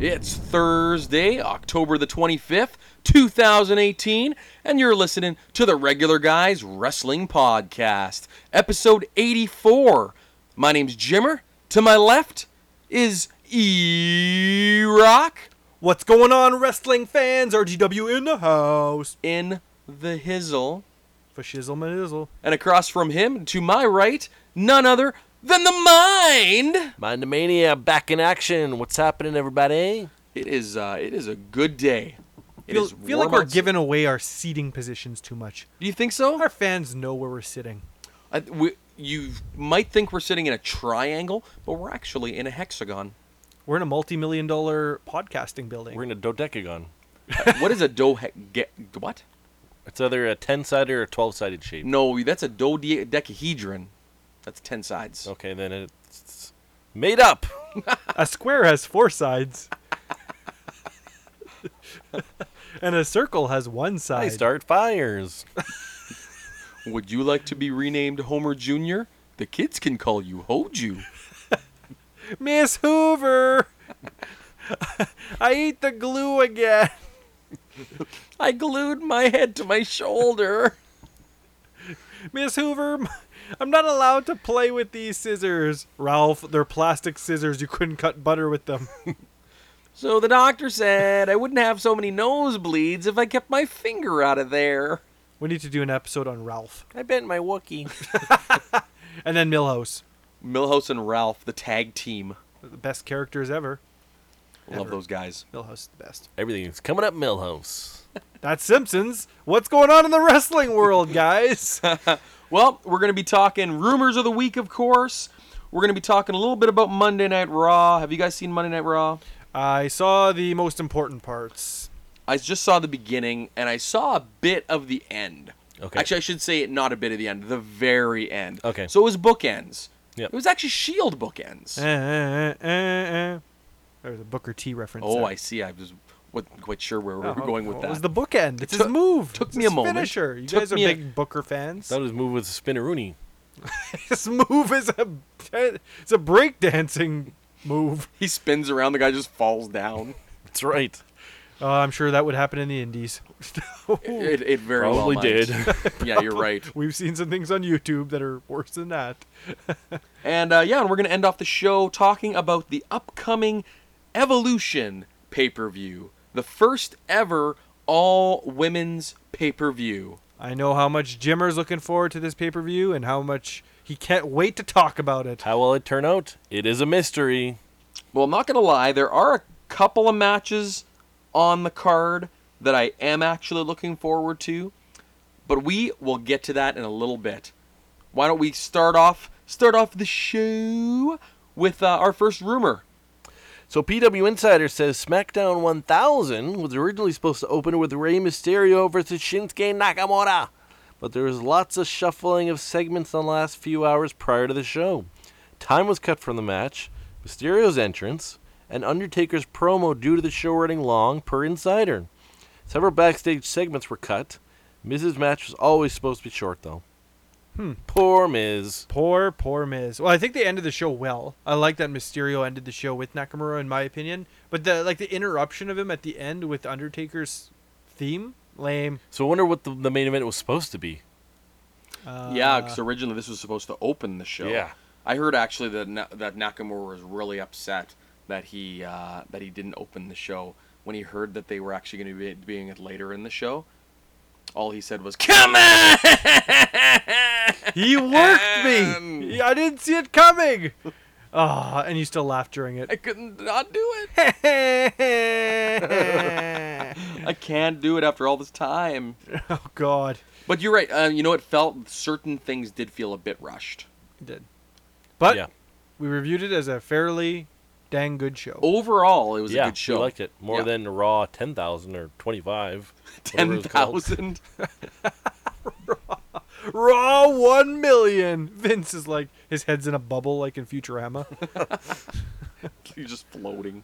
It's Thursday, October the 25th, 2018, and you're listening to the Regular Guys Wrestling Podcast, episode 84. My name's Jimmer. To my left is E Rock What's going on, wrestling fans? RGW in the house. in the Hizzle. For shizzle my dizzle. And across from him, to my right, none other than the Mind. Mind the Mania back in action. What's happening, everybody? It is uh, it is a good day. It Feel, is feel like warm we're outs- giving away our seating positions too much. Do you think so? Our fans know where we're sitting. I, we, you might think we're sitting in a triangle, but we're actually in a hexagon. We're in a multi-million dollar podcasting building. We're in a dodecagon. what is a dohe? ge- What? It's either a 10 sided or a 12 sided shape. No, that's a dodecahedron. That's ten sides. Okay, then it's made up. a square has four sides. and a circle has one I side. start fires. Would you like to be renamed Homer Jr.? The kids can call you Hoju. Miss Hoover! I ate the glue again. I glued my head to my shoulder. Miss Hoover, I'm not allowed to play with these scissors. Ralph, they're plastic scissors. You couldn't cut butter with them. So the doctor said I wouldn't have so many nosebleeds if I kept my finger out of there. we need to do an episode on Ralph. I bent my Wookie. And then Millhouse. Milhouse and Ralph, the tag team. The best characters ever. Love Ever. those guys. Millhouse is the best. Everything's coming up, Millhouse. That's Simpsons. What's going on in the wrestling world, guys? Well, we're going to be talking rumors of the week, of course. We're going to be talking a little bit about Monday Night Raw. Have you guys seen Monday Night Raw? I saw the most important parts. I just saw the beginning and I saw a bit of the end. Okay. Actually, I should say not a bit of the end, the very end. Okay. So it was bookends. Yep. It was actually Shield E bookends. Eh, eh, eh, eh, eh. There's a Booker T reference. oh, there. I see. I was wasn't quite sure where we were going with Oh, What that. was the bookend. It's took- his move. took It's me his a moment. Finisher. You Took guys are me a- big Booker fans. Thought his move was Spinneroonie. This move is a it's a breakdancing move. he spins around. The guy just falls down. That's right. Uh, I'm sure that would happen in the indies. It, it very well Probably might. did. yeah, you're right. We've seen some things on YouTube that are worse than that. And uh, yeah, and we're going to end off the show talking about the upcoming Evolution pay per view, the first ever all women's pay per view. I know how much Jimmer's looking forward to this pay per view and how much he can't wait to talk about it. How will it turn out? It is a mystery. Well, I'm not going to lie, there are a couple of matches on the card that I am actually looking forward to, but we will get to that in a little bit. Why don't we start off start off the show with uh, our first rumor? So PW Insider says SmackDown 1000 was originally supposed to open with Rey Mysterio versus Shinsuke Nakamura, but there was lots of shuffling of segments in the last few hours prior to the show. Time was cut from the match, Mysterio's entrance, and Undertaker's promo due to the show running long per Insider. Several backstage segments were cut. Miz's match was always supposed to be short though. Hmm. Poor Miz. Poor, poor Miz. Well, I think they ended the show well. I like that Mysterio ended the show with Nakamura, in my opinion. But the like the interruption of him at the end with Undertaker's theme, lame. So I wonder what the, the main event was supposed to be. Uh, Yeah, because originally this was supposed to open the show. Yeah. I heard actually that Na- that Nakamura was really upset that he uh, that he didn't open the show when he heard that they were actually going to be doing it later in the show. All he said was "Come on!" He worked me. I didn't see it coming. Ah, and you still laugh during I it. couldn't not do it. oh I can't do it after all this time. God, But you're right. Uh, you know, it felt certain things did feel a bit rushed. It did. But yeah. we reviewed it as a fairly dang good show. Oh. Overall, it was yeah, a good show. we liked it more Yeah. than Raw ten thousand or twenty five. Ten thousand. Raw one million. Vince is like his head's in a bubble, like in Futurama. You're just floating.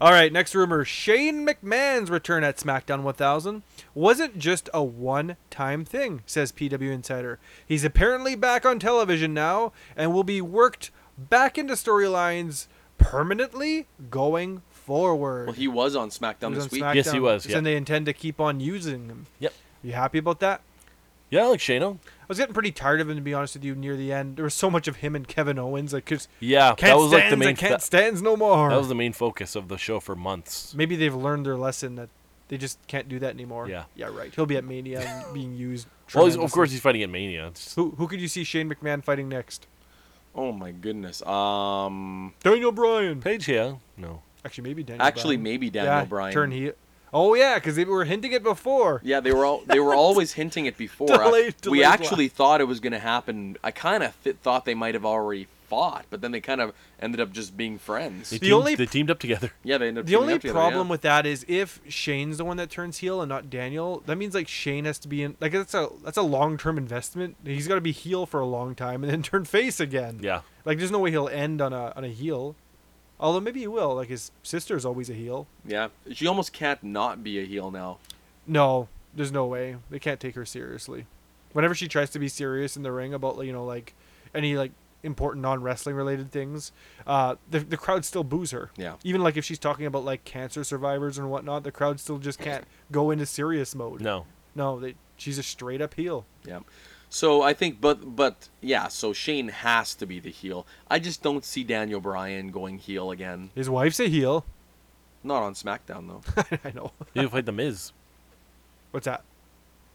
All right, next rumor: Shane McMahon's return at SmackDown 1000 wasn't just a one-time thing, says PW Insider. He's apparently back on television now and will be worked back into storylines permanently going forward. Well, he was on SmackDown He was this on week. Yes, he SmackDown, was, yeah. And they intend to keep on using him. Yep. You happy about that? Yeah, I like Shano. I was getting pretty tired of him, to be honest with you. Near the end, there was so much of him and Kevin Owens. Like, cause Yeah, can't that was like the stands and main can't that, stands no more. that was the main focus of the show for months. Maybe they've learned their lesson that they just can't do that anymore. Yeah. Yeah. Right. He'll be at Mania and being used. Well, he's, of tremendously. course he's fighting at Mania. It's- Who who could you see Shane McMahon fighting next? Oh my goodness. Um, Daniel Bryan. Paige, yeah, no, Actually, maybe Daniel. actually, Bryan. maybe Daniel yeah, Bryan. Turn heel. Oh yeah, because they were hinting it before. Yeah, they were all they were always hinting it before. I- Delayed- we delayed actually thought it was going to happen. I kind of th- thought they might have already fought, but then they kind of ended up just being friends. they, The teamed, only- they teamed up together. Yeah, they ended up. The teaming only up together, problem yeah. with that is if Shane's the one that turns heel and not Daniel, that means like Shane has to be in like that's a that's a long term investment. He's got to be heel for a long time and then turn face again. Yeah, Like there's no way he'll end on a on a heel. Although maybe he will. Like his sister's always a heel. yeah, she almost can't not be a heel now. No, there's no way. They can't take her seriously. Whenever she tries to be serious in the ring about like, you know like any like important non wrestling related things, uh, the the crowd still boos her. Yeah. Even like if she's talking about like cancer survivors and whatnot, the crowd still just can't go into serious mode. no, no, they, she's a straight up heel. Yeah. So I think, but but yeah. So Shane has to be the heel. I just don't see Daniel Bryan going heel again. His wife's a heel. Not on SmackDown though. I know. he'll fight the Miz. What's that?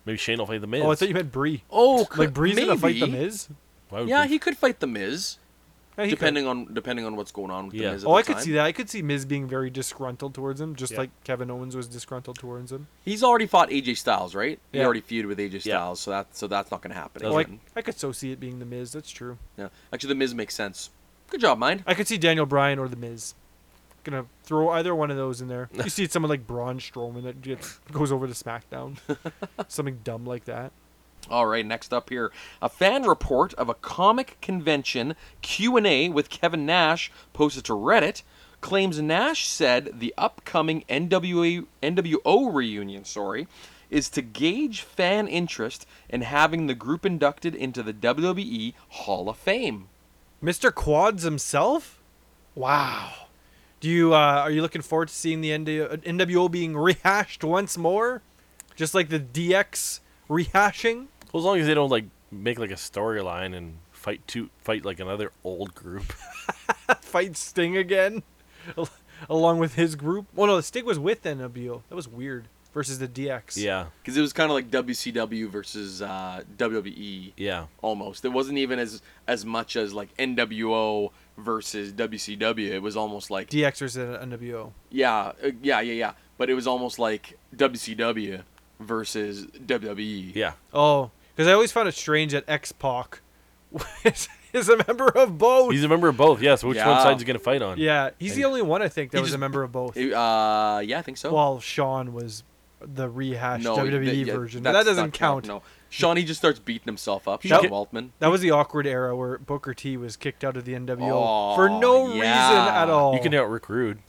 Maybe Shane will fight the Miz. Oh, I thought you meant Bree. Oh, Like Bree's gonna fight the maybe. Miz. Why would Yeah, we- he could fight the Miz, Yeah, he could. depending on depending on what's going on with Yeah. the Miz. At Oh, the I could time. see that. I could see Miz being very disgruntled towards him, just Yeah. like Kevin Owens was disgruntled towards him. He's already fought AJ Styles, right? He Yeah. already feuded with AJ Yeah. Styles, so that so that's not going to happen. Doesn't- Oh, I, again. I could so see it being the Miz. That's true. Yeah. Actually, the Miz makes sense. Good job, mind. I could see Daniel Bryan or the Miz. Gonna throw either one of those in there. You see someone like Braun Strowman that gets, goes over to SmackDown, something dumb like that. All right, next up here, a fan report of a comic convention Q&A with Kevin Nash posted to Reddit claims Nash said the upcoming NWA NWO reunion, sorry, is to gauge fan interest in having the group inducted into the WWE Hall of Fame. Mr. Quads himself. Wow. Do you uh, are you looking forward to seeing the uh, ND- NWO being rehashed once more, just like the DX rehashing? Well, as long as they don't like make like a storyline and fight to fight like another old group. Fight Sting again, al- along with his group. Well, no, Sting was with NWO. That was weird. Versus the DX. yeah, Because it was kind of like WCW versus uh, WWE yeah, almost. It wasn't even as as much as like NWO versus WCW. It was almost like DX versus NWO. yeah, uh, yeah, yeah, yeah. But it was almost like WCW versus E. WWE. yeah. Oh, because I always found it strange that X Pac is, is a member of both. He's a member of both. Yeah. So which one Yeah. side's he gonna fight on? Oh, yeah, he's the only one I think that He was a just- member of both. It- uh, yeah, I think so. While Sean was the rehashed no, WWE th- yeah, E version, but that's that doesn't not- count. No, Shawnee just starts beating himself up. He Sean get- Waltman. That was the awkward era where Booker T was kicked out of the NWO Aw, for no reason yeah. at all. You can out Rick Rude.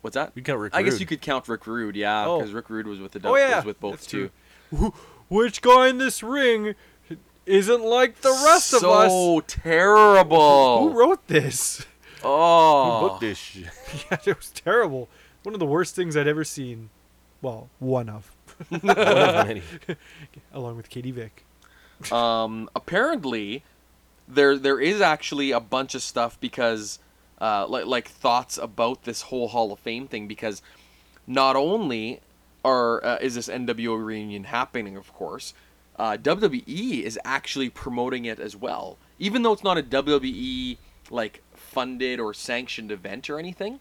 What's that? You can out Rick I guess Rude. you could count Rick Rude, yeah, Oh. because Rick Rude was with the oh yeah, was with both that's too. true. Wh- Which guy in this ring isn't like the rest so of us? So terrible. Who wrote this? oh, Who booked this? shit? yeah, it was terrible. One of the worst things I'd ever seen. Well, one of. One of many. along with Katie Vick. um, apparently there there is actually a bunch of stuff because uh, like like thoughts about this whole Hall of Fame thing because not only are uh, is this NWO reunion happening, of course, uh, WWE is actually promoting it as well, even though it's not a WWE like funded or sanctioned event or anything.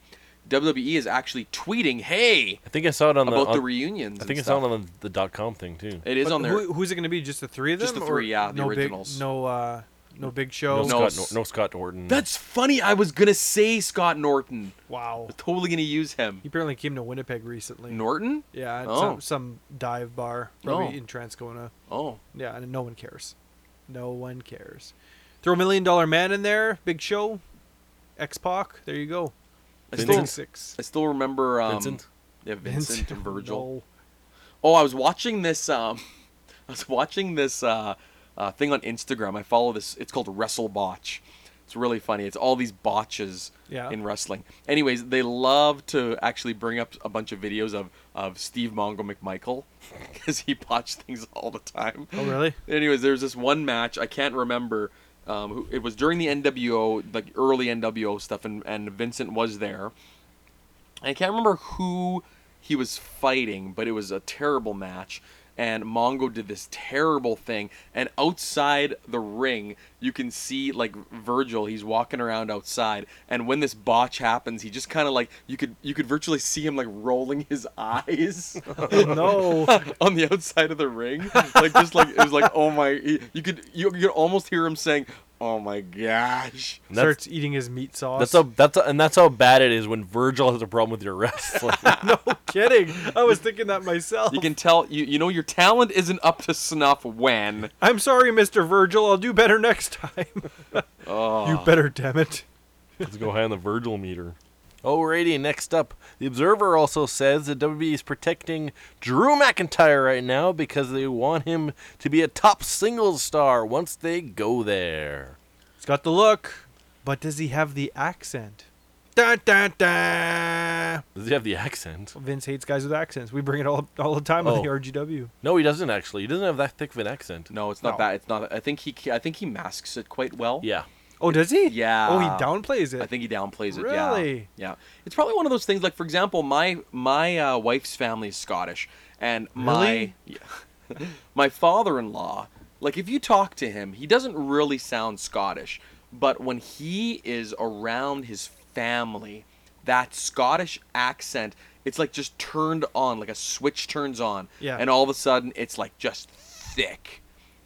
WWE is actually tweeting, "Hey, I think I saw it on the. about the, on- reunions." I and think I stuff. saw it on the, the dot com thing too. It is But on there. Who, who's it going to be? Just the three of them? Just the or three, yeah, the no big- originals. no, uh, no Big No, Show. No, Scott. s- Nor- no Scott Norton. That's funny. I was gonna say Scott Norton. Wow. We're totally gonna use him. He apparently came to Winnipeg recently. Norton? Yeah, at Oh. some, some dive bar probably Oh. in Transcona. Oh, Yeah, and no one cares. No one cares. Throw a million dollar man in there. Big Show. X Pac. There you go. I Vincent? still, Big Six. I still remember um, Vincent? Yeah, Vincent, and Virgil. No. Oh, I was watching this. Um, I was watching this uh, uh, thing on Instagram. I follow this. It's called WrestleBotch. It's It's really funny. It's all these botches Yeah. in wrestling. Anyways, they love to actually bring up a bunch of videos of, of Steve Mongo McMichael because he botched things all the time. Oh, really? Anyways, there was this one match I can't remember. Um, who, it was during the NWO, like early NWO stuff, and, and Vincent was there. I can't remember who he was fighting, but it was a terrible match. And Mongo did this terrible thing. And outside the ring, you can see like Virgil. He's walking around outside, and when this botch happens, he just kind of like you could you could virtually see him like rolling his eyes no. on the outside of the ring, like just like it was like oh my, he- you could you, you could almost hear him saying oh my gosh. And that's- Starts eating his meat sauce. That's how that's how- and that's how bad it is when Virgil has a problem with your wrestling. no kidding. I was thinking that myself. You can tell you you know your talent isn't up to snuff when. I'm sorry, Mr. Virgil. I'll do better next time. Oh. you better, damn it. Let's go high on the Virgil meter. Alrighty, next up, the Observer also says that WWE is protecting Drew McIntyre right now because they want him to be a top singles star once they go there. He's got the look, but does he have the accent? Da da da. Does he have the accent? Vince hates guys with accents. We bring it all all the time Oh. on the RGW. No, he doesn't actually. He doesn't have that thick of an accent. No, it's not No. that. It's not. I think he. I think he masks it quite well. Yeah. Oh, does he? Yeah. Oh, he downplays it. I think he downplays it. Really? Yeah. Yeah. It's probably one of those things. Like for example, my my uh, wife's family is Scottish, and my Really? yeah. my father-in-law. Like if you talk to him, he doesn't really sound Scottish, but when he is around his family, that Scottish accent. It's like just turned on, like a switch turns on, Yeah. and all of a sudden it's like just thick,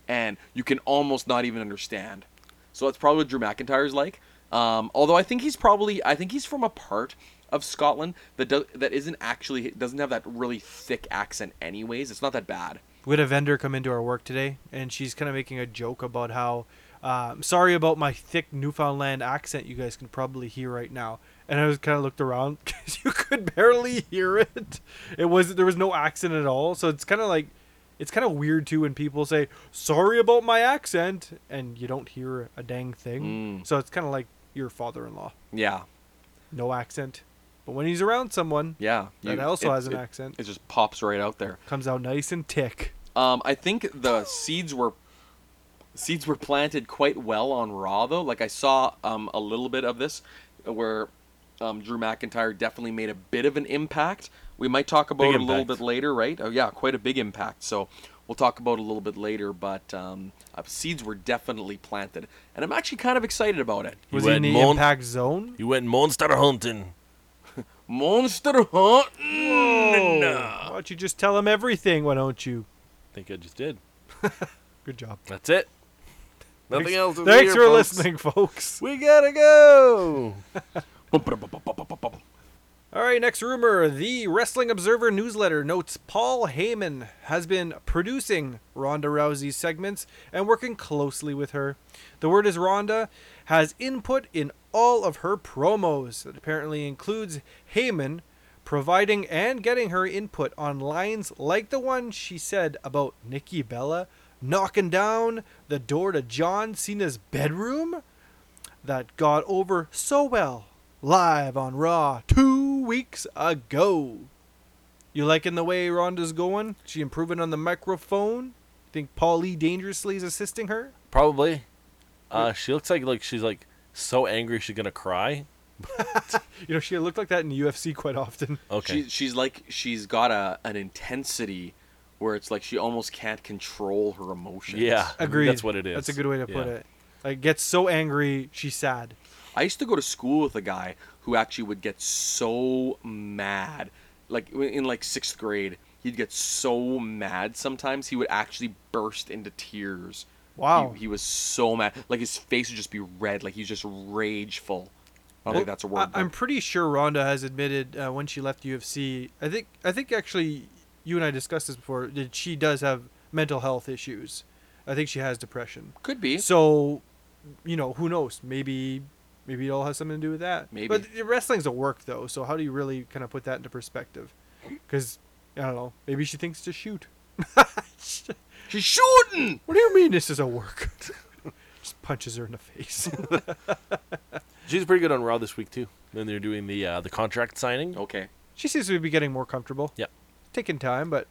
and you can almost not even understand. So that's probably what Drew McIntyre's like. Um, although I think he's probably I think he's from a part of Scotland that do, that isn't actually doesn't have that really thick accent anyways. It's not that bad. we had a vendor come into our work today, and she's kind of making a joke about how, uh, sorry about my thick Newfoundland accent you guys can probably hear right now. And I was kind of looked around because you could barely hear it. It was there was no accent at all, so it's kind of like, it's kind of weird too when people say sorry about my accent and you don't hear a dang Mm. thing. So it's kind of like your father-in-law, Yeah. no accent, but when he's around someone Yeah. that You- also it- has an it- accent, It just pops right out there. comes out nice and tick. Um, I think the seeds were seeds were planted quite well on Raw though. Like I saw um, a little bit of this where um, Drew McIntyre definitely made a bit of an impact. We might talk about Big it a little impact. bit later, right? Oh yeah, quite a big impact. So we'll talk about it a little bit later, but um, uh, seeds were definitely planted, and I'm actually kind of excited about it. He Was he in went the mon- impact zone? He went monster hunting. Monster Hunt. Why don't you just tell him everything? Why don't you? think I just did. Good job. That's it. Nothing Thanks- else. in the Thanks year, for folks. listening, folks. We gotta go. All right, next rumor. The Wrestling Observer newsletter notes Paul Heyman has been producing Ronda Rousey's segments and working closely with her. The word is Ronda has input in all of her promos. That apparently includes Heyman providing and getting her input on lines like the one she said about Nikki Bella knocking down the door to John Cena's bedroom that got over so well live on Raw two weeks ago. You liking the way Ronda's going? She improving on the microphone? Think Paulie dangerously is assisting her? Probably. Uh, she looks like like she's like so angry she's gonna cry. You know, she looked like that in the UFC quite often. Okay. She, she's like she's got a an intensity where it's like she almost can't control her emotions. yeah. Agreed. That's what it is. That's a good way to put Yeah. it. Like gets so angry, she's sad. I used to go to school with a guy who actually would get so mad, like w- in like sixth grade, he'd get so mad. Sometimes he would actually burst into tears. Wow. he, he was so mad. Like his face would just be red. Like he's just rageful. I don't think that's a word. I, am but- pretty sure Ronda has admitted uh, when she left UFC. I think I think actually you and I discussed this before. That she does have mental health issues. I think she has depression. could be. So, you know, who knows? Maybe, maybe it all has something to do with that. Maybe. But th- wrestling's a work though, so how do you really kind of put that into perspective? Because I don't know. Maybe she thinks to shoot. She's shooting. What do you mean this is a work? Just punches her in the face. She's pretty good on Raw this week too. Then they're doing the uh, the contract signing. Okay. she seems to be getting more comfortable. Yep. Taking time, but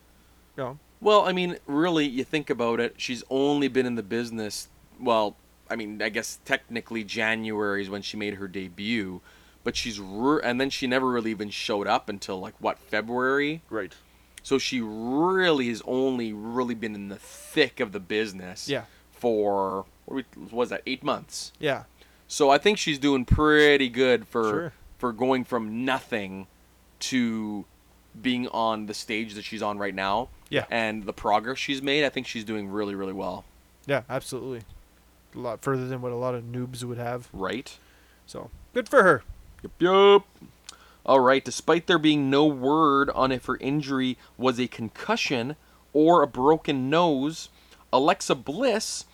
you know, Well, I mean, really, you think about it, she's only been in the business, well, I mean, I guess technically January is when she made her debut, but she's, re- and then she never really even showed up until like, what, February? Right. So she really has only really been in the thick of the business Yeah. for, what we- what was that, eight months? yeah. So I think she's doing pretty good for Sure. for going from nothing to being on the stage that she's on right now. Yeah. And the progress she's made, I think she's doing really, really well. Yeah, absolutely. A lot further than what a lot of noobs would have. Right? So good for her. Yep, yep. All right. Despite there being no word on if her injury was a concussion or a broken nose, Alexa Bliss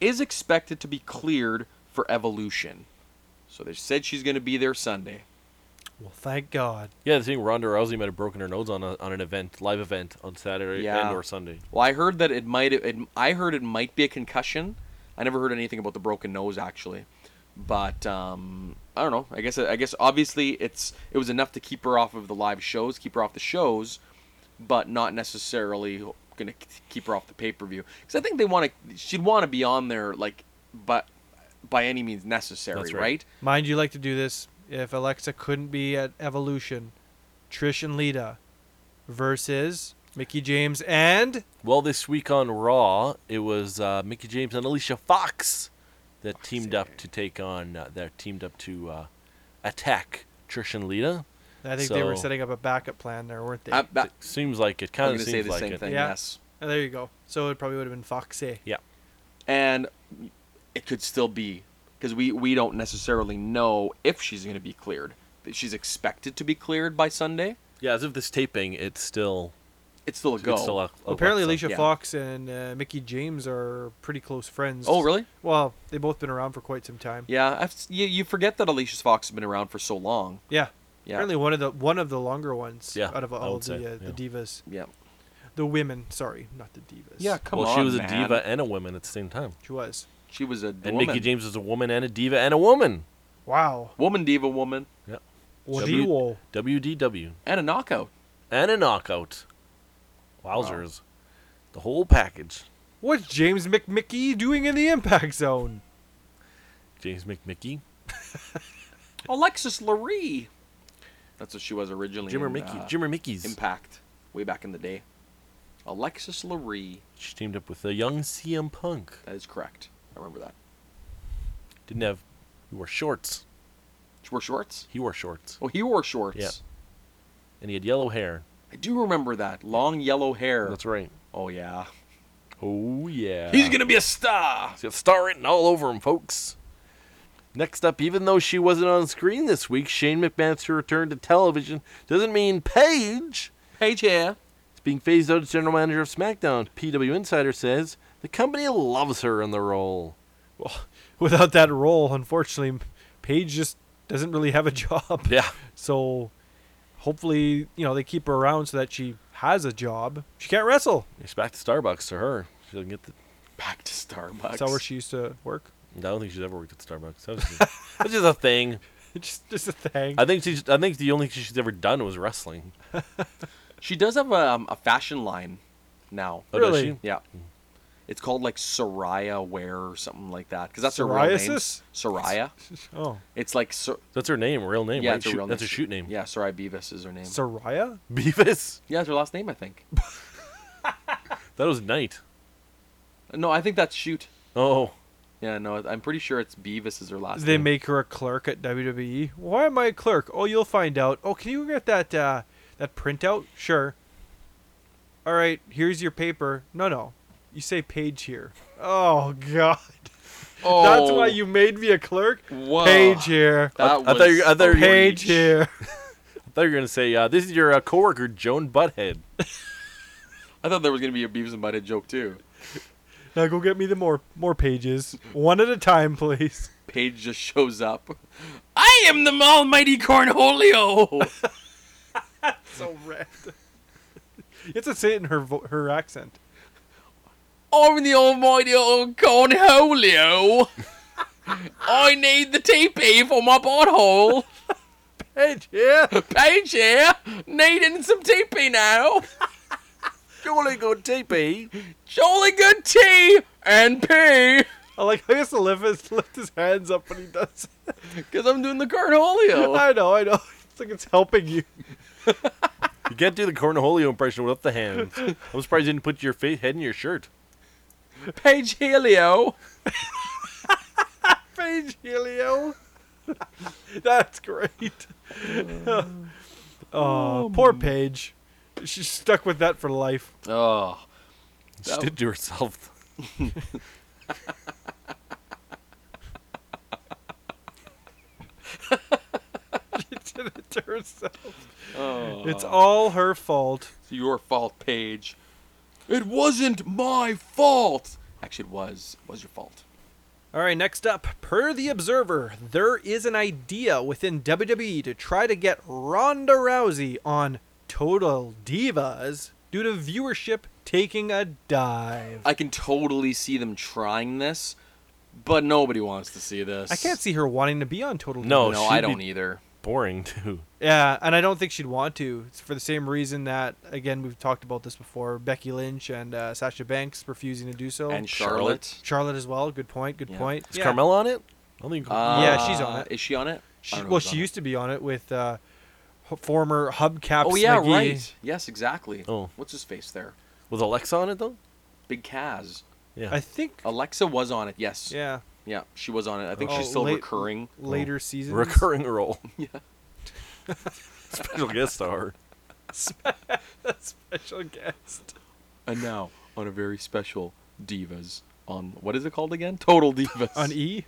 is expected to be cleared for Evolution. So they said she's going to be there Sunday. Well, thank God. Yeah, the thing Ronda Rousey might have broken her nose on a, on an event, live event on Saturday Yeah. and or Sunday. Well, I heard that it might. It, I heard it might be a concussion. I never heard anything about the broken nose actually, but um, I don't know. I guess I guess obviously it's it was enough to keep her off of the live shows, keep her off the shows, but not necessarily gonna k- keep her off the pay per view because I think they want to. She'd want to be on there like, but by any means necessary, That's right. right? Mind you, like to do this. If Alexa couldn't be at Evolution, Trish and Lita versus Mickey James and Well, this week on Raw, it was uh, Mickey James and Alicia Fox that teamed up to take on uh, that teamed up to uh, attack Trish and Lita. I think they were So- setting up a backup plan there, weren't they? I, I, am It seems like it. Kind gonna of seems say the like same it. thing. Yeah. Yes. Oh, there you go. So it probably would have been Foxy. Yeah. and it could still be because we we don't necessarily know if she's going to be cleared. She's expected to be cleared by Sunday. Yeah, as if this taping, it's still It's still a go. It's still a, a Apparently, Alexa. Alicia yeah. Fox and uh, Mickey James are pretty close friends. oh, really? Well, they've both been around for quite some time. Yeah. I've, s- you you forget that Alicia Fox has been around for so long. Yeah. Yeah. Apparently, one of the one of the longer ones. Yeah, Out of I all would the say, uh, the divas, Yeah. the women. Sorry, not the divas. Yeah. Come well, on. she was a man. diva and a woman at the same time, she was. She was a and woman. Mickey James was a woman and a diva and a woman. Wow. Woman diva woman W- Wadiwo. WDW and a knockout. and a knockout. Wowzers, the whole package. What's James McMickey doing in the Impact Zone? James McMickey, Alexis Lurie. That's what she was originally. Jimmer in, Mickey, uh, Jimmer Mickey's. Impact way back in the day. Alexis Lurie. She teamed up with a young CM Punk. That is correct. I remember that. Didn't have. He wore shorts. She wore shorts. He wore shorts, Oh, he wore shorts. Yeah. and he had yellow hair. I do remember that long yellow hair. That's right. Oh yeah. Oh yeah. He's gonna be a star. He's got star written all over him, folks. Next up, even though she wasn't on screen this week, Shane McMahon's return to television doesn't mean Paige Paige here. is being phased out as general manager of SmackDown. PW Insider says the company loves her in the role. Without that role, unfortunately, Paige just doesn't really have a job. Yeah. So, hopefully, you know they keep her around so that she has a job. She can't wrestle. It's back to Starbucks to her. She doesn't get the. Back to Starbucks. Is that where she used to work? I don't think she's ever worked at Starbucks. That's just, that's just a thing. It's just, just a thing. I think she's. I think the only thing she's ever done was wrestling. She does have um, a fashion line now. Oh, does Really? she? Yeah. It's called like Soraya Wear or something like that. Because that's her real name. Psoriasis? Soraya. oh, It's like Sor- That's her name, real name. yeah, right? it's her Shoot- real name. That's her shoot name. Yeah, Soraya Beavis is her name. Soraya. Beavis. yeah, it's her last name, I think. That was Knight. No, I think that's shoot. Oh, Yeah, no, I'm pretty sure it's Beavis is her last They name. make her a clerk at WWE. Why am I a clerk? Oh, you'll find out. Oh, can you get that uh, that printout? Sure. All right, here's your paper. No, no, you say page here. Oh God, Oh, that's why you made me a clerk. Whoa. Page here. That I- I thought you- was I thought a you- Page reach. here. I thought you were gonna say uh, this is your uh, coworker Joan Butthead. I thought there was gonna be a Beavis and Butthead joke too. Now go get me the more more pages, one at a time, please. Paige just shows up. I am the almighty Cornholio. So red. You have to say it in her vo- her accent. I'm the almighty old cornholio. I need the TP for my pothole. Hey, yeah, Page here, needing some TP now. surely good TP. Jolly good tea and pee. I like how he has to lift his, lift his hands up when he does it. Because I'm doing the cornholio. I know, I know. It's like it's helping you. You can't do the cornholio impression without the hands. I'm surprised you didn't put your face, head in your shirt. Page Helio. Page Helio. That's great. oh, poor Paige. She's stuck with that for life. Oh. She did to herself. She did it to herself. oh. It's all her fault. It's your fault, Paige. It wasn't my fault. Actually, it was. It was your fault. All right, next up, per the Observer, there is an idea within WWE to try to get Ronda Rousey on Total Divas due to viewership taking a dive. I can totally see them trying this, but nobody wants to see this. I can't see her wanting to be on Total Divas. No, No, I she'd don't be- either. Boring too. Yeah, and I don't think she'd want to. It's for the same reason that again we've talked about this before. Becky Lynch and uh, Sasha Banks refusing to do so. And Charlotte. Charlotte. Oh, Charlotte as well. Good point. Good Yeah. point. Is yeah. Carmella on it? I don't think. Yeah, she's on Uh, it. Is she on it? I She, don't know well, who's she on it. used to be on it with uh, h- former Hubcaps. Oh yeah, McGee. right. Yes, exactly. Oh. What's his face there? Was Alexa on it though? Big Kaz. Yeah. I think. Alexa was on it. Yes. Yeah, Yeah, she was on it. I think Oh, she's still late- recurring. later seasons. Recurring role. Yeah. Special guest star. special guest. And now on a very special Divas on what is it called again? Total Divas On E.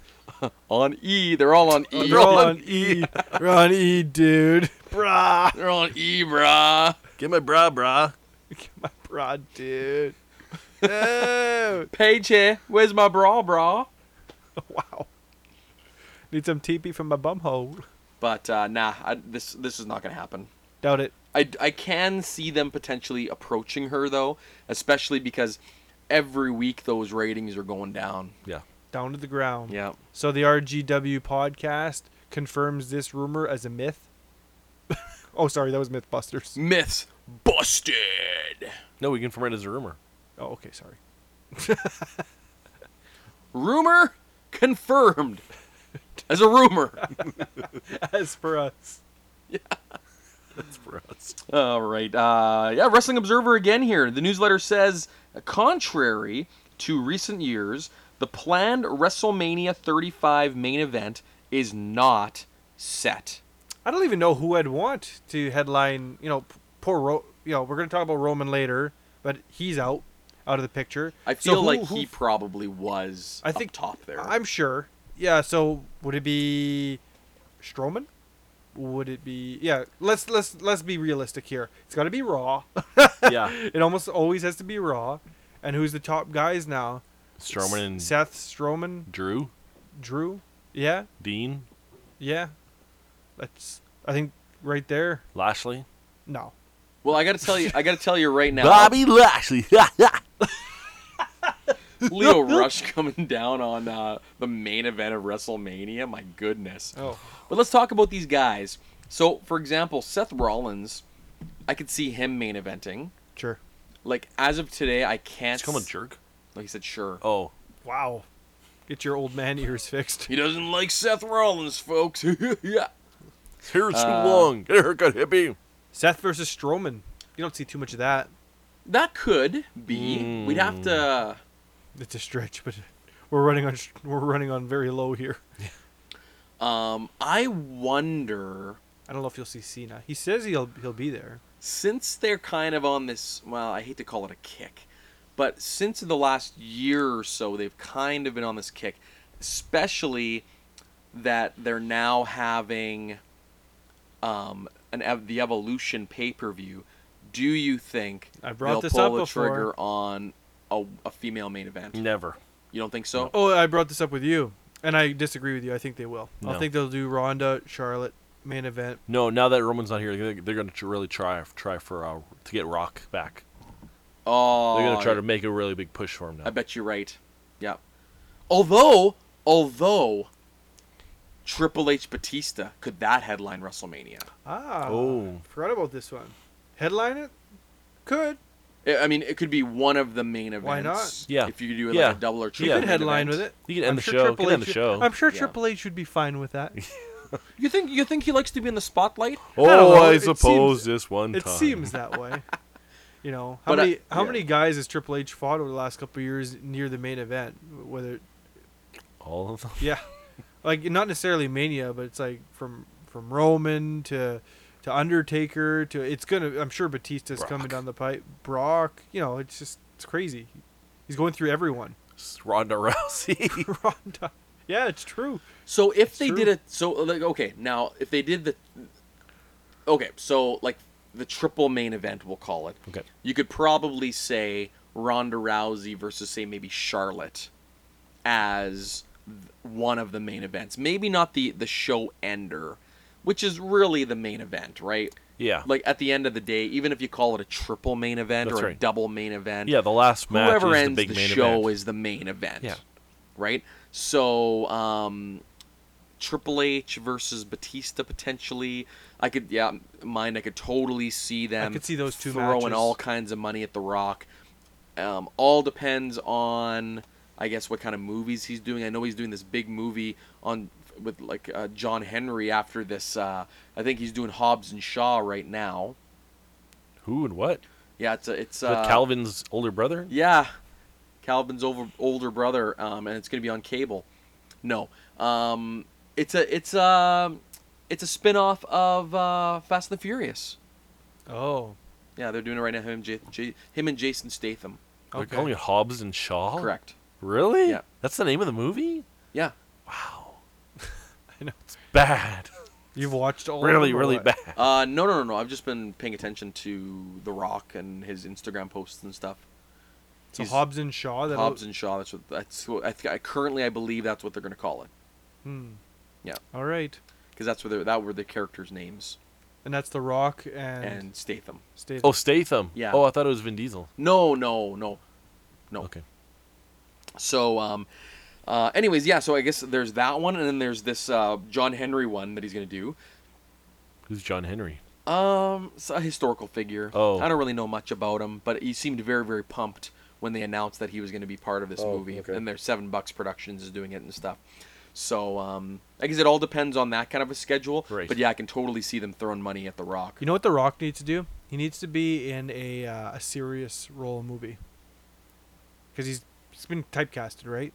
On E. They're all on E. We're all on E. We're on E, dude. Brah. They're on E, brah. Get my bra, bra. My bra, dude. Oh. Paige here. Where's my bra, brah? Wow. Need some TP from my bum hole. But uh, nah, I, this this is not gonna happen. Doubt it. I, I can see them potentially approaching her though, especially because every week those ratings are going down. Yeah. Down to the ground. Yeah. So the RGW podcast confirms this rumor as a myth. oh, sorry, that was Mythbusters. Myths busted. No, we confirm it as a rumor. Oh, okay, sorry. Rumor confirmed. As a rumor. As for us. It's for us. All right. Uh, yeah, Wrestling Observer again here. The newsletter says, contrary to recent years, the planned WrestleMania 35 main event is not set. I don't even know who I'd want to headline. You know, p- poor Ro- You know, we're gonna talk about Roman later, but he's out, out of the picture. I So feel who- like who- he probably was I up think- top there. I'm sure. Yeah. So would it be Strowman? Would it be? Yeah. Let's let's let's be realistic here. It's got to be Raw. Yeah. It almost always has to be Raw. And who's the top guys now? Strowman and Seth Strowman, Drew, Drew. Yeah, Dean, yeah. That's I think right there. Lashley. No, Well, I got to tell you, I got to tell you right now, Lashley. Leo Rush coming down on uh, the main event of WrestleMania. My goodness. Oh. But let's talk about these guys. So, for example, Seth Rollins, I could see him main eventing. sure. Like as of today, I can't. Let's call him a s- jerk. Like he said, sure. Oh. Wow. Get your old man ears fixed. He doesn't like Seth Rollins, folks. yeah. His hair is too Uh, long. Get a haircut, hippie. Seth versus Strowman. You don't see too much of that. That could be. We'd have Hmm. to. It's a stretch, but we're running on sh- we're running on very low here. Um, I wonder I don't know if you'll see Cena. He says he'll he'll be there. since they're kind of on this well i hate to call it a kick but since the last year or so they've kind of been on this kick especially that they're now having um an ev- the evolution pay-per-view do you think I brought they'll this pull up the before. trigger on a, a female main event Never. you don't think so Oh, I brought this up with you, and I disagree with you. I think they will. I No. think they'll do Ronda, Charlotte, main event. No, now that Roman's not here, they're, they're going to really try try for uh, to get Rock back. Oh, They're gonna try to make a really big push for him now. I bet you're right. Yeah. Although, although, Triple H Batista could that headline WrestleMania? Ah. Oh. Forgot about this one. Headline it? Could. I I mean, it could be one of the main events. Why not? Yeah. If you could do it Yeah. like a double or triple. You Yeah. could main headline event. with it. You could end I'm the sure show. You Triple could H end the should- show. I'm sure Yeah. Triple H would be fine with that. You think you think he likes to be in the spotlight? don't know, oh, I it suppose seems- this one It time. seems that way. You know how But, uh, many how yeah. many guys has Triple H fought over the last couple of years near the main event? Whether all of them. yeah, like not necessarily Mania, but it's like from from Roman to to Undertaker to it's gonna. I'm sure Batista's coming Brock. down the pipe. Brock, you know, it's just it's crazy. He's going through everyone. It's Ronda Rousey. Ronda. Yeah, it's true. So if they True. did it, so like okay, now if they did the, okay, so like the triple main event, we'll call it. okay. You could probably say Ronda Rousey versus say maybe Charlotte, as th- one of the main events. Maybe not the the show ender, which is really the main event, right? Yeah. Like at the end of the day, even if you call it a triple main event Ah. That's or a right. double main event, yeah, the last match whoever is ends the the, big main show event. is the main event. Yeah. Right? So, um, Triple H versus Batista potentially. I could, yeah, mind. I could totally see them. could see those two throwing matches. all kinds of money at The Rock. Um, all depends on, I guess, what kind of movies he's doing. I know he's doing this big movie on with like uh, John Henry after this. Uh, I think he's doing Hobbs and Shaw right now. Who and what? Is Yeah, it's a, it's that uh, Calvin's older brother? yeah, Calvin's over, older brother, um, and it's gonna be on cable. No, um, it's a it's a it's a spin-off of uh, Fast and the Furious. Oh, Yeah, they're doing it right now. Him, J- J- him and Jason Statham. They're Okay. calling it Hobbs and Oh. Shaw? Correct. Really? Yeah. That's the name of the movie? Yeah. Wow. I know. Oh, It's bad. you've watched all of really, them or really what? bad. Uh, no, no, no, no. I've just been paying attention to The Rock and his Instagram posts and stuff. So He's- Hobbs and Shaw. That Hobbs and Shaw. That's what. That's what. I, th- I currently I believe that's what they're gonna call it Hmm. Yeah. All right. because that's what they're- that were the characters' names And that's The Rock and, and Statham. Statham. Oh, Statham. Yeah. Oh, I thought it was Vin Diesel. No, no, no, no. Okay. So, um, uh, anyways, yeah. So I guess there's that one, and then there's this uh, John Henry one that he's gonna do. Who's John Henry? Um, it's a historical figure. Oh. I don't really know much about him, but he seemed very, very pumped when they announced that he was gonna be part of this Oh, movie, okay. and their Seven Bucks Productions is doing it and stuff. So, um, I guess it all depends on that kind of a schedule. Right. But yeah, I can totally see them throwing money at The Rock. You know what The Rock needs to do? He needs to be in a uh, a serious role movie. Because he's he's been typecasted, right?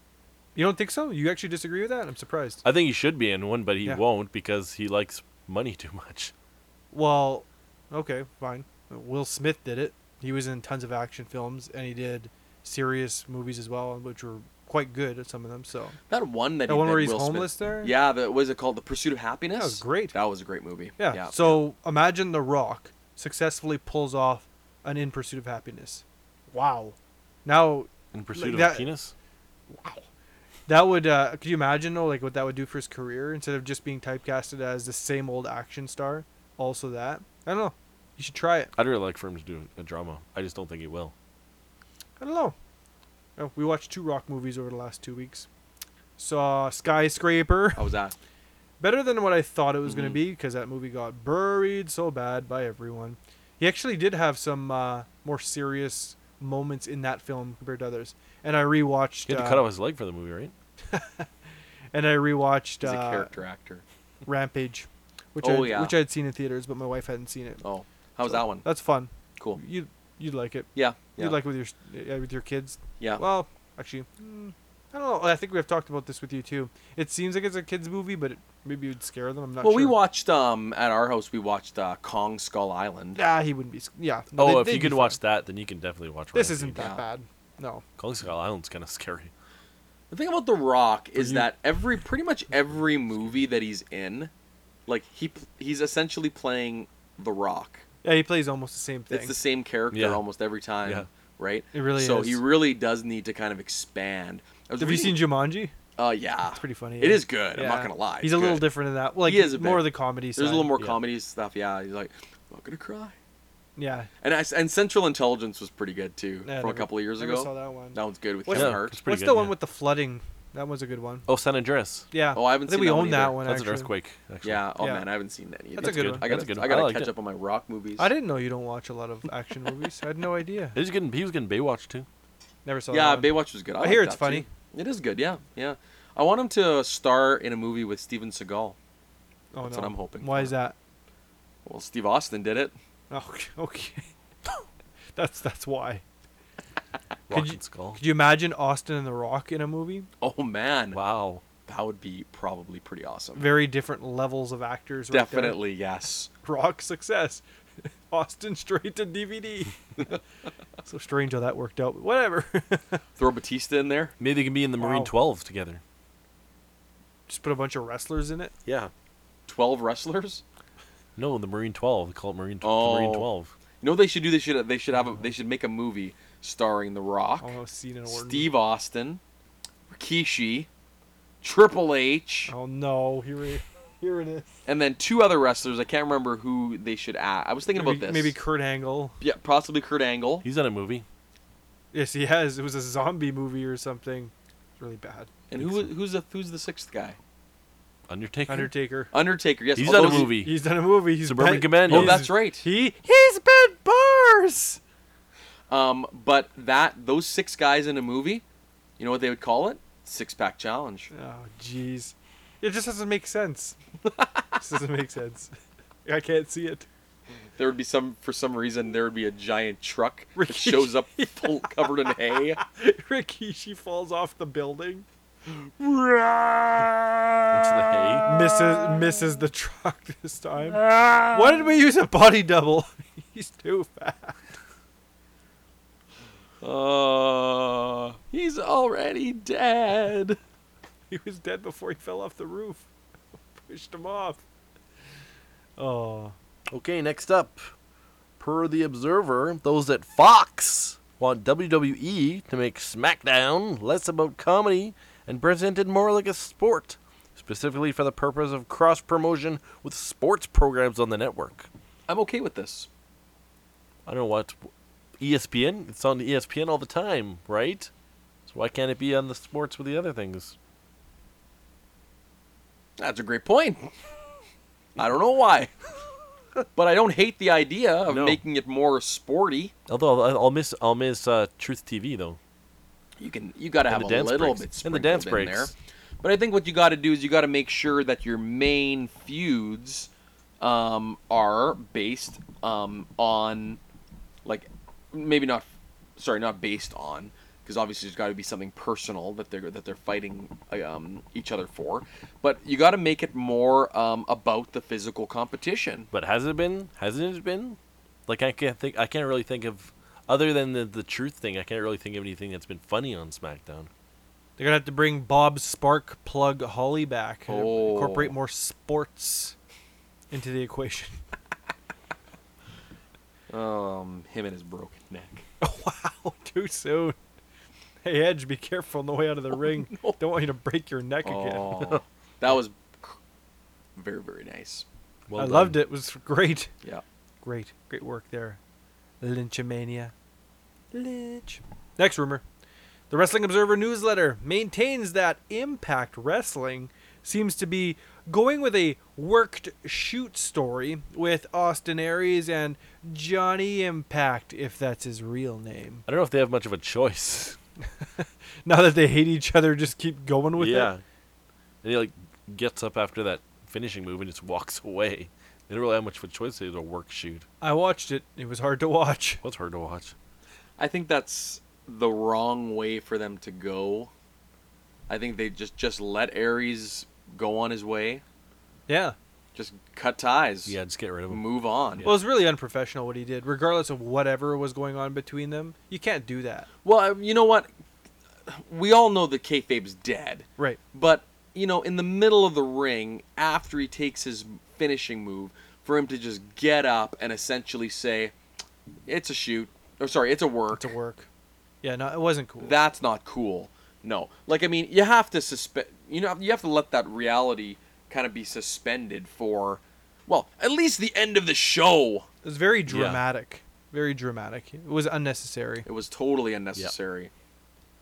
You don't think so? You actually disagree with that? I'm surprised. I think he should be in one, but he Yeah. won't because he likes money too much. Well, okay, fine. Will Smith did it. He was in tons of action films, and he did serious movies as well, which were quite good at some of them. So That one that the he one did, where he's Will Smith- homeless there. Yeah, that was it called The Pursuit of Happiness. was great. That was a great movie. Yeah. So imagine The Rock successfully pulls off an In Pursuit of Happiness. Wow. Now In pursuit Like of that- a penis? that would uh, could you imagine though like what that would do for his career instead of just being typecasted as the same old action star? Also that I don't know. You should try it. I'd really like for him to do a drama. I just don't think he will. I don't know. Oh, we watched two Rock movies over the last two weeks. Saw Skyscraper. How was that? better than what I thought it was going Mhm. to be because that movie got buried so bad by everyone. He actually did have some uh, more serious moments in that film compared to others. And I rewatched. He had to uh, cut off his leg for the movie, right? And I rewatched He's a uh, character actor. Rampage, which Oh, I yeah. which I'd seen in theaters, but my wife hadn't seen it. Oh, how was So, that one? That's fun. Cool. You you'd like it. Yeah. Yeah. You'd like it with your uh, with your kids. yeah. Well, actually, mm, I don't know. I think we've talked about this with you too. It seems like it's a kids movie, but it, maybe it would scare them. I'm not Well, sure. we watched um at our house. We watched uh, Kong Skull Island. Yeah, Ah, he wouldn't be. sc- Yeah. oh, they- if they'd you be could fine. watch that, then you can definitely watch This Rampage. isn't Yeah. that bad. No. Kong Skull Island's kind of scary. The thing about The Rock is you- that every pretty much every movie that he's in, like he pl- he's essentially playing The Rock. Yeah, he plays almost the same thing. It's the same character Yeah. almost every time. Yeah. Right. It really so is. he really does need to kind of expand. I was Have you seen reading- Jumanji? Uh, yeah. It's pretty funny. It yeah. is good. I'm Yeah. not gonna lie. He's it's a little good. different in that. Like He is a more bit. of the comedy side. There's a little more Yeah. comedy stuff. Yeah. He's like, I'm not gonna cry. Yeah. And I, and Central Intelligence was pretty good too Yeah, from never- a couple of years never ago. saw that one. one's good with What's- Kevin Yeah, Hart. it's pretty What's good, the one yeah. with the flooding? That was a good one. Oh, San Andreas. Yeah. Oh, I haven't I seen think we that own one that either. one. That's actually. an earthquake. Actually. Yeah. Oh Yeah. man, I haven't seen that either. That's a good one. I gotta, That's a good one. I gotta I like catch it. up on my rock movies. I didn't know you don't watch a lot of action movies. I had no idea. He was getting he was getting Baywatch too. Never saw. Yeah, that one. Baywatch was good. I, uh, I hear liked it's that, funny. too. It is good. Yeah, yeah. I want him to star in a movie with Steven Seagal. Oh, That's no. what I'm hoping Why for. is that? Well, Steve Austin did it. Oh, okay. that's that's why. Rock you- and Skull. Could you imagine Austin and The Rock in a movie? Oh man, Wow. that would be probably pretty awesome. Very different levels of actors. right there. Definitely yes. Rock success. Austin straight to DVD. so strange how that worked out, but whatever. Throw Batista in there. Maybe they can be in the Marine Wow. 12 together. Just put a bunch of wrestlers in it. Yeah. Twelve wrestlers. No, the Marine 12. They call it Marine, tw- Oh. Marine 12. You know what they should do? They should they should have a, they should make a movie starring The Rock, Oh, Cena and Orton. Steve Austin, Rikishi, Triple H, Oh no, here it, here it is. and then two other wrestlers. I can't remember who they should add. I was thinking maybe, about this. Maybe Kurt Angle. yeah, possibly Kurt Angle. He's in a movie. Yes, he has. It was a zombie movie or something. It's really bad. And who who's the who's the sixth guy? Undertaker. Undertaker. Oh, Undertaker. Yes, He's although done a he- movie. He's done a movie. He's Suburban been- Commando. Oh, he's- that's right. He he's been bars. Um, but that those six guys in a movie, you know what they would call it? Six pack challenge. Oh jeez, it just doesn't make sense. this doesn't make sense. I can't see it. There would be some for some reason there would be a giant truck that Rikishi. shows up full covered in hay. Rikishi falls off the building. Into the hay. Misses misses the truck this time. Why did we use a body double? he's too fat. Uh, he's already dead. He was dead before he fell off the roof. Pushed him off. Oh. Okay, next up. Per The Observer, those at Fox want WWE to make SmackDown less about comedy and presented more like a sport, specifically for the purpose of cross promotion with sports programs on the network. I'm okay with this. I don't know what E ESPN. It's on E ESPN all the time, right? So why can't it be on the sports with the other things? That's a great point. I don't know why, but I don't hate the idea of No. making it more sporty. Although I'll, I'll miss I'll miss uh, Truth TV though. You can you got to have And the a dance little breaks. bit And the dance sprinkled in breaks. there. But I think what you got to do is you got to make sure that your main feuds um, are based um, on like maybe not sorry not based on because obviously there's got to be something personal that they're that they're fighting um, each other for but you got to make it more um, about the physical competition But has it been? Hasn't it been? Like I can't think. I can't really think of other than the the truth thing. I can't really think of anything that's been funny on SmackDown. They're gonna have to bring Bob Spark Plug Holly back. and Oh. Incorporate more sports into the equation. um him and his broken neck wow, too soon. Hey Edge, be careful on the way out of the ring. Don't want you to break your neck again. oh, that was cr- very very nice Well I done. loved it. It was great. yeah Great. Great work there. Lynchomania. Lynch. Next rumor. The Wrestling Observer newsletter maintains that Impact Wrestling seems to be going with a worked shoot story with Austin Aries and Johnny Impact, if that's his real name. I don't know if they have much of a choice. Now that they hate each other, just keep going with yeah. it. And he like gets up after that finishing move and just walks away. They don't really have much of a choice. It's a work shoot. I watched it. It was hard to watch. What's hard to watch? I think that's the wrong way for them to go. I think they just just let Aries go on his way, Yeah. just cut ties, Yeah, just get rid of him. move on. Well, it was really unprofessional what he did, regardless of whatever was going on between them. You can't do that. Well, I- you know what? We all know that kayfabe's dead, Right. but you know, in the middle of the ring, after he takes his finishing move, for him to just get up and essentially say, "It's a shoot," or sorry, "It's a work." to work. Yeah, no, it wasn't cool. that's not cool. No, like I mean, you have to suspend. You know, you have to let that reality kind of be suspended for, well, at least the end of the show. it was very dramatic. Very dramatic. It was unnecessary. It was totally unnecessary.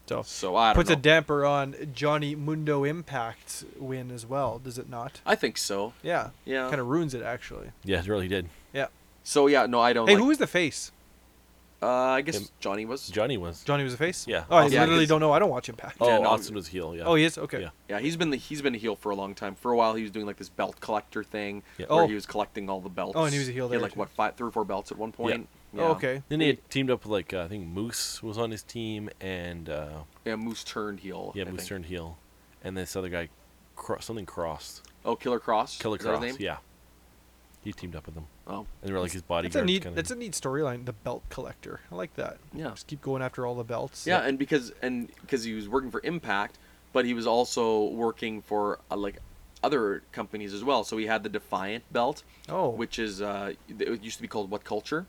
So So I don't puts know. a damper on Johnny Mundo Impact's win as well, does it not? I think so. Yeah. Yeah. Kind of ruins it actually. Yeah, it really did. Yeah. So yeah, no, I don't. Hey, Oh, like, who was the face? Uh, I guess Him. Johnny was. Johnny was. Johnny was the face. Yeah. Oh, I Yeah, literally 'cause- don't know. I don't watch Impact. Oh, Yeah, no, Austin was heel. Yeah. Oh, he is okay. Yeah. yeah, he's been the, he's been a heel for a long time. For a while, he was doing like this belt collector thing Yeah. where Oh. he was collecting all the belts. Oh, and he was a heel He had there, like too. what five, three or four belts at one point. Yeah. Oh, okay. Then he had teamed up with like uh, I think Moose was on his team, and uh, Yeah, Moose turned heel. yeah, I Moose think. turned heel, and this other guy, cro- something crossed, Oh, Killer Cross. Killer Is that his Cross. name? Yeah. He teamed up with them, Oh, and they were like his That's bodyguards. a neat. kinda. That's a neat storyline. The belt collector. I like that. Yeah. Just keep going after all the belts. yeah, and because and because he was working for Impact, but he was also working for uh, like other companies as well. So he had the Defiant belt, Oh. which is uh, it used to be called What Culture,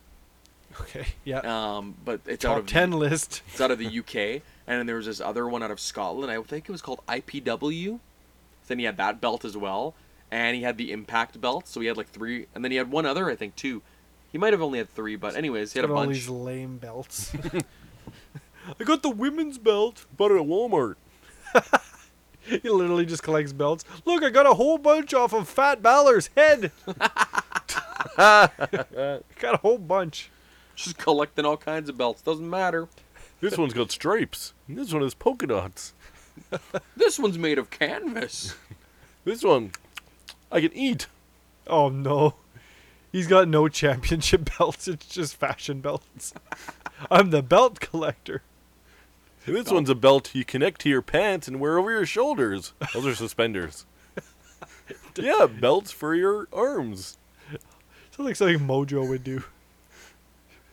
Okay. Yeah. um, but it's out Top of ten list. It's out of the UK, and then there was this other one out of Scotland. I think it was called IPW. Then he had that belt as well, and he had the Impact belt. So he had like three, and then he had one other, I think, two. He might have only had three, but anyways, he had a Got all these bunch. lame belts. I got the women's belt. bought it at Walmart. He literally just collects belts. Look, I got a whole bunch off of Fat Balor's head. got a whole bunch. Just collecting all kinds of belts. Doesn't matter. This one's got stripes. This one has polka dots. This one's made of canvas. This one, I can eat. Oh no. He's got no championship belts. It's just fashion belts. I'm the belt collector. This one's a belt you connect to your pants and wear over your shoulders. Those are suspenders. yeah, belts for your arms. Sounds like something Mojo would do.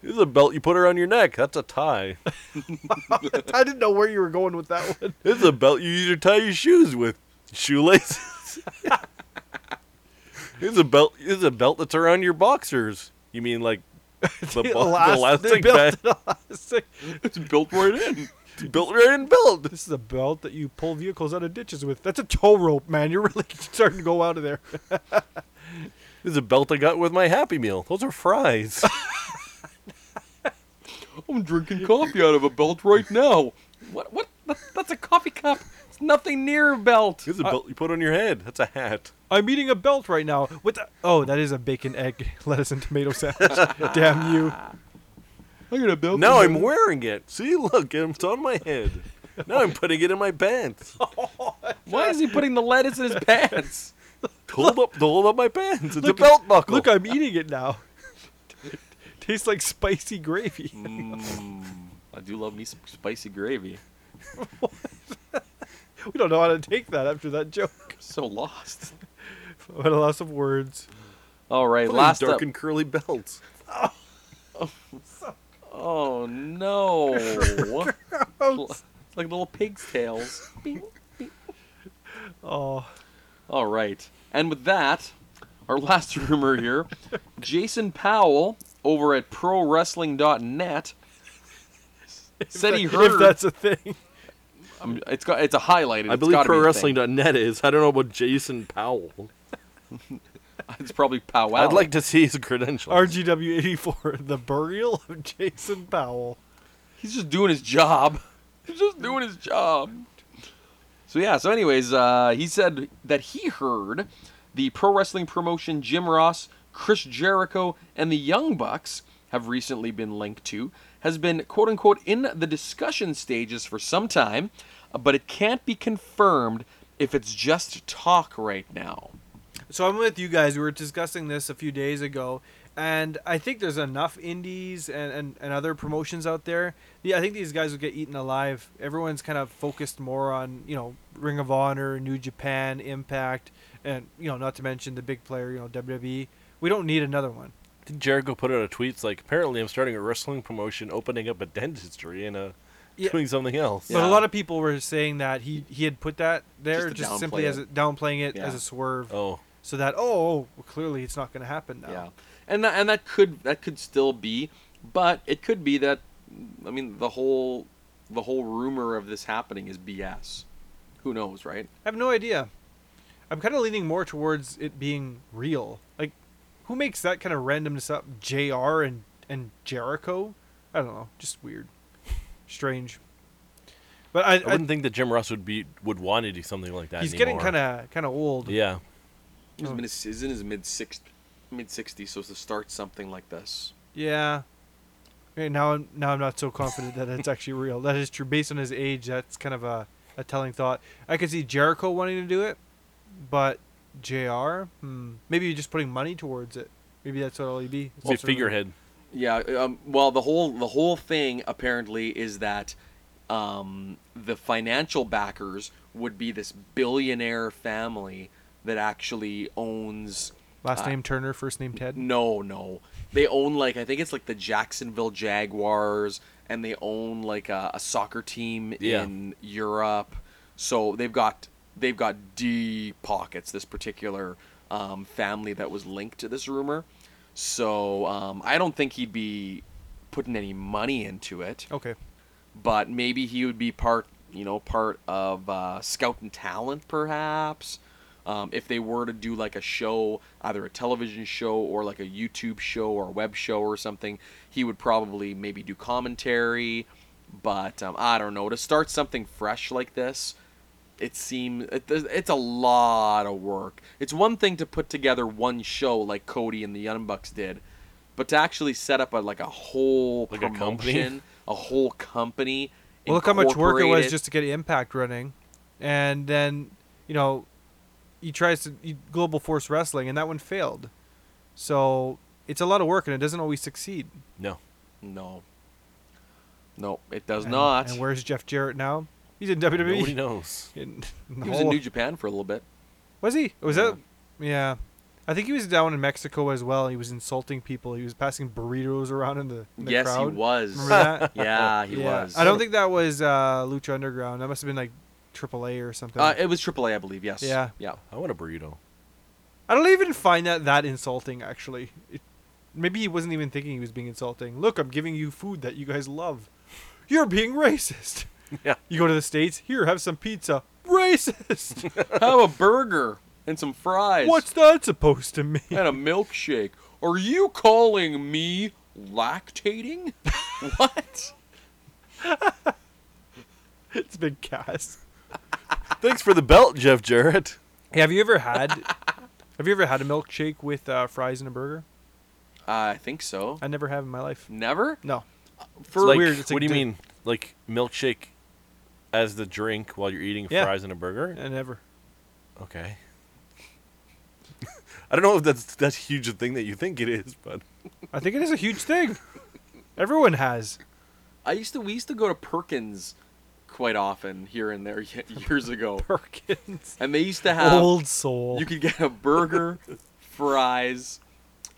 This is a belt you put around your neck. That's a tie. I didn't know where you were going with that one. This is a belt you use to tie your shoes with. Shoelaces. this is a belt. This is a belt that's around your boxers. You mean like the, bo- elast- the they elastic built band? an elastic. It's built right in. Built right in belt. This is a belt that you pull vehicles out of ditches with. That's a tow rope, man. You're really starting to go out of there. This is a belt I got with my Happy Meal. Those are fries. I'm drinking coffee out of a belt right now. What? What? That- That's a coffee cup. It's nothing near a belt. this is a belt you put on your head. That's a hat. I'm eating a belt right now. With the- oh, that is a bacon, egg, lettuce, and tomato sandwich. Damn you! I got a belt. Now I'm wearing it. See, look, it's on my head. Now I'm putting it in my pants. Why is he putting the lettuce in his pants? Hold up, hold up my pants. It's a belt buckle. Look, I'm eating it now. Tastes like spicy gravy. Mm, I do love me some spicy gravy. We don't know how to take that after that joke. So lost. What a loss of words. All right, Look at last these dark up. and curly belts. Oh no! It's like little pig's tails. Bing. Oh, All right, and with that, our last rumor here: Jason Powell over at ProWrestling.net said he if heard. that's a thing. um, it's got it's a highlighted. I it's believe gotta be a thing. ProWrestling.net is. I don't know about Jason Powell. It's probably Powell. I'd like to see his credentials. RGW84, the burial of Jason Powell. He's just doing his job. He's just doing his job. So yeah. So anyways, uh, he said that he heard the pro wrestling promotion Jim Ross, Chris Jericho, and the Young Bucks have recently been linked to has been quote unquote in the discussion stages for some time, uh, but it can't be confirmed if it's just talk right now. So I'm with you guys. We were discussing this a few days ago, and I think there's enough indies and, and, and other promotions out there. Yeah, I think these guys will get eaten alive. Everyone's kind of focused more on you know Ring of Honor, New Japan, Impact, and you know not to mention the big player, you know WWE. We don't need another one. Did Jericho put out a tweet it's like, apparently I'm starting a wrestling promotion, opening up a dentistry, and uh, Yeah. doing something else. But Yeah. a lot of people were saying that he he had put that there Just just, to downplay simply as it. a, downplaying it Yeah. as a swerve, Oh, so that oh, well, clearly it's not going to happen now. Yeah, and that, and that could that could still be, but it could be that, I mean, the whole the whole rumor of this happening is BS. Who knows, right? I have no idea. I'm kind of leaning more towards it being real. Like, who makes that kind of randomness up? Jr. and and Jericho. I don't know, just weird, strange. But I, I I wouldn't think that Jim Ross would be would want to do something like that. he's anymore. getting kind of kind of old. yeah. He's, in his, he's in his mid six, mid sixties, so to start something like this. Yeah. Okay, now I'm now I'm not so confident that it's actually real. That is true. Based on his age, that's kind of a, a telling thought. I could see Jericho wanting to do it, but Jr. Hmm, maybe you're just putting money towards it. Maybe that's what it'll be. It's Well, just sort of- figurehead. Yeah. Um, well, the whole the whole thing apparently is that um, the financial backers would be this billionaire family that actually owns. Last name Turner, first name Ted. No, no, they own like I think it's like the Jacksonville Jaguars, and they own like a, a soccer team Yeah. in Europe. So they've got they've got deep pockets. This particular um, family that was linked to this rumor. So um, I don't think he'd be putting any money into it Okay. but maybe he would be part, you know, part of uh, scout and talent, perhaps. Um, if they were to do like a show, either a television show or like a YouTube show or a web show or something, he would probably maybe do commentary. But um, I don't know. To start something fresh like this, it seems it, it's a lot of work. It's one thing to put together one show like Cody and the Young Bucks did, but to actually set up a like a whole Like a company? promotion, a, whole company. Well, look how much work it incorporate was just to get Impact running, and then you know he tries to he, Global Force Wrestling, and that one failed. So it's a lot of work, and it doesn't always succeed. No. No. No, it does And- not. And where's Jeff Jarrett now? He's in Nobody WWE. knows. In- in the he was in Hall New of- Japan for a little bit. was he? Was Yeah. that? Yeah, I think he was down in Mexico as well. He was insulting people. He was passing burritos around in the, in the yes, crowd. he was. Remember that? Yeah, he Yeah. was. I don't think that was uh, Lucha Underground. That must have been like AAA or something. Uh, it was AAA, I believe. Yes. Yeah. Yeah. I want a burrito. I don't even find that that insulting. Actually, it, maybe he wasn't even thinking he was being insulting. Look, I'm giving you food that you guys love. You're being racist. Yeah. You go to the states. Here, have some pizza. Racist. Have a burger and some fries. What's that supposed to mean? and a milkshake. Are you calling me lactating? what? It's been cast. Thanks for the belt, Jeff Jarrett. Hey, have you ever had? have you ever had a milkshake with uh, fries and a burger? Uh, I think so. I never have in my life. Never? No. For like, weird, it's what like do you di- mean? Like milkshake as the drink while you're eating Yeah. fries and a burger? I never. Okay. I don't know if that's that's huge a thing that you think it is, but I think it is a huge thing. Everyone has. I used to we used to go to Perkins quite often here and there ye- years ago. Perkins. And they used to have Old soul. you could get a burger, fries,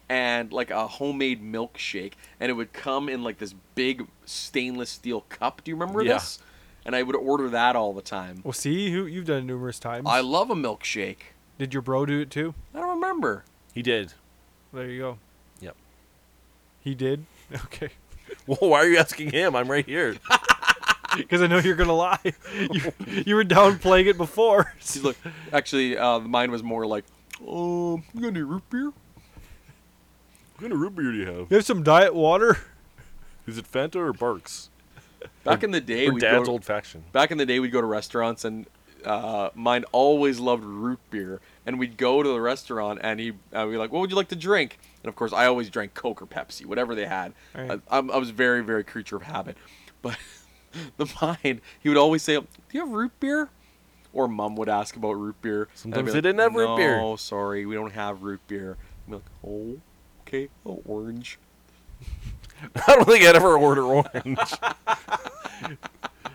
and like a homemade milkshake, and it would come in like this big stainless steel cup. Do you remember Yeah. this? And I would order that all the time. well, see, you, you've done it numerous times. I love a milkshake. Did your bro do it too? I don't remember. he did. There you go. Yep. He did? Okay. Well, why are you asking him? I'm right here. Because I know you're going to lie. You, you were downplaying it before. She's like, actually, uh, mine was more like, um, you got any root beer? What kind of root beer do you have? You have some diet water? Is it Fanta or Barks? Back in the day, or we'd Dad's go, old fashioned. back in the day, we'd go to restaurants and uh, mine always loved root beer. And we'd go to the restaurant and he, uh, we'd be like, what would you like to drink? And of course, I always drank Coke or Pepsi, whatever they had. Right. I, I'm- I was very, very creature of habit. But the mine, he would always say, do you have root beer? Or mom would ask about root beer. and I'd Sometimes be they didn't have root beer." No, sorry, we don't have root beer. I'm like, oh, okay, oh, orange. I don't think I'd ever order orange.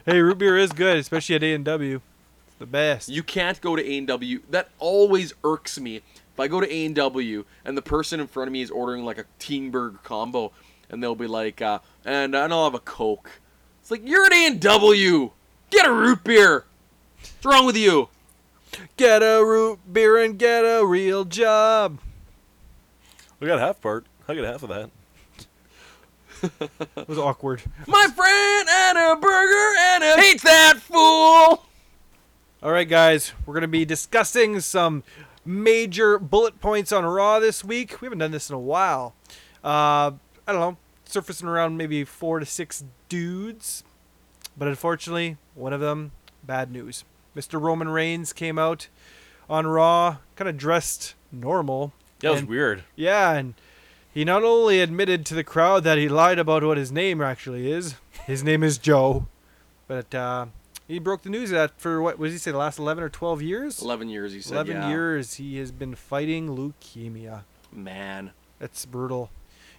Hey, root beer is good, especially at A&W. It's the best. You can't go to A&W. That always irks me. If I go to A&W and the person in front of me is ordering like a teen burger combo and they'll be like, uh, and, and I'll have a Coke. It's like, you're at A&W. Get a root beer. What's wrong with you? get a root beer and get a real job. we got half part. I got half of that. That was awkward. My friend and a burger and a... Hate that fool. All right, guys, we're going to be discussing some major bullet points on Raw this week. We haven't done this in a while. Uh, I don't know. surfacing around maybe four to six dudes, but unfortunately, one of them, bad news. Mr. Roman Reigns came out on Raw, kind of dressed normal. That was and- weird. Yeah, and he not only admitted to the crowd that he lied about what his name actually is. His name is Joe, but uh, he broke the news that for what what did he say the last eleven or twelve years? 11 years, he said. 11 yeah. years he has been fighting leukemia. Man. That's brutal.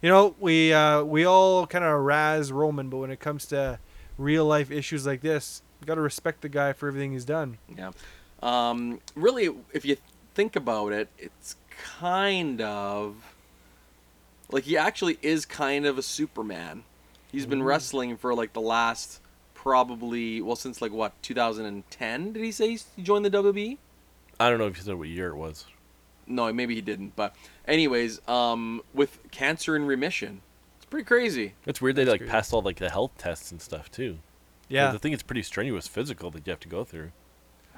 You know, we uh, we all kind of razz Roman, but when it comes to real life issues like this, you got to respect the guy for everything he's done. Yeah. Um, really, if you think about it, it's kind of like he actually is kind of a Superman. He's been wrestling for like the last probably well since like what 2010 did he say he's- he joined the WWE? I don't know if you said what year it was. No, maybe he didn't. But anyways, um, with cancer in remission, it's pretty crazy. It's weird they like great. passed all like the health tests and stuff too. Yeah, I think it's pretty strenuous physical that you have to go through,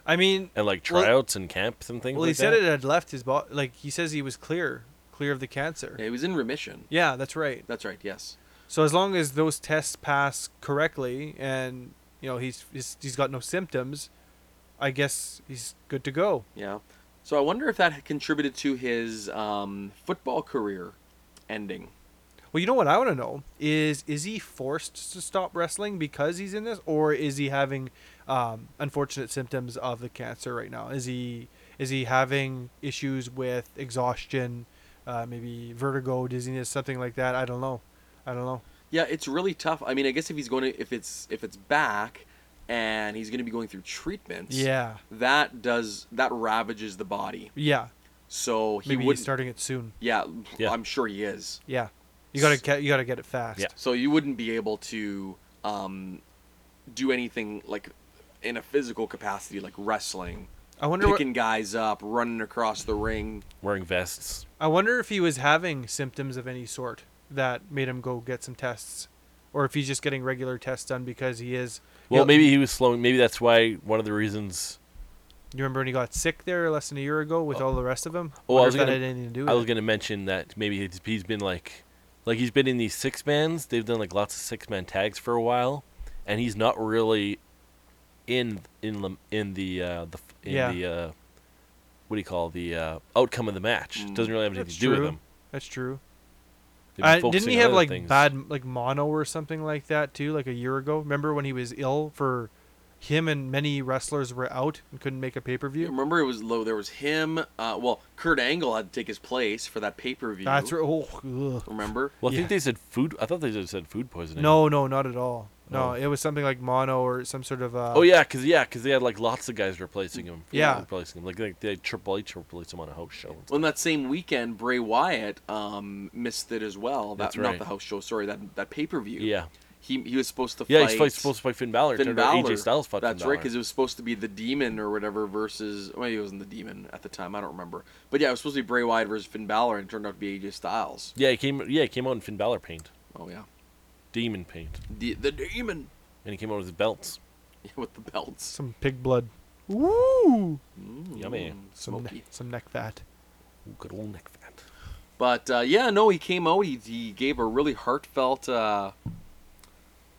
I mean, and like Well- tryouts and camps and things. well, like he said that. it had left his body. Like he says, he was clear, clear of the cancer. Yeah, he was in remission. Yeah, that's right. That's right. Yes. So as long as those tests pass correctly, and you know he's he's, he's got no symptoms, I guess he's good to go. Yeah. So I wonder if that contributed to his um, football career ending. Well, you know what I want to know is is he forced to stop wrestling because he's in this, or is he having um, unfortunate symptoms of the cancer right now? Is he is he having issues with exhaustion, uh, maybe vertigo, dizziness, something like that? I don't know. I don't know. Yeah, it's really tough. I mean, I guess if he's going to, if it's if it's back, and he's going to be going through treatments. Yeah, That does that ravages the body. yeah. So he Maybe would. he's starting it soon. yeah, Yeah. I'm sure he is. Yeah, you gotta get you gotta get it fast. Yeah. So you wouldn't be able to um, do anything like in a physical capacity, like wrestling, I wonder what, picking guys up, running across the ring. wearing vests. I wonder if he was having symptoms of any sort that made him go get some tests, or if he's just getting regular tests done because he is. you Well, know- maybe he was slowing. Maybe that's why one of the reasons. You remember when he got sick there less than a year ago with all the rest of them? Oh, I Wonder was if that gonna- had anything to do with I was it. gonna mention that maybe he's, he's been like, like he's been in these six bands. They've done like lots of six man tags for a while, and he's not really in in the- in the uh, the f- in Yeah. the uh, what do you call the uh, outcome of the match? Mm. Doesn't really have anything That's to do with true. him. That's true. They've been Uh, didn't focusing he on have other like things. bad like mono or something like that too, like a year ago? Remember when he was ill for him and many wrestlers were out and couldn't make a pay per view? Remember, it was low. There was him. Uh, well, Kurt Angle had to take his place for that pay per view. That's right. Oh, ugh. Remember? Well, I think Yeah. they said food. I thought they just said food poisoning. no, uh, no, not at all. No, Oh. it was something like mono or some sort of. Uh, Oh yeah, cause yeah, 'cause they had like lots of guys replacing him. Yeah. replacing him. Like they, they had Triple H replace him on a house show. Well, and that same weekend, Bray Wyatt um, missed it as well. That, That's Not right. the house show, sorry, that that pay per view. Yeah, He, he was supposed to yeah, fight. he's fight, supposed to fight Finn Balor. Finn turned out Balor. AJ Styles fought That's Finn right, Balor. because it was supposed to be the demon or whatever versus. Well, he wasn't the demon at the time. I don't remember. But yeah, it was supposed to be Bray Wyatt versus Finn Balor, and it turned out to be AJ Styles. yeah, he came. Yeah, he came out in Finn Balor paint, Oh yeah, demon paint, the, the demon and he came out with his belts. with the belts. Some pig blood. Woo! Mm, Yummy. Some, smoky. ne- some neck fat. Ooh, good old neck fat. But uh, yeah, no, he came out. He, he gave a really heartfelt uh,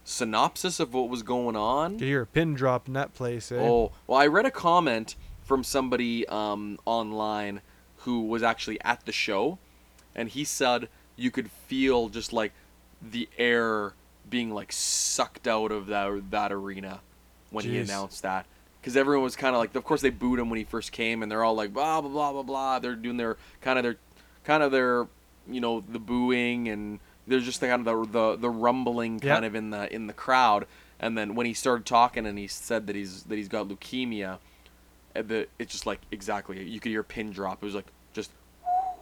synopsis of what was going on. Could hear a pin drop in that place. Eh? Oh, well, I read a comment from somebody um, online who was actually at the show, and he said you could feel just like the air being like sucked out of that that arena when he Jeez. announced that. Because everyone was kind of like, of course they booed him when he first came, and they're all like blah blah blah blah blah. They're doing their kind of their kind of their you know the booing and there's just the kind of the the, the rumbling Yeah. kind of in the in the crowd and then when he started talking and he said that he's that he's got leukemia uh, the it's just like exactly you could hear a pin drop it was like just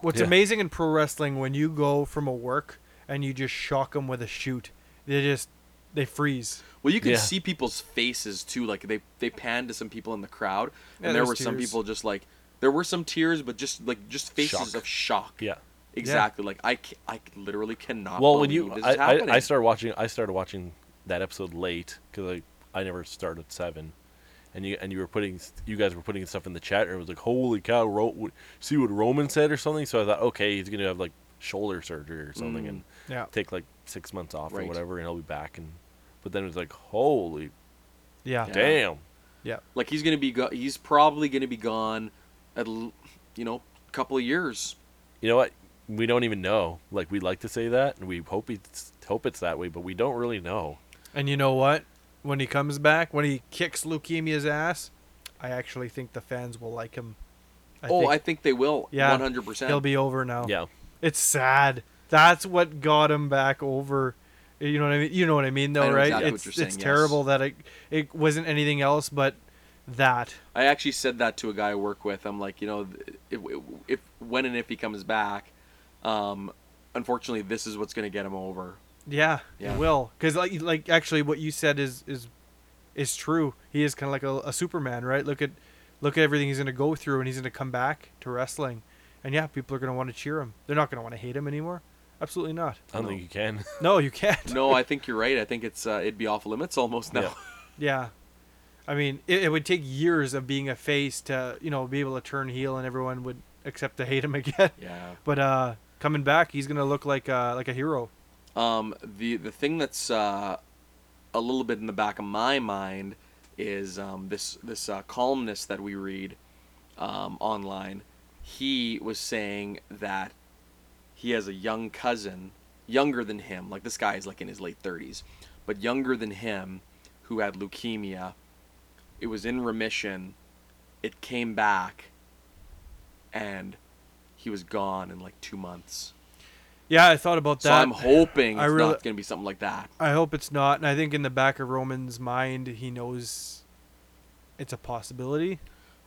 What's Yeah. amazing in pro wrestling when you go from a work and you just shock them with a shoot, they just they freeze. well you could Yeah. see people's faces too like they they panned to some people in the crowd and Yeah, there there's were some tears. people just like there were some tears but just like just faces Shock. of shock Yeah. exactly like I, ca- I literally cannot well, when you, believe this I, is happening. I, I started watching. I started watching that episode late because I, I never started at seven, and you and you were putting you guys were putting stuff in the chat, and it was like, holy cow, Ro- w- see what Roman said or something. So I thought, okay, he's gonna have like shoulder surgery or something, Mm. and Yeah. take like six months off Right. or whatever, and he'll be back. And but then it's like, holy Yeah. Yeah. damn, Like he's gonna be go- he's probably gonna be gone, at l- you know, couple of years. you know what? We don't even know. Like we like to say that, and we hope it's hope it's that way, but we don't really know. And you know what? When he comes back, when he kicks leukemia's ass, I actually think the fans will like him. I oh, think I think they will. Yeah, one hundred percent. he'll be over now. Yeah, It's sad. That's what got him back over. You know what I mean? You know what I mean, though, I know right? exactly what it's you're it's saying, yes. terrible that it it wasn't anything else but that. I actually said that to a guy I work with. I'm like, you know, if, if when and if he comes back, um, unfortunately, this is what's going to get him over. Yeah, Yeah. it will. Because like like actually, what you said is is is true. He is kind of like a, a Superman, right? Look at look at everything he's gonna go through, and he's gonna come back to wrestling. And yeah, people are gonna want to cheer him. They're not gonna want to hate him anymore. Absolutely not. I don't No. think you can. No, you can't. No, I think you're right. I think it's uh, it'd be off limits almost now. Yeah. Yeah. I mean, it, it would take years of being a face to, you know, be able to turn heel and everyone would accept to hate him again. Yeah. But uh coming back, he's going to look like uh like a hero. Um, the the thing that's uh, a little bit in the back of my mind is um, this this uh, columnist that we read um, online. He was saying that he has a young cousin younger than him. Like this guy is like in his late thirties, but younger than him, who had leukemia. It was in remission. It came back, and he was gone in like two months. Yeah, I thought about that. So I'm hoping I it's really- not going to be something like that. I hope it's not. And I think in the back of Roman's mind, he knows it's a possibility.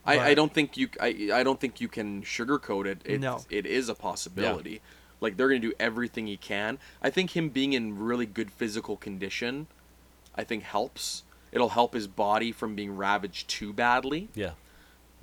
I, I But- don't think you I, I don't think you can sugarcoat it. It, No. it is a possibility. Like they're going to do everything he can. I think him being in really good physical condition I think helps. It'll help his body from being ravaged too badly, yeah,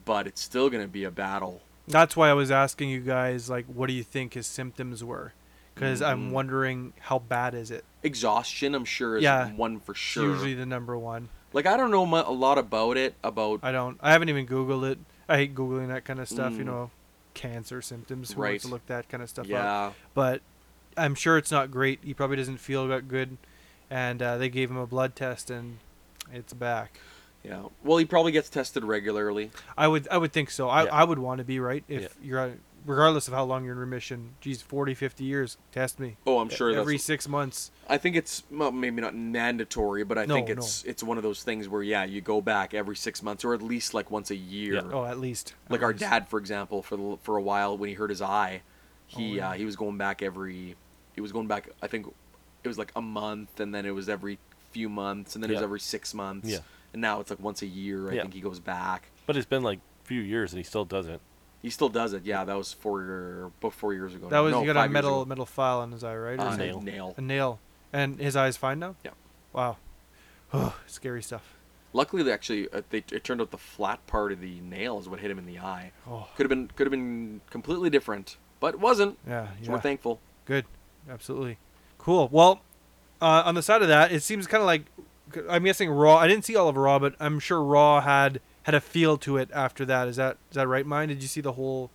but it's still going to be a battle. That's why I was asking you guys like what do you think his symptoms were? because i Mm. I'm wondering how bad is it? Exhaustion, I'm sure, is Yeah. one for It's sure. Usually the number one. Like I don't know mu- a lot about it about I don't. I haven't even Googled it. I hate Googling that kind of stuff. You Mm. know, cancer symptoms. Who wants to Right. look that kind of stuff up? yeah. But I'm sure it's not great. He probably doesn't feel that good, and uh, they gave him a blood test, and it's back. Yeah. Well, he probably gets tested regularly. I would. I would think so. I, Yeah. I would want to be right if Yeah. you're. on- Regardless of how long you're in remission, geez, 40, 50 years, test me. Oh, I'm sure E-, Every that's six months. I think it's well, maybe not mandatory, but I No, think it's it's one of those things where yeah, you go back every six months or at least like once a year. Yeah. Oh, at least. Like at our least. dad, for example, for the, for a while when he hurt his eye, he Oh, yeah. uh, he was going back every he was going back. I think it was like a month, and then it was every few months, and then it was Yeah. every six months. Yeah. And now it's like once a year. I Yeah. think he goes back. but it's been like a few years, and he still doesn't. He still does it. Yeah, that was four about four years ago. That was, no, you got a five years metal ago. metal file in his eye, right? Or Uh, something? nail. A nail. And his eye's fine now? Yeah. Wow. Oh, scary stuff. Luckily, they actually uh, they, it turned out the flat part of the nail is what hit him in the eye. Oh, Could have been could have been completely different, but wasn't. yeah. So yeah. we're thankful. Good. Absolutely. Cool. Well, uh, on the side of that, it seems kind of like I'm guessing Raw. I didn't see all of Raw, but I'm sure Raw had had a feel to it after that. Is that is that right, Mine? Did you see the whole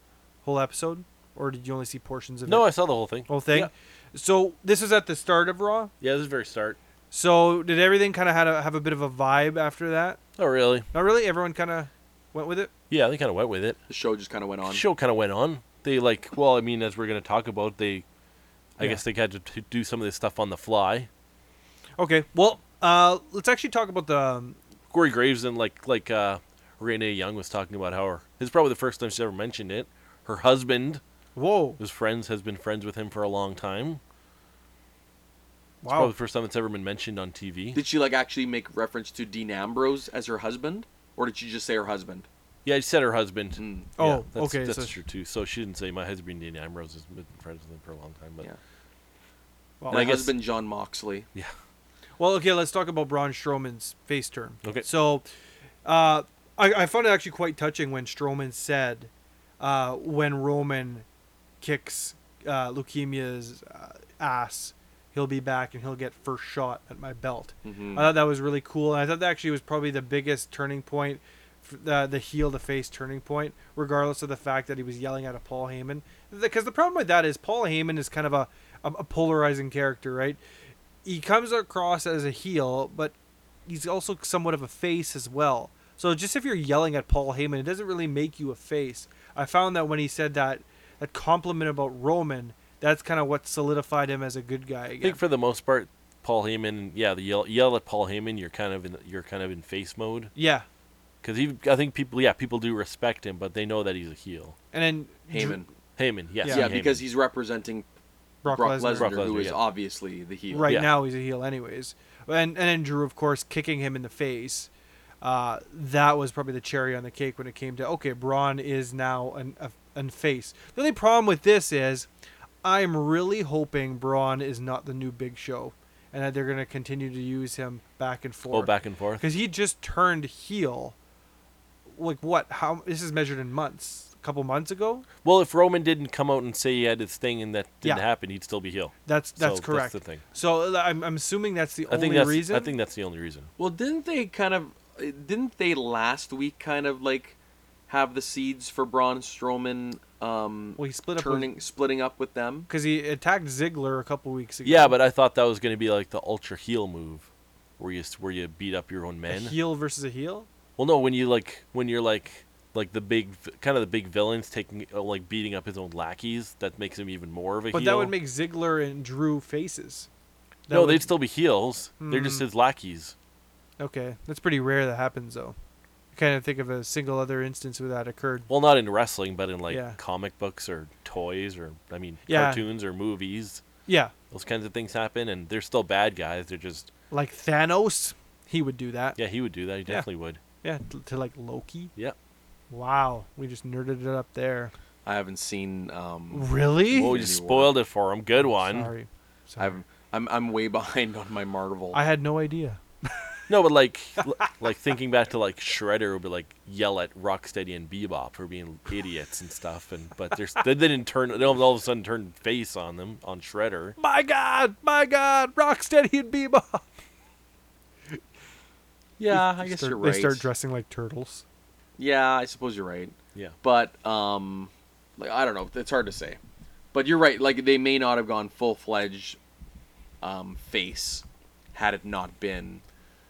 whole episode, or did you only see portions of No, it? I saw the whole thing. whole thing. Yeah, So this is at the start of Raw. yeah this is very start. So did everything kind of had a, have a bit of a vibe after that? Oh, really? Not really. Everyone kind of went with it. Yeah, they kind of went with it. The show just kind of went on. The show kind of went on. They like, well, I mean, as we're gonna talk about, they, I Yeah. guess they had to t- do some of this stuff on the fly. Okay. Well, uh, let's actually talk about the. Um, Corey Graves and like like uh, Renee Young was talking about how her, this is probably the first time she's ever mentioned it. Her husband whoa! was friends has been friends with him for a long time. It's Wow. probably the first time it's ever been mentioned on TV. Did she like actually make reference to Dean Ambrose as her husband, or did she just say her husband? yeah, she said her husband. Mm. Oh, Yeah, that's, okay, That's so- true too. So she didn't say my husband Dean Ambrose has been friends with him for a long time, but Yeah. Wow. My I guess- husband John Moxley. yeah. Well, okay. Let's talk about Braun Strowman's face turn. Okay. So, uh, I, I found it actually quite touching when Strowman said, uh, when Roman kicks uh, leukemia's uh, ass, he'll be back and he'll get first shot at my belt. Hmm. Mhm. I thought that was really cool, and I thought that actually was probably the biggest turning point, f- the the heel to face turning point, regardless of the fact that he was yelling at a Paul Heyman. Because the problem with that is Paul Heyman is kind of a, a, a polarizing character, right? He comes across as a heel, but he's also somewhat of a face as well. So just if you're yelling at Paul Heyman, it doesn't really make you a face. I found that when he said that that compliment about Roman, that's kind of what solidified him as a good guy. I Again. think for the most part, Paul Heyman, yeah, the yell, yell at Paul Heyman, you're kind of in you're kind of in face mode yeah, because he, I think people, yeah, people do respect him, but they know that he's a heel. and then Dr- Heyman. Heyman, yes, Yeah, Yeah, Heyman. because he's representing Brock, Brock, Lesnar. Lesnar, Brock who Lesnar, is yeah. obviously the heel. Right Yeah. now, he's a heel, anyways. And and then Drew, of course, kicking him in the face. Uh, that was probably the cherry on the cake when it came to okay, Braun is now an a, an face. The only problem with this is, I'm really hoping Braun is not the new Big Show, and that they're gonna continue to use him back and oh, forth. back and forth. because he just turned heel. Like what? How this is measured in months? A couple months ago? Well, if Roman didn't come out and say he had his thing and that didn't Yeah. happen, he'd still be heel. That's that's So, that's correct. the thing. So I'm, I'm assuming that's the I only think that's reason. I think that's the only reason. Well, didn't they kind of? Didn't they last week kind of like have the seeds for Braun Strowman um, well, he split up with- turning, splitting up with them? because he attacked Ziggler a couple weeks ago. Yeah, but I thought that was going to be like the ultra heel move, where you where you beat up your own a men. heel versus a heel. Well, no, when you like when you're like like the big kind of the big villains taking uh, like beating up his own lackeys, that makes him even more of a But heel. that would make Ziggler and Drew faces. That no, would- they'd still be heels. They're just Hmm. his lackeys. okay. That's pretty rare that happens though. I kind of think of a single other instance where that occurred. Well, not in wrestling, but in like Yeah. comic books or toys or I mean Yeah. cartoons or movies. Yeah, Those kinds of things happen, and they're still bad guys. They're just like Thanos, he would do that. yeah, he would do that. He Yeah. definitely would. Yeah, to, to like Loki. Yeah. Wow, we just nerded it up there. I haven't seen. Um, Really? Whoa, Maybe you one. spoiled it for him. Good one. Sorry. Sorry. I've, I'm I'm way behind on my Marvel. I had no idea. No, but like, l- like thinking back to like Shredder would be like yell at Rocksteady and Bebop for being idiots and stuff, and but there's they didn't turn they all of a sudden turned face on them on Shredder. My God, my God, Rocksteady and Bebop. yeah, I They guess start- you're right. They start dressing like turtles. yeah, I suppose you're right. Yeah, But um, like I don't know. It's hard to say. But you're right. Like they may not have gone full fledged um, face had it not been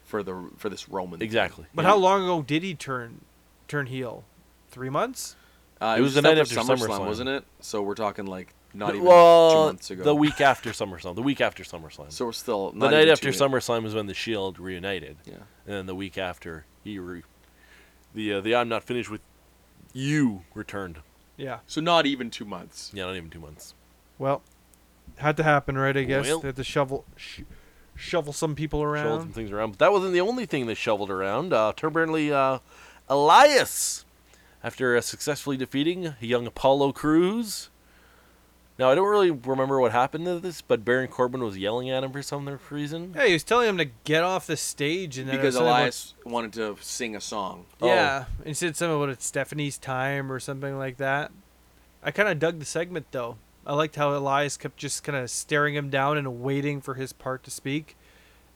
for the for this Roman. thing. exactly. But how long ago did he turn turn heel? Three months? Uh, It was the just night after after SummerSlam, SummerSlam. wasn't it? So we're talking like not even well, two months ago. the week after SummerSlam, the week after SummerSlam, So we're still the not night even after two minutes. SummerSlam is when the Shield reunited, Yeah. and then the week after he re- the uh, the I'm not finished with you returned. Yeah. So not even two months. Yeah, not even two months. Well, had to happen, right? I guess Well. they had to shovel sh- shovel some people shoveled some around. things around. But that wasn't the only thing they shoveled around. Uh, Turburnley uh, Elias, after uh, successfully defeating young Apollo Cruz. Now, I don't really remember what happened to this, but Baron Corbin was yelling at him for some reason. Yeah, he was telling him to get off the stage, and then Because it said about- Elias wanted to sing a song. Oh. yeah, and said something about it's Stephanie's time or something like that. I kind of dug the segment though. I liked how Elias kept just kind of staring him down and waiting for his part to speak,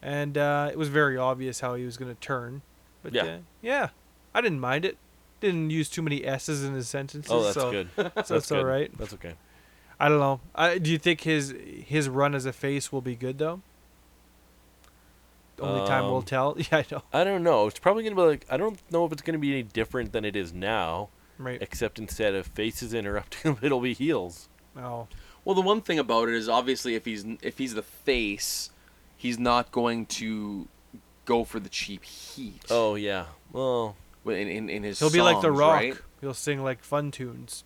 and uh, it was very obvious how he was going to turn. But Yeah. yeah, yeah, I didn't mind it. Didn't use too many s's in his sentences. Oh, that's so good. that's, That's all good. right. That's okay. I don't know. I, do you think his his run as a face will be good though? Only time will Um, tell. Yeah, I know. I don't know. It's probably going to be like, I don't know if it's going to be any different than it is now, Right. except instead of faces interrupting him, it'll be heels. Oh, Well, the one thing about it is obviously if he's if he's the face, he's not going to go for the cheap heat. Oh, yeah. Well, in in, in his he'll be like the songs, Rock. right? He'll sing like fun tunes,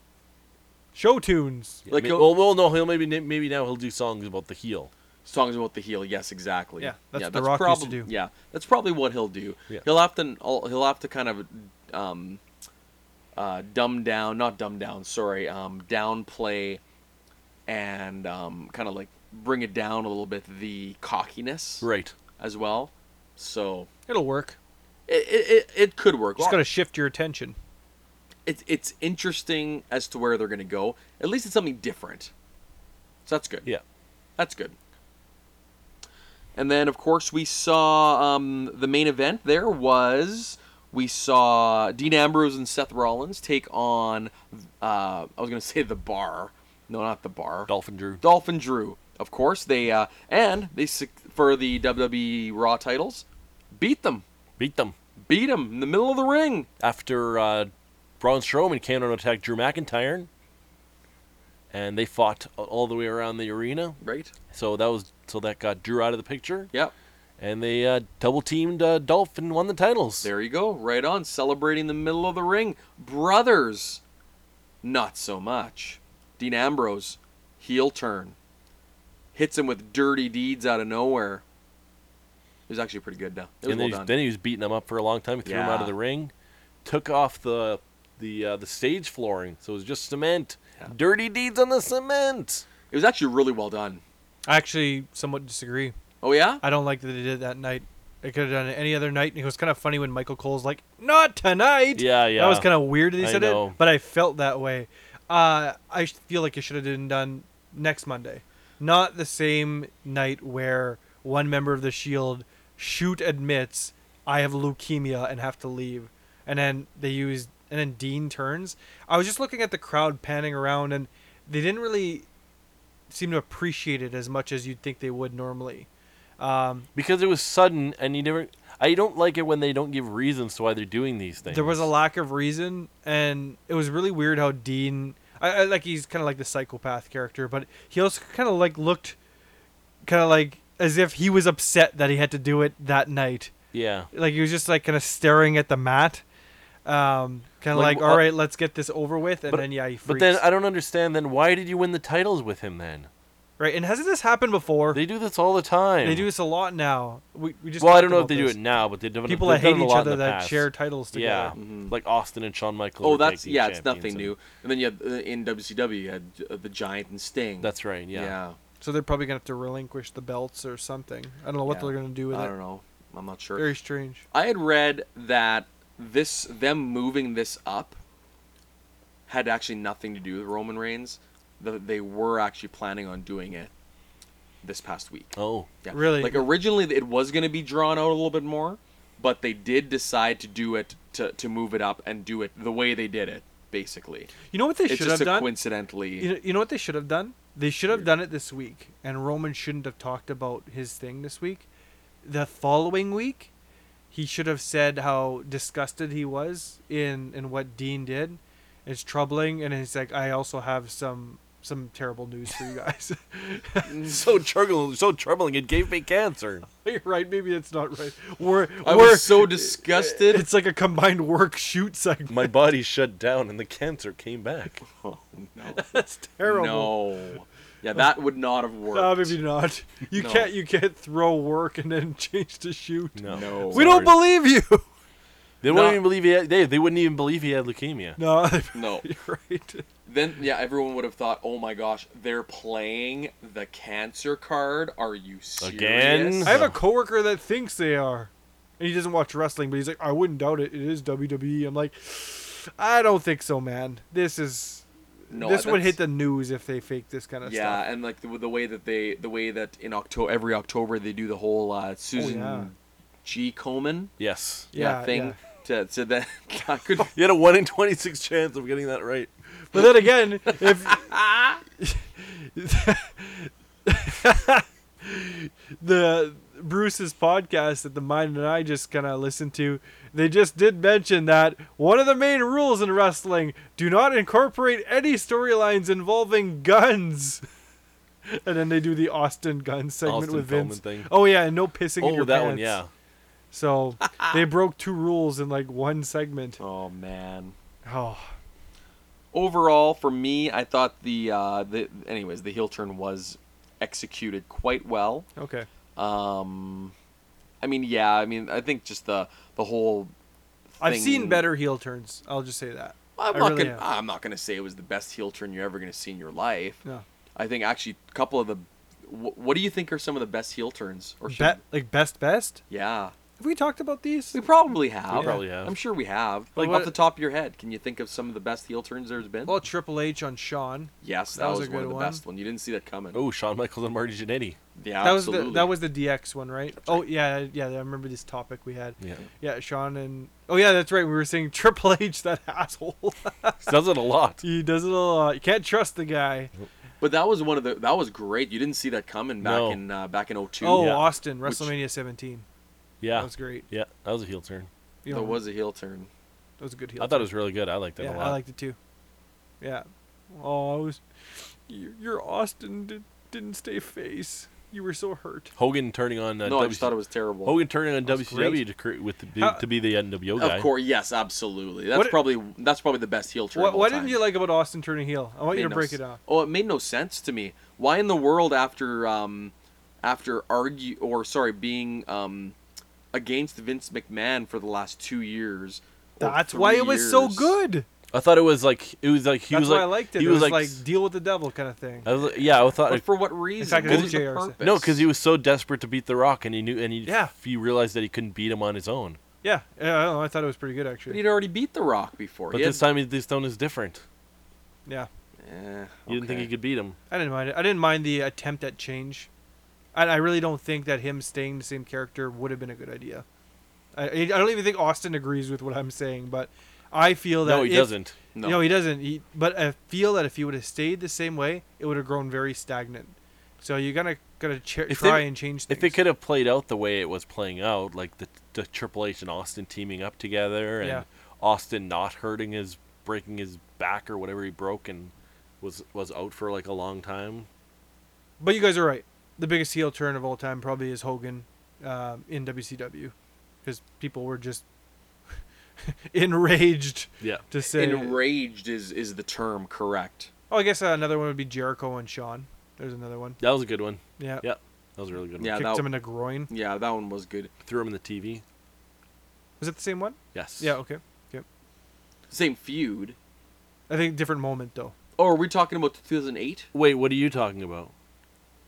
show tunes. Like like, may, he'll- well, well, no, he'll maybe, maybe now he'll do songs about the heel. Songs about the heel. Yes, exactly. Yeah, that's what The Rock used probably, to do. Yeah, that's probably what he'll do. Yeah. He'll have to he'll have to kind of um, uh, dumb down, not dumb down. Sorry, um, downplay and um, kind of like bring it down a little bit the cockiness Right. as well. So It'll work. it it, it, it could work. Just gotta shift your attention. it's it's interesting as to where they're going to go. At least it's something different. So that's good. Yeah. That's good. And then, of course, we saw um, the main event. There was we saw Dean Ambrose and Seth Rollins take on. Uh, I was going to say the Bar. No, not the Bar. Dolphin Drew. Dolphin Drew. Of course, they uh, and they sec- for the WWE Raw titles, beat them, Beat them. beat them in the middle of the ring. After uh, Braun Strowman came out and attacked Drew McIntyre, and they fought a- all the way around the arena. Right? So that was so that got Drew out of the picture, Yep. and they uh, double teamed uh, Dolph and won the titles. There you go. Right on. Celebrating the middle of the ring, brothers. Not so much. Dean Ambrose, heel turn, hits him with dirty deeds out of nowhere. It was actually pretty good now. It was well and then, he, done. then he was beating him up for a long time. He threw him out Yeah. of the ring, took off the the uh, the stage flooring, so it was just cement. Yeah. Dirty deeds on the cement. It was actually really well done. I actually somewhat disagree. Oh yeah. I don't like that they did it that night. They could have done it any other night. And it was kind of funny when Michael Cole's like, "Not tonight." Yeah, yeah. That was kind of weird that he I said know. it, but I felt that way. Uh, I sh- feel like it should have been done next Monday, not the same night where one member of the Shield shoot admits I have leukemia and have to leave, and then they use and then Dean turns. I was just looking at the crowd panning around, and they didn't really seem to appreciate it as much as you'd think they would normally. Um, because it was sudden, and you never. I don't like it when they don't give reasons to why they're doing these things. There was a lack of reason, and it was really weird how Dean, I, I like he's kind of like the psychopath character, but he also kind of like looked, kind of like as if he was upset that he had to do it that night. Yeah. Like he was just like kind of staring at the mat, um, kind of Like, like, uh, all right, let's get this over with, and but- then yeah, he freaks. But then I don't understand. Then why did you win the titles with him? Then right, and hasn't this happened before? They, they do this all the time. do this a lot now. We, we just Well, talked I don't know if about they this. do it now, but they've done People they've that hate done it a each lot in other the that past. share titles together. Yeah, Mhm. like Austin and Shawn Michaels. Oh, were tag that's team yeah. It's champions, nothing and- new. And then you had uh, in WCW you had uh, the Giant and Sting. That's right. Yeah. So they're probably gonna have to relinquish the belts or something. I don't know what Yeah. they're gonna do with I it. don't know. I'm not sure. Very strange. I had read that this them moving this up had actually nothing to do with Roman Reigns. That they were actually planning on doing it this past week. Oh, Yeah. Really? Like originally it was going to be drawn out a little bit more, but they did decide to do it to to move it up and do it the way they did it basically. You know what they it's should just have a done? coincidentally. you, know, you know what they should have done? They should have done it this week, and Roman shouldn't have talked about his thing this week. The following week, he should have said how disgusted he was in in what Dean did. It's troubling, and he's like, I also have some some terrible news for you guys. so troubling, so troubling. It gave me cancer. You're right. Maybe it's not right. We're I we're was so disgusted. it's like a combined work shoot segment. My body shut down, and the cancer came back. Oh, no. That's terrible. No. Yeah, that would not have worked. No, maybe not. You No. can't you can't throw work and then change to shoot. No, No. We don't believe you. They wouldn't No. even believe he. Had, they they wouldn't even believe he had leukemia. No, No. you're right. Then yeah, everyone would have thought, "Oh my gosh, they're playing the cancer card. Are you serious?" Again? I have a coworker that thinks they are, and he doesn't watch wrestling, but he's like, I wouldn't doubt it. It is WWE. I'm like, I don't think so, man. This is No, this would that's- hit the news if they fake this kind of yeah, stuff. and like the, the way that they, the way that in October, every October they do the whole uh, Susan Oh, yeah. G. Coleman Yes, yeah, Yeah, thing. To, to that, I could. you had a one in twenty six chance of getting that right. But then again, if the Bruce's podcast that the mind and I just kind of listened to, they just did mention that one of the main rules in wrestling do not incorporate any storylines involving guns. And then they do the Austin gun segment Austin with Coleman Vince. thing. Oh yeah, and no pissing in Oh, your that pants. one. Yeah, So they broke two rules in like one segment. Oh man. Oh, Overall, for me, I thought the uh, the anyways the heel turn was executed quite well. okay. Um, I mean, yeah, I mean, I think just the the whole. I've seen thing- better heel turns. I'll just say that. I'm I not really gonna. have. I'm not gonna say it was the best heel turn you're ever gonna see in your life. No. I think actually a couple of the. Wh- what do you think are some of the best heel turns? Or should, Bet like best best. yeah, Have we talked about these? we probably have. We probably have. I'm sure we have. Like Like what- off the top of your head, can you think of some of the best heel turns there's been? Well, Triple H on Sean. yes, that, that was was, a one good of the one. best one. You didn't see that coming. Oh, Shawn Michaels and Marty Jannetty. yeah, that was absolutely. the that was the DX one, right? Oh yeah, yeah. I remember this topic we had. Yeah, Yeah, Sean and oh yeah, that's right. We were saying Triple H, that asshole. he does it a lot. he does it a lot. You can't trust the guy. But that was one of the that was great. You didn't see that coming back No. in uh, back in 02. Oh, Yeah. Austin, Which- WrestleMania 17. Yeah. That was great. yeah, that was a heel turn. You There know, was a heel turn. that was a good heel. I thought it was really good. I liked that yeah, a lot. I liked it too. Yeah. Oh, I was. Your your Austin did, didn't stay face. You were so hurt. Hogan turning on uh, no, I WC just thought it was terrible. Oh, Hogan turning on That was WCW to, cre- with the, How- to be the NWO guy. Of course, yes, absolutely. That's What- probably that's probably the best heel turn. What, of all what time. didn't you like about Austin turning heel? I want you Made to no break s- it down. Oh, it made no sense to me. Why in the world after um, after argue or sorry, being um, against Vince McMahon for the last two years. or That's why three it was so years? good. I thought it was like it was like he That's was why like I liked it. He It was, was, like, like Uh, deal with the devil kind of thing. I was like- yeah, I thought But for what reason? fact, What that's was what the JR said. purpose? no, because he was so desperate to beat The Rock, and he knew and he Yeah. he realized that he couldn't beat him on his own. Yeah, yeah I, don't know, I thought it was pretty good But actually. he'd already beat The Rock before. But He had- this time, he- this tone is different. Yeah, Eh, You didn't think okay. he could beat him. I didn't mind it. I didn't mind the attempt at change. I, I really don't think that him staying the same character would have been a good idea. I, I don't even think Austin agrees with what I'm saying, but I feel that No, he if- doesn't. No. No. he doesn't. He, but I feel that if he would have stayed the same way, it would have grown very stagnant. So you're gonna gonna ch- If try they- and change things. If it could have played out the way it was playing out, like the, the Triple H and Austin teaming up together, and Yeah. Austin not hurting his breaking his back or whatever he broke and was was out for like a long time. But you guys are right. The biggest heel turn of all time probably is Hogan um, in WCW, because people were just enraged Yeah, to say. Enraged is is the term correct. oh, I guess uh, another one would be Jericho and Shawn. There's another one. that was a good one. Yeah. Yeah, that was a really good one. Yeah, Kicked that- him in the groin. Yeah, that one was good. threw him in the TV. Was it the same one? Yes. Yeah. Okay. Okay. Same feud. I think different moment though. Oh, are we talking about 2008? Wait, what are you talking about?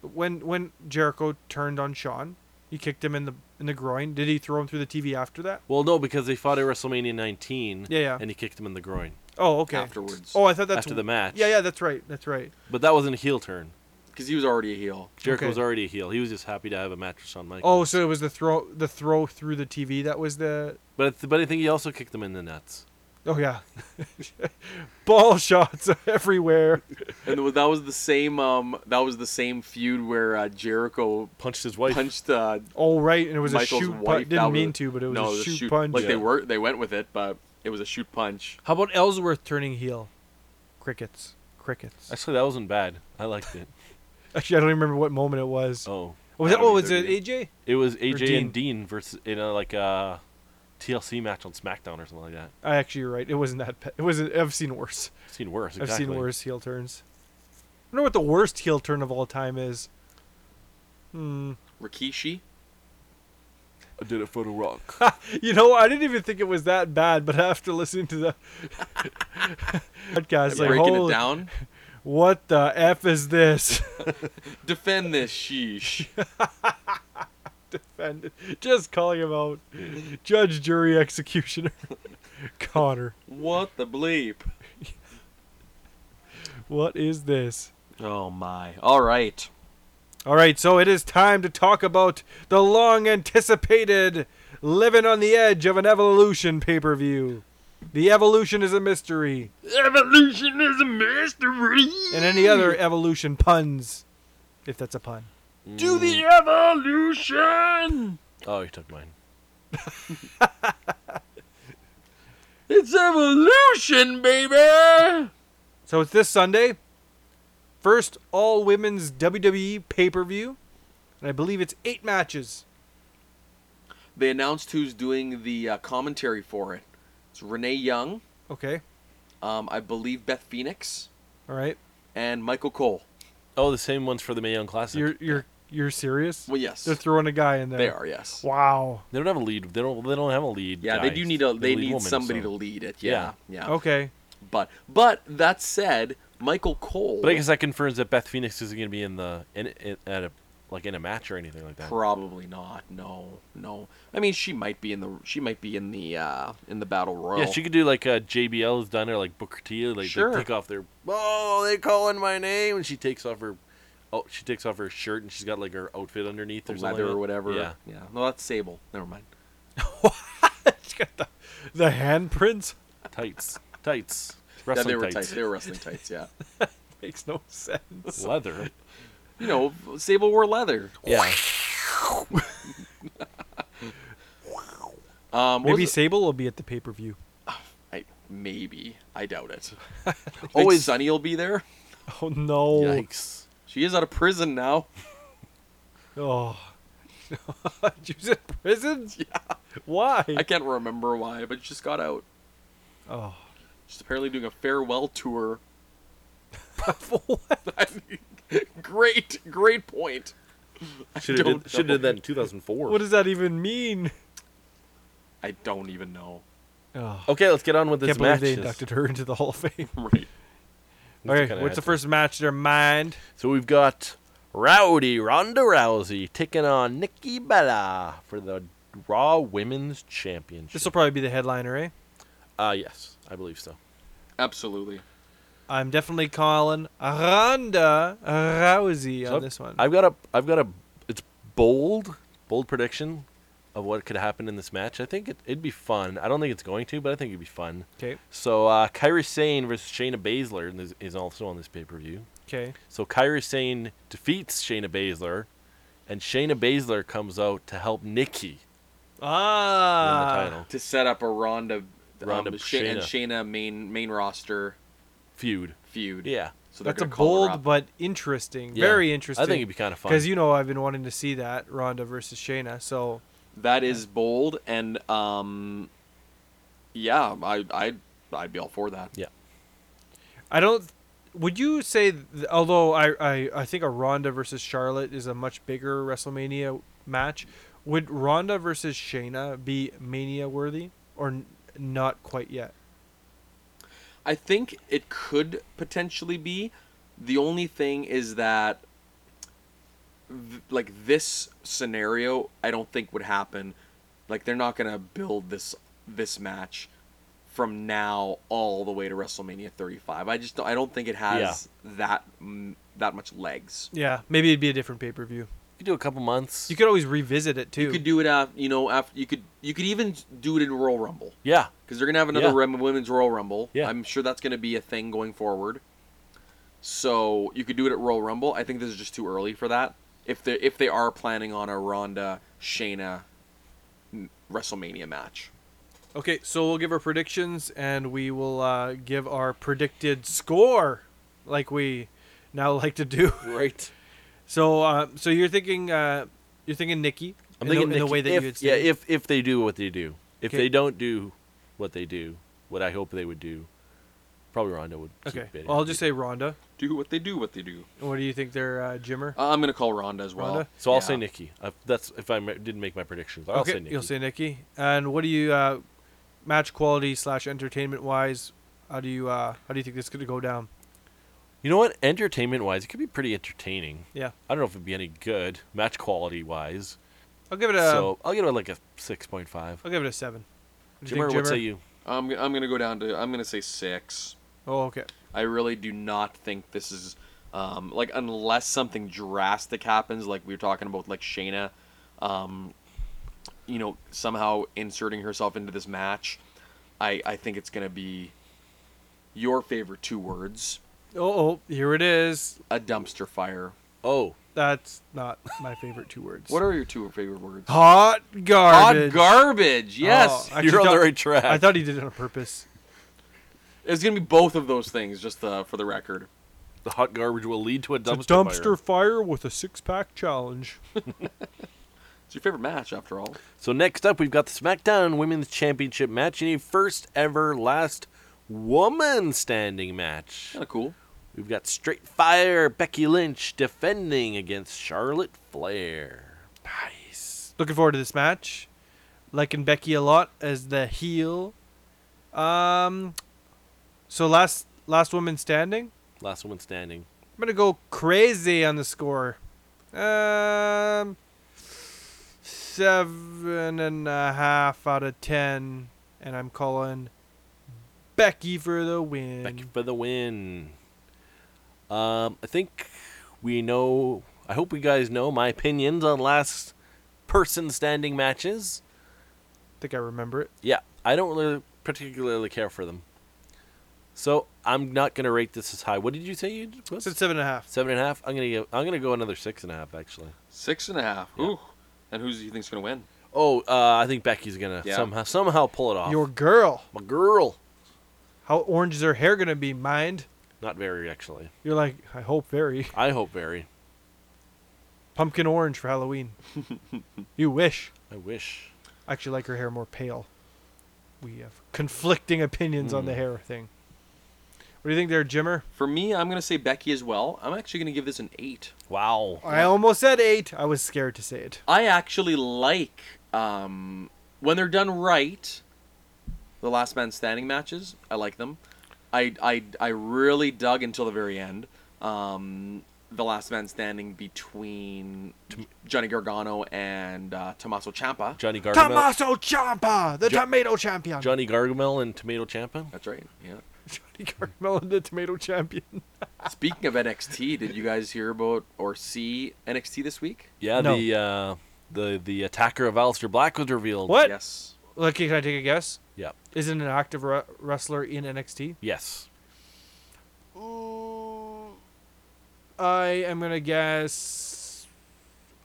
When when Jericho turned on Shawn, he kicked him in the in the groin. Did he throw him through the TV after that? Well, no, because they fought at WrestleMania 19. Yeah, yeah. And he kicked him in the groin Oh, okay. Afterwards. Oh, I thought that's after the match. Yeah, yeah, that's right. That's right. But that wasn't a heel turn. Because he was already a heel. Jericho Okay. was already a heel. He was just happy to have a mattress on Michael. Oh, so it was the throw the throw through the TV that was the But I th- but I think he also kicked him in the nuts. Oh yeah, ball shots everywhere. And th- that was the same. Um, that was the same feud where uh, Jericho Punched his wife. punched uh, Oh right, and it was Michael's a shoot wife. punch. That Didn't was- mean to, but it was, no, a, shoot punch. Like they Yeah. were, they went with it, but it was a shoot punch. How about Ellsworth turning heel? Crickets, crickets. Actually, that wasn't bad. I liked it. Actually, I don't even remember what moment it was. Oh, was that? I don't Oh, was either, it AJ? it was AJ Dean. and Dean versus in a like uh, a TLC match on SmackDown or something like that. I actually, you're right. It wasn't that. Pe- it wasn't. I've seen worse. I've seen worse. Exactly. I've seen worse heel turns. I wonder what the worst heel turn of all time is. Hmm. Rikishi. I did it for the Rock. You know, I didn't even think it was that bad, but after listening to the podcast, like, breaking holy- it down. What the f is this? Defend this, sheesh. And Just calling him out. Judge, jury, executioner. Connor, What the bleep? what is this? Oh my! All right. All right, so it is time to talk about the long anticipated living on the edge of an evolution pay per view. The evolution is a mystery, Evolution is a mystery. and any other evolution puns, if that's a pun. Do the evolution. Mm. Oh, you took mine. It's evolution, baby. So it's this Sunday. First all women's WWE pay per view. And I believe it's eight matches. They announced who's doing the uh, commentary for it. It's Renee Young. Okay. Um, I believe Beth Phoenix All right. and Michael Cole. Oh, the same ones for the Mae Young Classic. You're you're you're serious? Well, yes, They're throwing a guy in there. they are. Yes. Wow. They don't have a lead. They don't. They don't have a lead. Yeah, they do guys. need a They they lead need women, somebody so. to lead it. Yeah, yeah. Okay. But but that said, Michael Cole But I guess that confirms that Beth Phoenix isn't going to be in the in, in at a like in a match or anything like that. probably not. No, no. I mean, she might be in the she might be in the uh in the battle royal. Yeah, she could do like uh, JBL has done or like Booker T. Like Sure. they take off their oh they calling my name and she takes off her oh she takes off her shirt and she's got like her outfit underneath The or something leather like or that. whatever. Yeah, yeah. No, that's Sable. Never mind. It's got the, the handprints. tights, tights, Yeah, wrestling they were tights. tights. They were wrestling tights. Yeah. makes no sense. Leather. You know, Sable wore leather. Yeah. Um, what Maybe was it? Sable will be at the pay per view. I, maybe I doubt it. Always Always- Sunny will be there. Oh no! Yikes. She is out of prison now. Oh, she was in prison. Yeah. Why? I can't remember why, but she just got out. Oh, She's apparently doing a farewell tour. what? I mean, great, great point. Should have don't did, should know. have did that in 2004. what does that even mean? I don't even know. Oh, Okay, let's get on with this can't match. believe they inducted her into the Hall of Fame. Right. Okay, kinda what's the had to. first match? Their mind. So we've got Rowdy Ronda Rousey taking on Nikki Bella for the Raw Women's Championship. This will probably be the headliner, eh? Uh, yes, I believe so. Absolutely. I'm definitely calling Ronda Rousey So on this one. I've got a, I've got a, it's bold, bold prediction of what could happen in this match. I think it, it'd be fun. I don't think it's going to, but I think it'd be fun. okay, So uh, Kyrie Sane versus Shayna Baszler is- is also on this pay per view. okay. So Kyrie Sane defeats Shayna Baszler, and Shayna Baszler comes out to help Nikki win the Ah, title To set up a Ronda, Ronda um, Sha- and Shayna main main roster feud. feud. Yeah, So they're that's a gonna call her bold up. but interesting, Yeah. very interesting. I think it'd be kind of fun. because you know I've been wanting to see that Ronda versus Shayna. So That is bold, and um, yeah, I I I'd be all for that. yeah, I don't. Would you say, th- although I, I, I think a Ronda versus Charlotte is a much bigger WrestleMania match, would Ronda versus Shayna be Mania worthy or n- not quite yet? I think it could potentially be. The only thing is that, th- like this scenario, I don't think would happen. Like they're not gonna build this this match from now all the way to WrestleMania 35. I just don't, I don't think it has that mm, that much legs. Yeah, maybe it'd be a different pay per view. you could do a couple months. You could always revisit it too. You could do it after you know after you could you could even do it in Royal Rumble. yeah, because they're gonna have another Yeah. Rem- women's Royal Rumble. Yeah. I'm sure that's gonna be a thing going forward. So you could do it at Royal Rumble. I think this is just too early for that. If they if they are planning on a Ronda Shayna m- WrestleMania match, okay, so we'll give our predictions and we will uh, give our predicted score, like we now like to do. right. So, uh, so you're thinking, uh, you're thinking Nikki. I'm in the- thinking in the, Nikki- way that if, you had yeah, stated. if if they do what they do, if Okay. they don't do what they do, what I hope they would do, probably Ronda would. keep Okay, it. well, I'll just say Ronda. do what they do, what they do. What do you think there, uh, Jimmer? Uh, I'm gonna call Ronda as well. Ronda? So I'll Yeah. say Nikki. I, that's if I ma- didn't make my predictions. I'll okay, say Nikki. you'll say Nikki. And what do you uh, match quality slash entertainment wise? How do you uh, how do you think this could go down? you know what? Entertainment wise, it could be pretty entertaining. Yeah, I don't know if it'd be any good match quality wise. I'll give it a so I'll give it like a six point five. will give it a seven. What do you Jimmer, think, what say you? I'm I'm gonna go down to I'm gonna say six. Oh, okay. I really do not think this is um, like unless something drastic happens, like we were talking about, like Shayna, um, you know, somehow inserting herself into this match. I I think it's gonna be your favorite two words: Oh, oh, here it is. a dumpster fire. Oh, That's not my favorite two words. What are your two favorite words? hot Odd garbage? garbage. Yes, Oh, I- Actually, you're on the don't- right track. I thought he did it on purpose. it's gonna be both of those things. Just uh, for the record, the hot garbage will lead to a It's dumpster. a dumpster fire. fire with a six pack challenge. it's your favorite match after all. So next up, we've got the SmackDown Women's Championship match in a first ever last woman standing match. Kind of cool. We've got straight fire Becky Lynch defending against Charlotte Flair. Nice. Looking forward to this match. Liking Becky a lot as the heel. Um, so last last woman standing. Last woman standing. I'm gonna go crazy on the score. Um, seven and a half out of ten, and I'm calling Becky for the win. Becky for the win. Um, I think we know. I hope you guys know my opinions on last person standing matches. think I remember it. Yeah, I don't really particularly care for them. So I'm not gonna rate this as high. What did you say you It's was? at seven and a half. Seven and a half. I'm gonna give, I'm gonna go another six and a half actually. Six and a half. Ooh. And who do you think's going to win? Oh, uh, I think Becky's gonna Yeah. somehow somehow pull it off. Your girl. My girl. How orange is her hair gonna be? Mind. Not very actually. You're like, I hope very I hope very. pumpkin orange for Halloween. you wish. I wish. I actually like her hair more pale. We have conflicting opinions on the Hmm. hair thing. What do you think there, Jimmer? For me, I'm going to say Becky as well. I'm actually going to give this an eight. Wow. I almost said eight. I was scared to say it. I actually like um, when they're done right. The last man standing matches, I like them. I I, I really dug until the very end. Um, the last man standing between Johnny Gargano and uh, Tommaso Ciampa. Johnny Gargamel. Tommaso Ciampa, the Jo- tomato champion. Johnny Gargamel and Tomato Champa. That's right. Yeah. Johnny Gargamel, the tomato champion. Speaking of NXT, did you guys hear about or see NXT this week? Yeah. No. The uh, the the attacker of Aleister Black was revealed. What? Yes. Look, can I take a guess? Yeah. Isn't an active ru- wrestler in NXT? Yes. I am gonna guess.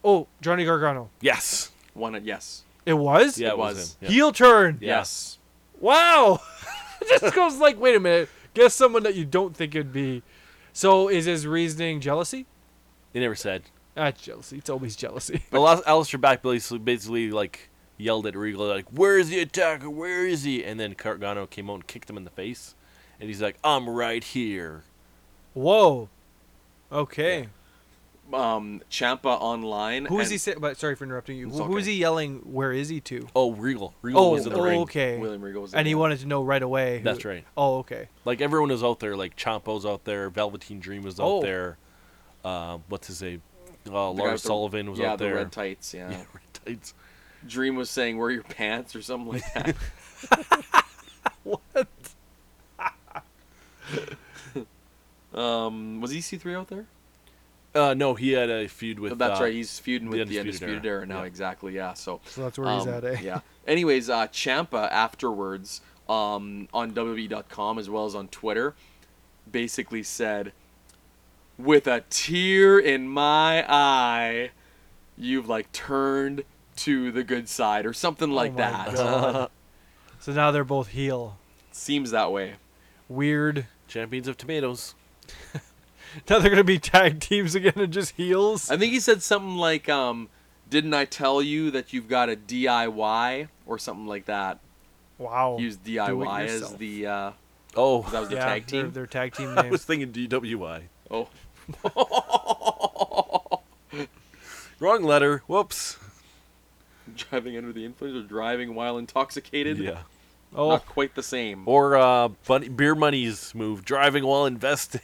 Oh, Johnny Gargano. Yes. One. Yes. It was. Yeah, it was. was. him. Yeah. Heel turn. Yeah. Yes. Wow. Just goes like, wait a minute. Guess someone that you don't think it'd be. So is his reasoning jealousy? They never said. Ah, it's jealousy. It's always jealousy. But Aleister Alistair Black basically, basically like yelled at Regal like, "Where is the attacker? Where is he?" And then Gargano came out and kicked him in the face, and he's like, "I'm right here." Whoa. Okay. Um, Champa online. Who is and- he? Say- but sorry for interrupting you. It's Who- Who is okay. he yelling? Where is he to? Oh, Regal. Regal Oh, was in the oh, ring. okay. William Regal was. in And he there. wanted to know right away. who- That's right. Oh, okay. Like everyone was out there. Like Champo's out there. Velveteen Dream was out Oh. there. Uh, what's his name? The Uh, guy Lars with the- Sullivan was yeah, out there. the red tights. Yeah. Yeah, red tights. Dream was saying, "Wear your pants" or something like that. What? um, was EC3 out there? Uh, no, he had a feud with. that's uh, right. He's feuding with the Undisputed Era. Undisputed Era, now. Yeah. Exactly. Yeah. So. So that's where he's um, at, eh? yeah. Anyways, uh, Champa afterwards um, on WWE.com as well as on Twitter, basically said, "With a tear in my eye, you've like turned to the good side or something like Oh my that." God. So now they're both heel. Seems that way. Weird. Champions of Tomatoes. Now they're gonna be tag teams again and just heels. I think he said something like, um, "Didn't I tell you that you've got a DIY or something like that?" Wow. Use DIY as Oh, yourself. the uh, Oh, that was the yeah, tag their- team. Their tag team I name. was thinking DWI. Oh, Wrong letter. Whoops. driving under the influence or driving while intoxicated. Yeah. Oh, not quite the same. Or uh, bunny, beer money's move: driving while investing,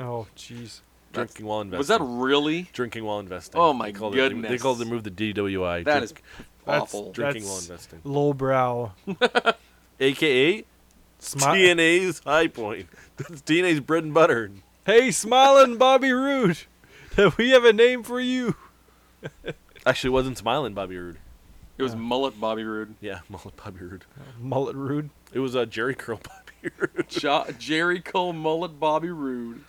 oh, jeez. drinking while investing. Was that really? drinking while investing? Oh my They call it- they goodness. call the move the DWI. That is That's- awful. that's drinking while investing, Lowbrow. aka Smi- TNA's high point. That's TNA's bread and butter. hey, smiling Bobby Roode, we have a name for you. Actually, it wasn't smiling Bobby Roode. It was mullet Bobby Roode. Yeah, mullet Bobby Roode. Mullet Roode. It was uh, Jerry curl Bobby Roode Jo- Jerry Cole mullet Bobby Roode.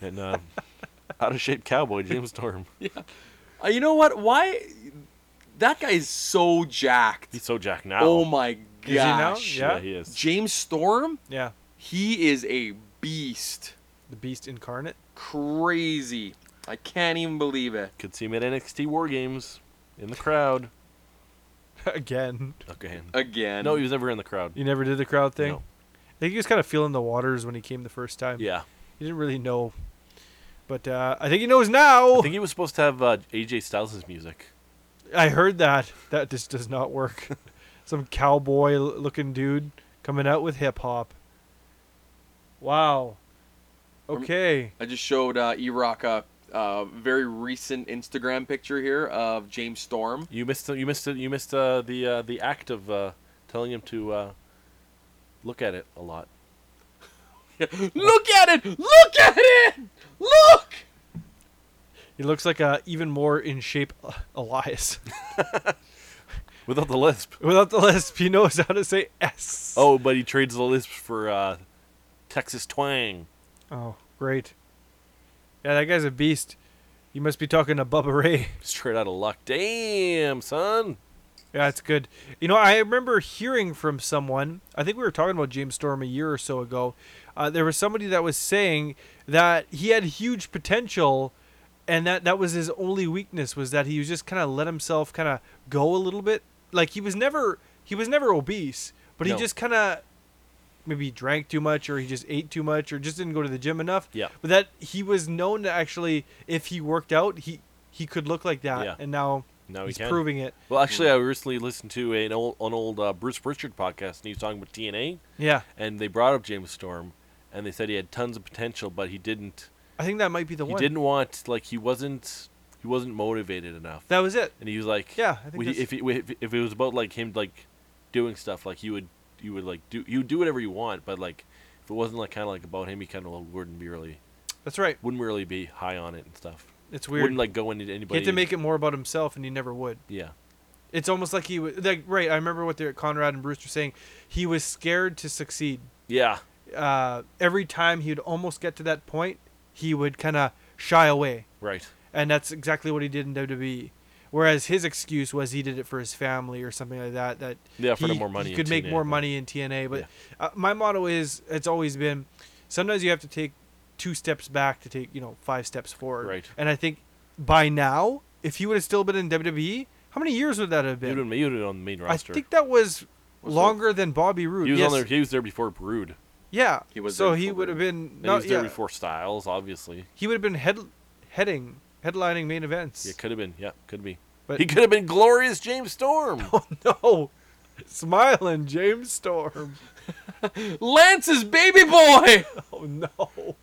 and uh, out of shape cowboy James Storm. Uh, you know what? Why? That guy is so jacked. He's so jack now. Oh my gosh. Is he now? yeah. Yeah. he is. James Storm? Yeah. He is a beast. The Beast incarnate. Crazy. I can't even believe it. Could see him at NXT War Games in the crowd. Again. Okay. Again. No, he was never in the crowd. You never did the crowd thing? No. I think he was kind of feeling the waters when he came the first time. Yeah. He didn't really know. But uh, I think he knows now. I I, think he was supposed to have uh, AJ Styles' music. heard that. That just does not work. Some cowboy l- looking dude coming out with hip hop. Wow. Okay. I just showed uh, E Rock a uh, very recent Instagram picture here of James Storm. You missed. You missed. You missed uh, the uh, the act of uh, telling him to uh, look at it a lot. Look at it! Look at it! Look! He looks like a even more in shape uh, Elias. Without the lisp. Without the lisp, he knows how to say S. Oh, but he trades the lisp for uh, Texas twang. Oh, great. Yeah, that guy's a beast. You must be talking to Bubba Ray. Straight out of luck. Damn, son. Yeah, it's good. You know, I remember hearing from someone. I think we were talking about James Storm a year or so ago. Uh, there was somebody that was saying that he had huge potential, and that that was his only weakness was that he was just kind of let himself kind of go a little bit. Like he was never he was never obese, but No. he just kind of maybe drank too much or he just ate too much or just didn't go to the gym enough. Yeah. But that he was known to actually, if he worked out, he he could look like that, Yeah. and now Now he he's can. proving it. Well, actually, I recently listened to an old, an old uh, Bruce Pritchard podcast, and he was talking about TNA, Yeah. and they brought up James Storm, and they said he had tons of potential, but he didn't. I think that might be the He one. didn't want like he wasn't he wasn't motivated enough, That was it. and he was like, Yeah, I think we- that's- if, he, we- if if it was about like him like doing stuff, like you would you would like do you would do whatever you want, but like if it wasn't like kind of like about him, he kind of wouldn't be really That's right. wouldn't really be high on it and stuff. It's weird. Wouldn't like go into he anybody. had to make it more about himself, and he never would. yeah. It's almost like he was like right. I remember what the Conrad and Brewster saying. He was scared to succeed. Yeah. Uh, every time he would almost get to that point, he would kind of shy away, Right. and that's exactly what he did in WWE. Whereas his excuse was he did it for his family or something like that. That They offered he, him more money He in could make TNA, more but- money in TNA. But uh, my motto is it's always been sometimes you have to take two steps back to take you know five steps forward. Right. And I think by now, if he would have still been in WWE, how many years would that have He would been? have made it on the main I roster. think that was, Was it- longer than Bobby Roode. he was yes. on there. He was there before Brood. Yeah. He was so there he before would have been. And he No, was there yeah. before Styles, obviously. He would have been head, heading, headlining main events. Yeah, could have been. Yeah, could be. But- he could have been glorious James Storm. no, smiling James Storm. Lance's baby boy. Oh no.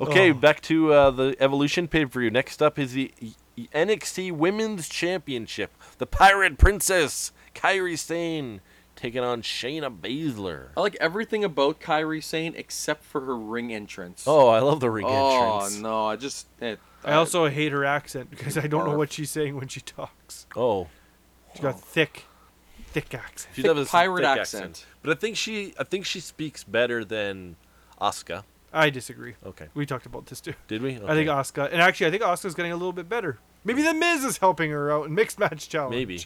okay, Oh. back to uh, the Evolution pay per view. Next up is the E- NXT Women's Championship. The Pirate Princess Kyrie Sane taking on Shayna Baszler. I like everything about Kyrie Sane except for her ring entrance. Oh, I love the ring Oh, entrance. no, I just it, I also hate her accent because I don't know barf. what she's saying when she talks. Oh, She's got thick, thick accent. she's Thick got this pirate thick accent. But I think she, I think she speaks better than Asuka. I disagree. Okay, We talked about this too. did we? I think Okay. Asuka, and actually, I think Asuka's getting a little bit better. Maybe the Miz is helping her out in mixed match challenge. maybe.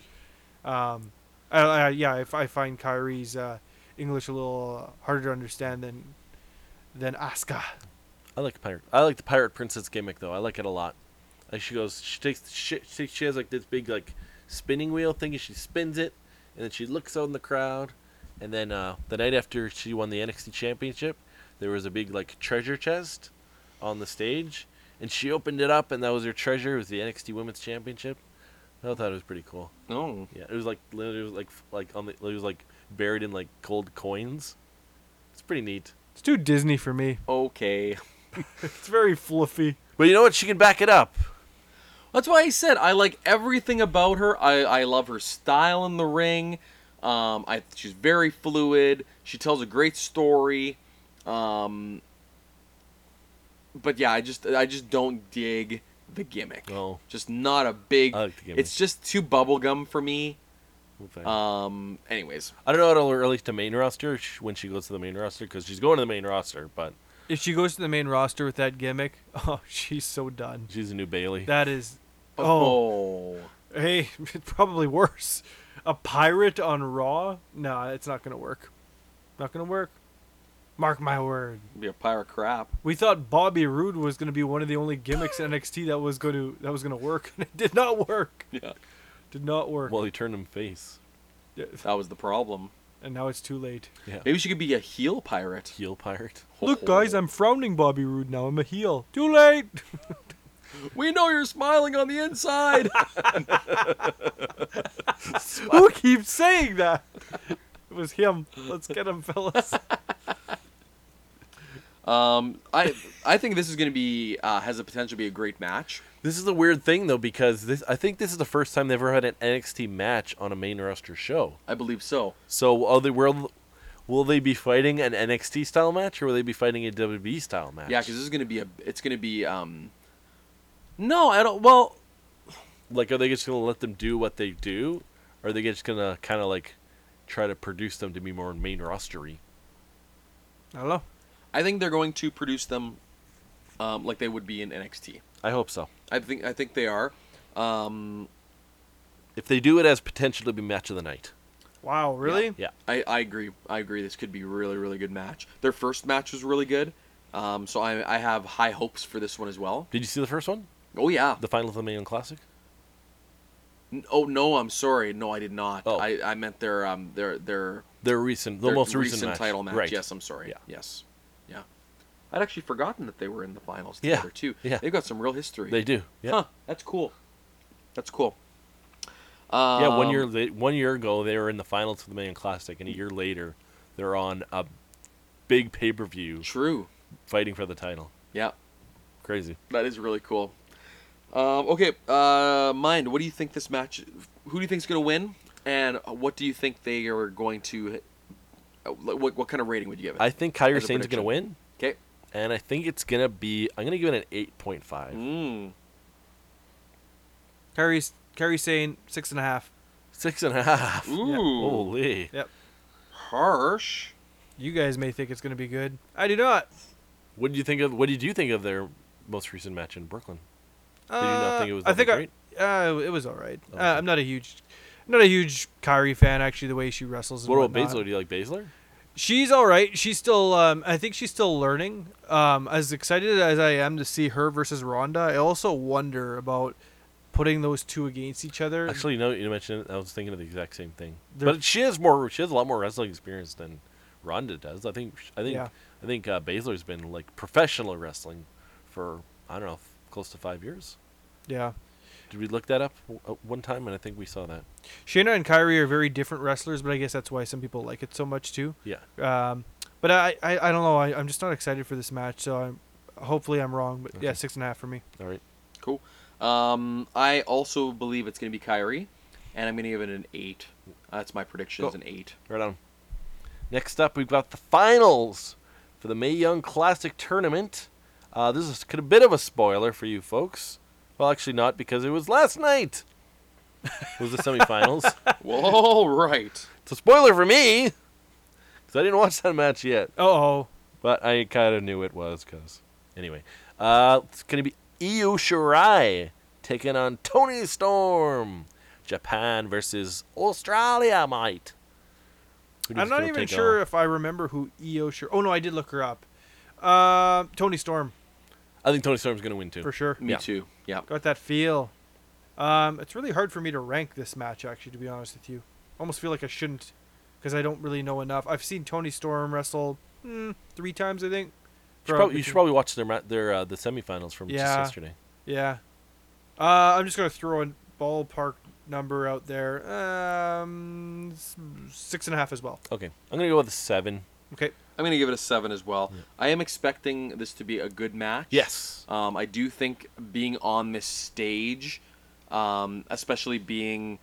Um, I, I, yeah, if I find Kyrie's uh, English a little uh, harder to understand than than Asuka. I like pirate. I like the pirate princess gimmick though. I like it a lot. Like she goes, she takes, she, she, she has like this big like spinning wheel thing, and she spins it, and then she looks out in the crowd, and then uh, the night after she won the NXT championship, there was a big like treasure chest on the stage, and she opened it up, and that was her treasure. It was the NXT Women's Championship. I thought it was pretty cool. no. Yeah, it was like literally it was like f- like on the it was like buried in like gold coins. It's pretty neat. It's too Disney for me. Okay. It's very fluffy. But you know what? She can back it up. That's why I said I like everything about her. I, I love her style in the ring. Um, I she's very fluid. She tells a great story. Um, but yeah, I just I just don't dig the gimmick. Oh, Just not a big. I like the gimmick. It's just too bubblegum for me. Okay. Um. Anyways, uh, I don't know how to release the main roster sh- when she goes to the main roster because she's going to the main roster, but If she goes to the main roster with that gimmick, oh, she's so done. she's a new Bailey. That is. oh. oh, Hey, it's probably worse. A pirate on Raw? Nah, it's not gonna work. Not gonna work. Mark my word. be a pirate crap. We thought Bobby Roode was gonna be one of the only gimmicks in NXT that was gonna that was gonna work, and it did not work. Yeah, Did not work. Well, he turned him face. Yeah, that was the problem. and now it's too late. Yeah. Maybe she could be a heel pirate. Heel pirate. Oh. Look, guys, I'm frowning Bobby Roode now. I'm a heel. Too late. We know you're smiling on the inside. Who keeps saying that? It was him. Let's get him, fellas. Um, I I think this is going to be uh, has the potential to be a great match. This is a weird thing though because this I think this is the first time they've ever had an NXT match on a main roster show. I believe so. So are they will will they be fighting an NXT style match or will they be fighting a WWE style match? Yeah, because this is going to be a it's going to be um. No, I don't. Well, like are they just gonna let them do what they do, or are they just gonna kind of like try to produce them to be more main rostery? I don't know. I think they're going to produce them um, like they would be in NXT. I hope so. I think I think they are. Um, If they do, it has potential to be match of the night. Wow, really? Yeah. I, I agree. I agree. This could be a really, really good match. Their first match was really good. Um, so I, I have high hopes for this one as well. Did you see the first one? Oh, yeah. The final of the Mayan Classic? N- Oh, no, I'm sorry. No, I did not. Oh. I, I meant their, um, their, their, Their recent, the their most recent, match. title match. Right. Yes, I'm sorry. Yeah. Yes. Yeah. I'd actually forgotten that they were in the finals Yeah. together, too. Yeah. They've got some real history. They do. Yeah. Huh. That's cool. That's cool. Yeah. one Um, year, they, one year ago, they were in the finals of the Mayan Classic, and a year later, they're on a big pay per view True. fighting for the title. Yeah. Crazy. That is really cool. Um, okay, uh, mind. What do you think this match? Who do you think's going to win? And what do you think they are going to? uh, What what kind of rating would you give it? I think Kyrie As a Sane's going to prediction. win, okay. and I think it's going to be. I'm going to give it an eight point five. Mm, Carrie's Carrie saying six and a half. Six and a half. ooh, Holy. Yep. harsh. You guys may think it's gonna be good. I do not. What did you think of? What did you think of their most recent match in Brooklyn? Uh, you not think it was I that think great? Oh, I, uh, it was all right. Okay. Uh, I'm not a huge, I'm not a huge Kyrie fan. Actually, the way she wrestles. And What about whatnot. Baszler? Do you like Baszler? She's all right. She's still. Um, I think she's still learning. Um, as excited as I am to see her versus Ronda, I also wonder about putting those two against each other. Actually, no. You mentioned it. I was thinking of the exact same thing. They're- but she has more. She has a lot more wrestling experience than Ronda does. I think. I think. Yeah. I think uh, Baszler's been like professional wrestling for I don't know, f- close to five years. yeah, Did we look that up w- uh, one time? And I think we saw that. Shayna and Kyrie are very different wrestlers, but I guess that's why some people like it so much too. Yeah. Um, but I, I, I don't know. I, I'm just not excited for this match. So I'm, hopefully I'm wrong. But yeah, Okay. six and a half for me. All right. Cool. Um, I also believe it's going to be Kyrie, and I'm going to give it an eight. That's my prediction. It's Cool. an eight. Right on. Next up, we've got the finals for the May Young Classic tournament. Uh, this is a bit of a spoiler for you folks. Well, actually, not because it was last night. It was the semifinals. Well, all right. It's a spoiler for me because I didn't watch that match yet, Oh, but I kind of knew it was because. Anyway, uh, it's going to be Io Shirai taking on Tony Storm. Japan versus Australia, mate. Who do you I'm think's not gonna even take it sure all? if I remember who Io Shirai. Oh no, I did look her up. Uh, Tony Storm I think Tony Storm's going to win too. for sure. Me Yeah. too. Yeah. Got that feel. Um, it's really hard for me to rank this match, actually, to be honest with you. Almost feel like I shouldn't, because I don't really know enough. I've seen Tony Storm wrestle mm, three times, I think. You should, From- probably, you should probably watch their ma- their uh, the semifinals from just Yeah. yesterday. Yeah. Uh, I'm just gonna throw a ballpark number out there. Um, s- six and a half as well. Okay, I'm gonna go with a seven. Okay. I'm going to give it a seven as well. I am expecting this to be a good match. Yes. Um, I do think being on this stage, um, especially being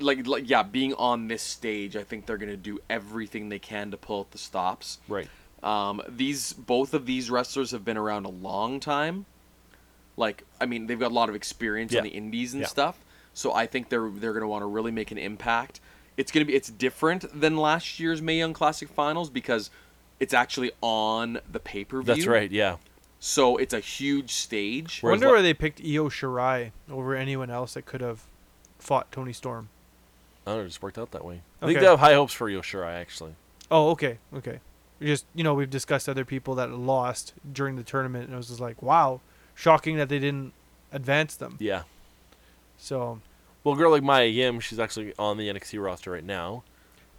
like, like yeah, being on this stage, I think they're gonna do everything they can to pull out the stops. Right. Um, these both of these wrestlers have been around a long time. Like I mean, they've got a lot of experience in Yeah. the indies and Yeah. stuff. So I think they're they're gonna want to really make an impact. It's gonna be it's different than last year's May Young Classic Finals because it's actually on the pay per view. That's right. Yeah. So it's a huge stage. Whereas Wonder la- why they picked Io Shirai over anyone else that could have fought Tony Storm. I don't know. It just worked out that way. I think Okay. they have high hopes for Yoshirai actually. Oh, okay, okay. We Just you know, we've discussed other people that lost during the tournament, and it was just like, wow, shocking that they didn't advance them. Yeah. So Well, a girl like Maya Yim, she's actually on the NXT roster right now.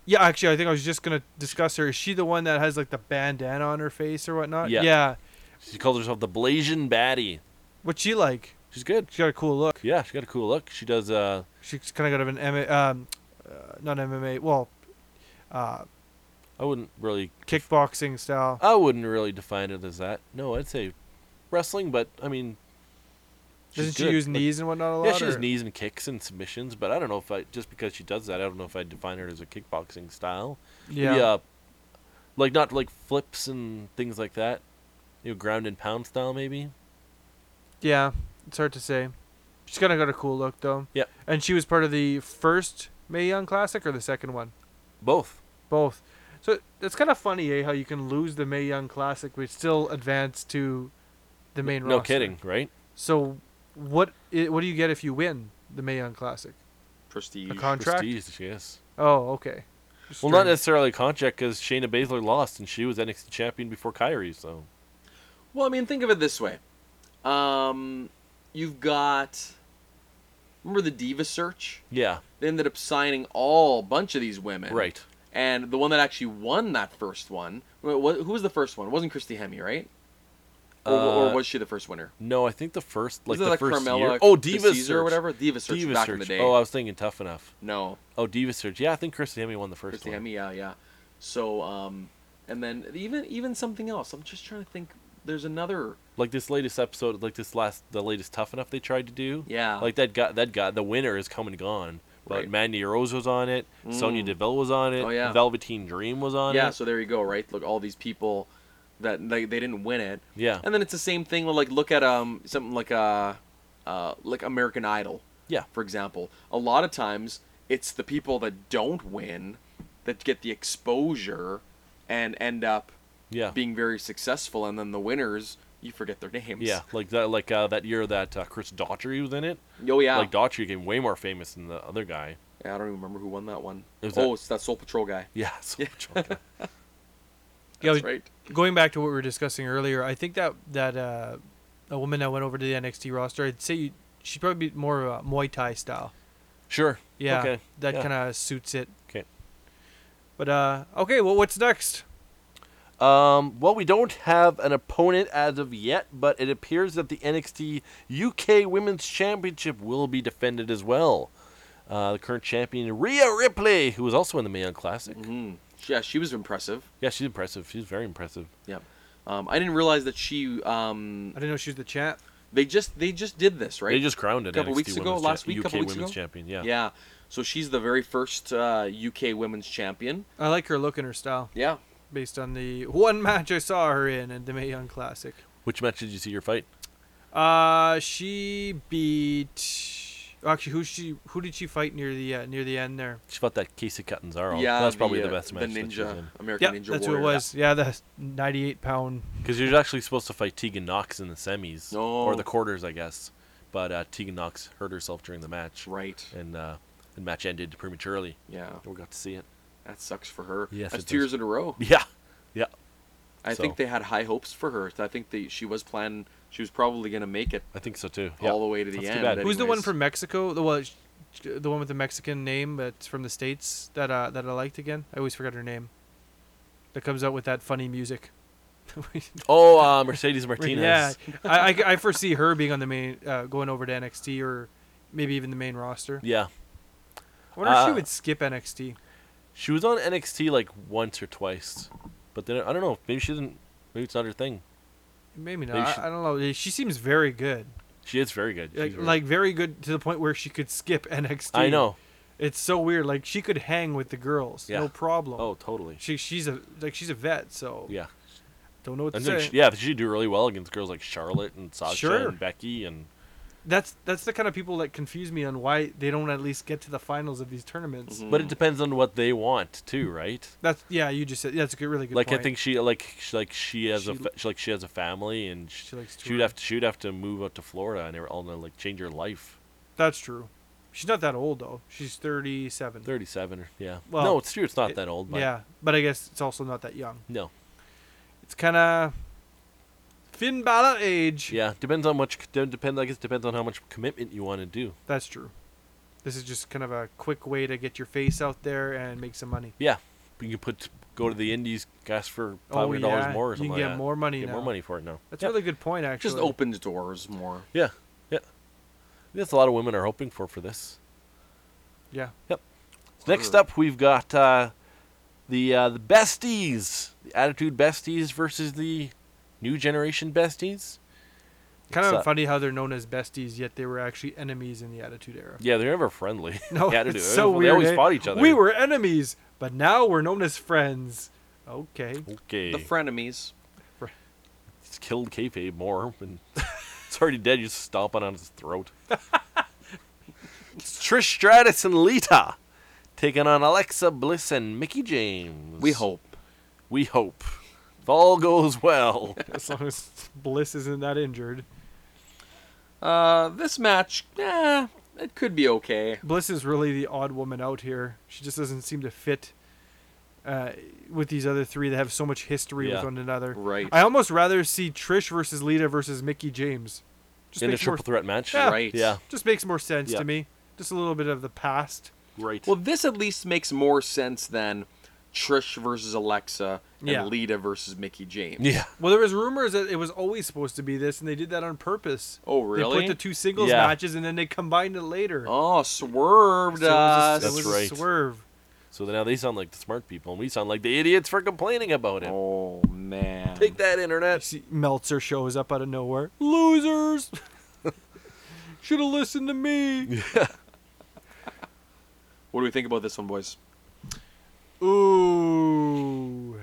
yeah, actually, I think I was just gonna discuss her. Is she the one that has like the bandana on her face or whatnot? Yeah. Yeah. She calls herself the Blasian Baddie. What's she like? She's good. She got a cool look. Yeah, she got a cool look. She does. Uh, She's kind of got of an M- um, uh, not MMA, well, uh, I wouldn't really. kickboxing style. I wouldn't really define it as that. No, I'd say wrestling, but I mean. she's Doesn't she good. use Like, knees and whatnot a lot? Yeah, she has or- knees and kicks and submissions, but I don't know if I just because she does that, I don't know if I'd define her as a kickboxing style. Yeah. Maybe, uh, like not like flips and things like that. You know, ground and pound style maybe. Yeah, it's hard to say. She's kind of got a cool look though. Yep. And she was part of the first Mae Young Classic or the second one? Both. Both. So it's kind of funny, eh, how you can lose the May Young Classic but still advance to the main roster. No kidding, right? So what i- what do you get if you win the May Young Classic? Prestige. A contract? Prestige, yes. Oh, okay. Just Well, not strange. necessarily a contract because Shayna Baszler lost and she was NXT champion before Kyrie, so Well, I mean, think of it this way. Um, you've got. Remember the Diva search? yeah, They ended up signing all bunch of these women. right. And the one that actually won that first one, wh- wh- who was the first one? It wasn't Christy Hemme, right? Or, or Uh, was she the first winner? No, I think the first like was it the like first Carmella, year. Oh, Diva Caesar Search. or whatever. Diva search Diva back Search. in the day. Oh, I was thinking tough enough. no, Oh, Diva Search. Yeah, I think Christy Hemme won the first Christy one. Hemme, yeah, yeah. So, um, and then even even something else. I'm just trying to think. There's another. Like this latest episode, like this last, the latest Tough Enough they tried to do. Yeah. Like that guy, that guy, the winner is come and gone. But Right. Mandy Rose was on it. Sonya Mm. Deville was on it. Oh, yeah. Velveteen Dream was on yeah. it. So there you go. Right. Look, all these people that they, they didn't win it. Yeah. And then it's the same thing. with, Like look at um something like uh, uh like American Idol. Yeah. For example, a lot of times it's the people that don't win that get the exposure and end up Yeah. being very successful, and then the winners you forget their names. Yeah, like that, like uh, that year that uh, Chris Daughtry was in it. Oh yeah. Like Daughtry became way more famous than the other guy. yeah. I don't even remember who won that one. It was oh, that- it's that Soul Patrol guy. Yeah, so Yeah, That's we- right. going back to what we were discussing earlier, I think that that uh, a woman that went over to the NXT roster, I'd say you, she'd probably be more of a Muay Thai style. sure. Yeah, Okay. that yeah. kind of suits it. 'Kay. But uh, okay, well, what's next? Um, well, we don't have an opponent as of yet, but it appears that the NXT UK Women's Championship will be defended as well. Uh, the current champion, Rhea Ripley, who was also in the Mae Young Classic. Mm. Yeah, she was impressive. Yeah, she's impressive. She's very impressive. Yeah. Um, I didn't realize that she. Um, I didn't know she was the champ. they just they just did this right. They just crowned it. Couple NXT weeks ago, Women's last Cha- week, UK couple weeks Women's ago? Champion. Yeah. Yeah. So she's the very first uh, UK Women's Champion. I like her look and her style, Yeah. based on the one match I saw her in at the Mae Young Classic. Which match did you see her fight? Uh, she beat. Actually, who she who did she fight near the uh, near the end there? She fought that Casey Catanzaro. Yeah. that's probably the, uh, best The match. that she was ninja in. American Yeah, Ninja that's who Warrior. it was. Yeah, the 98 pound. Because you're actually supposed to fight Tegan Knox in the semis or No. the quarters, I guess. But uh, Tegan Knox hurt herself during the match, Right. and uh, the match ended prematurely. Yeah. We got to see it. That sucks for her. Yes, That's it two does. years in a row. Yeah, yeah, I think So- they had high hopes for her. I think they, she was planning. She was probably going to make it I think so too. all the way to the That's too end. bad. Who's the one anyways. from Mexico? The one, the one with the Mexican name, that's from the states that uh, that I liked again. I always forget her name. That comes out with that funny music. Oh, uh, Mercedes Martinez. Yeah, I, I, I foresee her being on the main, uh, going over to NXT or maybe even the main roster. Yeah. I wonder if she Uh, would skip NXT. She was on NXT like once or twice, but then I don't know. Maybe she didn't. Maybe it's not her thing. Maybe not. maybe I- she- I, don't know. She seems very good, She is very good. like, She's very- like very good to the point where she could skip NXT. I know. It's so weird. Like she could hang with the girls, Yeah. no problem. Oh, totally. She she's a like she's a vet, so Yeah. don't know what to And then say. she, yeah, she do really well against girls like Charlotte and Sasha Sure. and Becky and That's that's the kind of people that confuse me on why they don't at least get to the finals of these tournaments. Mhm. But it depends on what they want too, right? That's yeah, you just said that's a good, really good. like point. I think she like she, like she has a She- fa- she, like she has a family and she, She likes to she would run. have to she would have to move out to Florida and all like change her life. that's true. She's not that old though. She's thirty-seven. Thirty seven, yeah. Well, no, it's true. It's not it- that old. But yeah, but I guess it's also not that young. No. It's kind of Finn Balor age. Yeah, depends on much. Depend. I guess depends on how much commitment you want to do. that's true. This is just kind of a quick way to get your face out there and make some money. Yeah, you can put go to the Indies, ask for five Oh hundred yeah, dollars more or you can something. like get that. more money Get now. more money for it now. That's yeah. a really good point, actually. Just opens doors more. Yeah, yeah. That's a lot of women are hoping for for this. Yeah. Next Sure. up, we've got uh, the uh, the besties, the Attitude Besties versus the New Generation Besties. Kind It's, of uh, funny how they're known as besties, yet they were actually enemies in the Attitude Era. Yeah, they're never friendly. No, the Attitude. it's so they weird. always eh? fought each other. We were enemies, but now we're known as friends. Okay. okay. The frenemies. it's killed kayfabe more, and it's already dead. You're just stomping on his throat. It's Trish Stratus and Lita taking on Alexa Bliss and Mickey James. We hope. We hope. If all goes well. as long as Bliss isn't that injured. Uh, this match, eh, it could be okay. Bliss is really the odd woman out here. She just doesn't seem to fit uh, with these other three that have so much history Yeah. with one another. Right. I almost rather see Trish versus Lita versus Mickey James. Just In a makes more, triple threat match. Yeah. Right. Yeah. just makes more sense Yeah. to me. Just a little bit of the past. Right. Well, this at least makes more sense than Trish versus Alexa and Yeah. Lita versus Mickey James. yeah. Well, there was rumors that it was always supposed to be this, and they did that on purpose. Oh, They really? put the two singles Yeah. matches, and then they combined it later. Oh, swerved So it us. was a, it That's was right. a swerve. So now they sound like the smart people, and we sound like the idiots for complaining about it. Oh man. Take that, internet. See, Meltzer shows up out of nowhere. Losers! Should have listened to me. What do we think about this one, boys? Ooh.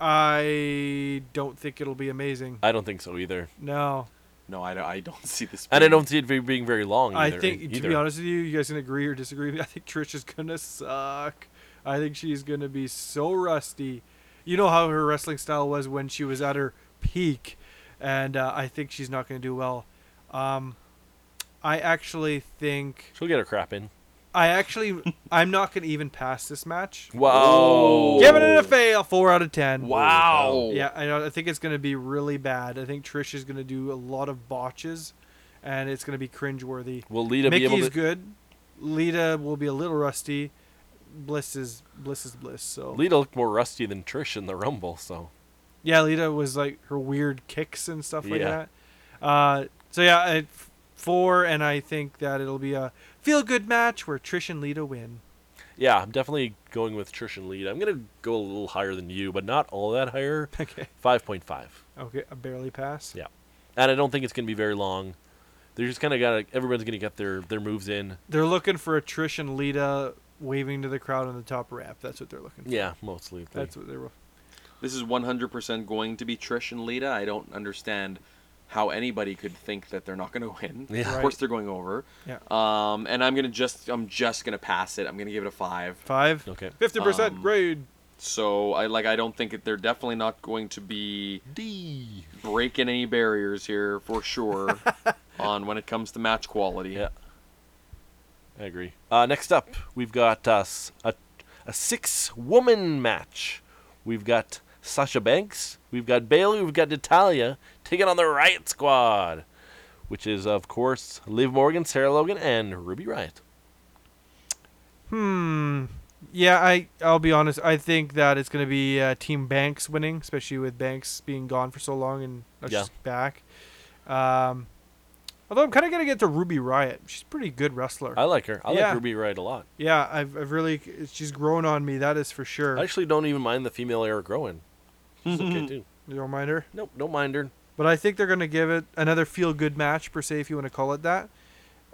I don't think it'll be amazing. I don't think so either, No. No, I don't, I don't see this. and I being- don't see it be- being very long. I either- e-, think, to either. be honest with you, you guys can agree or disagree. but I think Trish is going to suck. I think she's going to be so rusty. You know how her wrestling style was when she was at her peak, and uh, I think she's not going to do well. Um, I actually think. she'll get her crap in. I actually, I'm not going to even pass this match. Wow. Oh. Giving it a fail, four out of ten. Wow. Yeah, I, know, I think it's going to be really bad. I think Trish is going to do a lot of botches, and it's going to be cringeworthy. Will Lita be able Mickey's to? good. Lita will be a little rusty. Bliss is bliss is bliss. So Lita looked more rusty than Trish in the Rumble, so yeah, Lita was like her weird kicks and stuff like Yeah. that. Uh, so yeah, I, four, and I think that it'll be a feel good match where Trish and Lita win. yeah, I'm definitely going with Trish and Lita. I'm gonna go a little higher than you, but not all that higher. Okay, Five point five, okay, a barely pass. Yeah. and I don't think it's gonna be very long. They're just kind of gotta. Everyone's gonna get their their moves in. They're looking for a Trish and Lita waving to the crowd on the top rap. That's what they're looking for. Yeah, mostly. That's what they're. This is 100% going to be Trish and Lita. I don't understand how anybody could think that they're not going to win. Yeah. Of Right. course they're going over. Yeah. Uh, Um, and I'm gonna just I'm just gonna pass it. I'm gonna give it a five. Five. okay. Fifty percent Um, grade. So I like I don't think that they're definitely not going to be D. breaking any barriers here for sure on when it comes to match quality. Yeah. I agree. Uh, next up, we've got uh, s- a, a six woman match. We've got Sasha Banks, we've got Bailey, we've got Natalia taking on the Riot Squad, which is, of course, Liv Morgan, Sarah Logan, and Ruby Riot. Hmm. Yeah, I I'll be honest. I think that it's gonna be uh, Team Banks winning, especially with Banks being gone for so long and now Yeah. she's back. Um, although I'm kind of gonna get to Ruby Riot. She's a pretty good wrestler. I like her. I Yeah. like Ruby Riot a lot. yeah, I've I've really she's grown on me. That is for sure. I actually don't even mind the female era growing. She's okay, too. you don't mind her, Nope, don't mind her. but I think they're gonna give it another feel good match per se, if you want to call it that.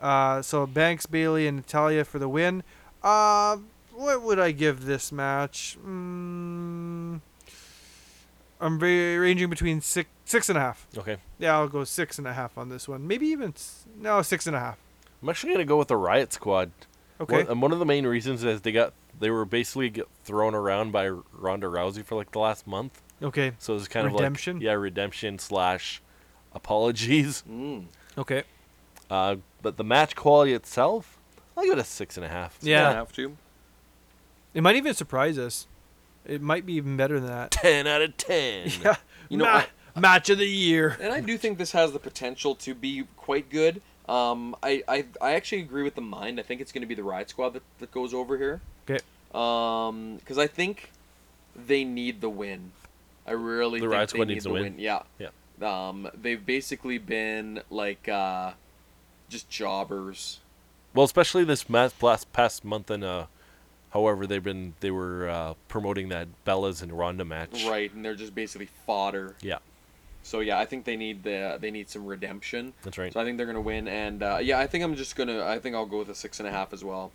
Uh, so Banks, Bailey, and Natalia for the win. Uh, what would I give this match? Mm, I'm ra- ranging between six, six and a half. Okay. Yeah, I'll go six and a half on this one. Maybe even s- no, six and a half. I'm actually going to go with the Riot Squad. Okay. One, and one of the main reasons is they got they were basically get thrown around by R- Ronda Rousey for like the last month, Okay. so it's kind Redemption? of like yeah, redemption slash apologies. Mm. Okay. Uh, but the match quality itself, I'll give it a six and a half. Yeah. I have to. It might even surprise us. It might be even better than that. ten out of ten. Yeah. You know, Ma- match of the year. And I do think this has the potential to be quite good. Um, I, I I actually agree with the mind. I think it's going to be the Riot Squad that, that goes over here. Okay. Um, because I think they need the win. I really The think Riot they Squad need needs the to win. win. Yeah. Yeah. Um, they've basically been like uh, just jobbers. Well, especially this mas- last past month and uh, however they've been they were uh, promoting that Bella's and Ronda match. Right, and they're just basically fodder. Yeah, So yeah, I think they need the they need some redemption. that's right. So I think they're gonna win, and uh, yeah, I think I'm just gonna I think I'll go with a six and a half as well.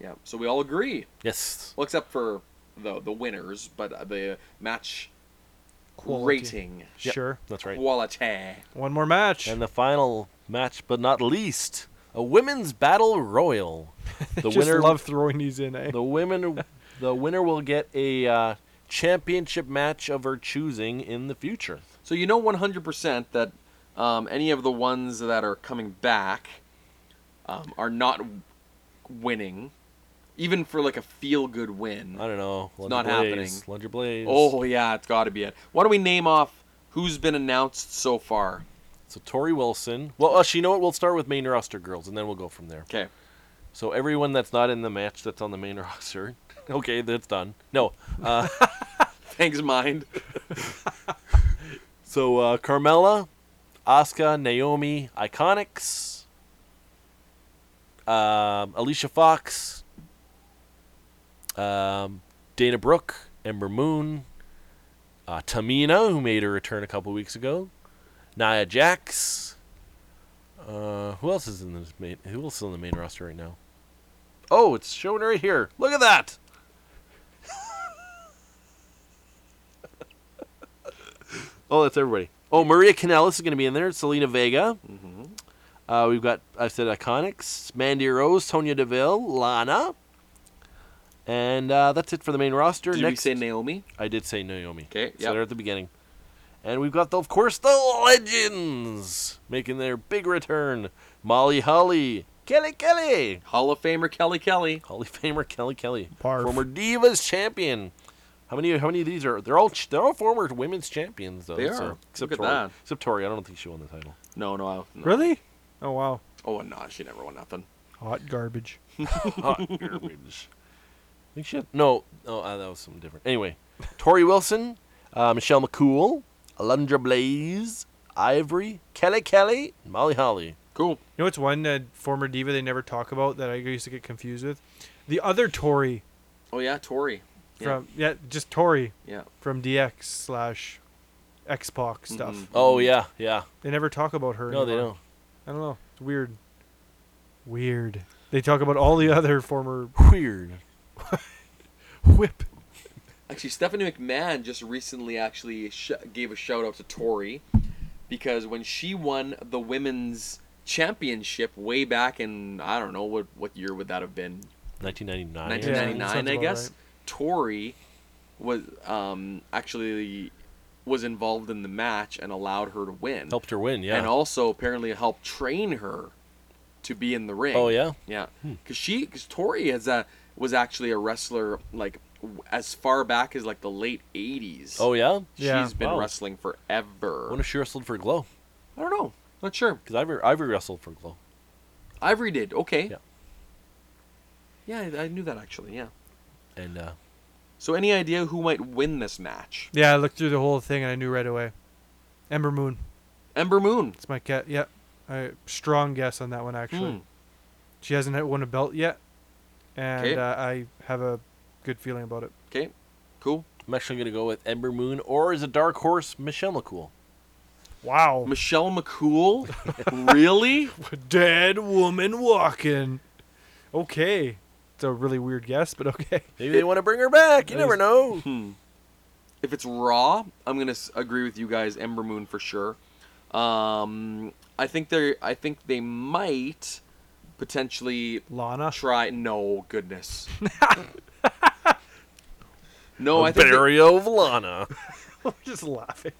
Yeah, so we all agree, yes. well, except for the the winners, but uh, the match Quality. rating Yep. Sure. That's right. quality. One more match. And the final match, but not least, a women's battle royal. The Just winner, love throwing these in. Eh? the women, the winner will get a uh, championship match of her choosing in the future. So you know 100% that um, any of the ones that are coming back um, are not w- winning, even for like a feel good win. I don't know. It's not happening. Ledger Blaze. Oh yeah, it's got to be it. Why don't we name off who's been announced so far? So Tori Wilson. Well, actually, you know what? We'll start with main roster girls, and then we'll go from there. Okay, So everyone that's not in the match that's on the main roster. Okay, that's done. No. Uh, thanks mind. so uh, Carmella, Asuka, Naomi, Iconics, um, Alicia Fox, um, Dana Brooke, Ember Moon, uh, Tamina, who made her return a couple weeks ago, Nia Jax. Uh, who else is in this main? Who else is on the main roster right now? Oh, it's showing right here. Look at that. oh, that's everybody. Oh, Maria Canellis is going to be in there. Selena Vega. Mm-hmm. Uh, we've got I've said Iconics, Mandy Rose, Tonya Deville, Lana, and uh, that's it for the main roster. Did Next, we say Naomi? I did say Naomi. Okay, So they're yep. at the beginning. And we've got, the, of course, the legends making their big return. Molly Holly, Kelly Kelly, Hall of Famer Kelly Kelly. Hall of Famer Kelly Kelly, Barf. former Divas champion. How many? How many of these are? They're all ch- they're all former women's champions though. They so- are. except Look at Tori. that. Except Tori. I don't think she won the title. No, no, I- no. Really? Oh wow. Oh no, she never won nothing. Hot garbage. Hot garbage. I think she had, no. Oh, uh, that was something different. Anyway, Tori Wilson, uh, Michelle McCool, Alundra Blaze, Ivory, Kelly Kelly, and Molly Holly. Cool. You know what's one uh, former diva they never talk about that I used to get confused with? The other Tory Oh yeah, Tori. Yeah. from yeah, just Tory Yeah. from DX slash X Pac stuff. Mhm. Oh yeah, yeah. They never talk about her. No, they anymore. don't. I don't know. It's weird. Weird. They talk about all the other former Weird. whip. Actually, Stephanie McMahon just recently actually sh- gave a shout out to Tori because when she won the women's championship way back in I don't know what what year would that have been 1999. Yeah. 1999 sounds I about guess right. Tori was um actually was involved in the match and allowed her to win Helped her win. Yeah. and also apparently helped train her to be in the ring oh yeah. yeah, because she, because Tori is a was actually a wrestler like w- as far back as like the late '80s. Oh yeah. she's Yeah. been Wow. wrestling forever. I wonder if she wrestled for Glow I don't know, not sure. because Ivory, Ivory wrestled for Glow. Ivory did okay. Yeah. Yeah, I, I knew that actually. Yeah. And uh, So, any idea who might win this match? Yeah, I looked through the whole thing and I knew right away. Ember Moon. Ember Moon. It's my cat. Yeah, I strong guess on that one actually. Hmm. She hasn't had- won a belt yet, Okay. and uh, I have a good feeling about it. Okay, cool. I'm actually gonna go with Ember Moon or is a dark horse Michelle McCool. Wow. Michelle McCool. really? Dead woman walking. Okay. It's a really weird guess, but okay. Maybe they want to bring her back. You That never is- know. Hmm. if it's raw, I'm gonna s- agree with you guys. Ember Moon for sure. Um, I think they're. I think they might potentially Lana. try. No goodness. no, Oh, I think. They, Barrio of Lana. We're just laughing.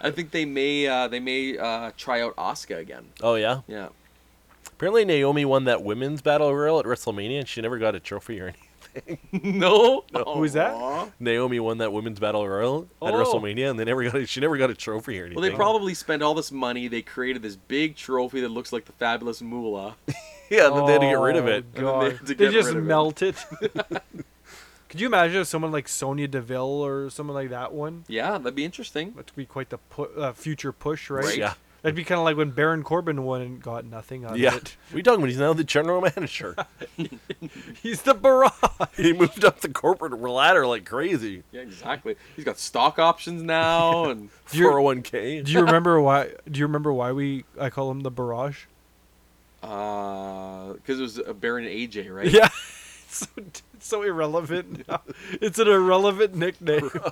I think they may. Uh, they may uh, try out Asuka again. Oh yeah. Yeah. Apparently Naomi won that women's battle royal at WrestleMania, and she never got a trophy or anything. no. Who's that? Aw. Naomi won that women's battle royal Oh. at WrestleMania, and they never got a, she never got a trophy or anything. Well, they probably spent all this money. They created this big trophy that looks like the fabulous moolah. yeah, and then they had to get rid of Oh, then it. they God. had to They, get just rid of it. melt it. Could you imagine if someone like Sonia Deville or someone like that one? Yeah, that'd be interesting. That'd be quite the pu- uh, future push, right? Right. Yeah, That'd be kind of like when Baron Corbin won and got nothing out yeah. of it. We talking about he's now the general manager. He's the barrage. he moved up the corporate ladder like crazy. Yeah, exactly. He's got stock options now, and Do you- 401k. Do you remember why? Do you remember why we I call him the barrage? because uh, it was a Baron and AJ, right? Yeah, it's so, it's so irrelevant. Now. It's an irrelevant nickname.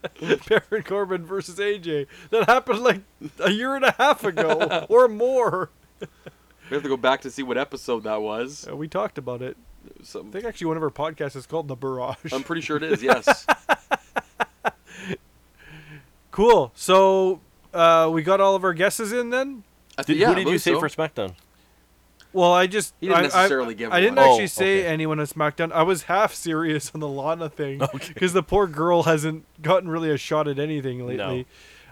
Baron Corbin versus AJ. That happened like a year and a half ago or more. We have to go back to see what episode that was. Uh, we talked about it. I Some, think actually one of our podcasts is called The Barrage. I'm pretty sure it is. Yes. cool. So uh, we got all of our guesses in then? I thi- Did, yeah, who I did you believe say so. for SmackDown? Well, I just He didn't I- I- necessarily give I didn't one. actually Oh, say okay. anyone on SmackDown. I was half serious on the Lana thing because the poor girl hasn't gotten really a shot at anything lately.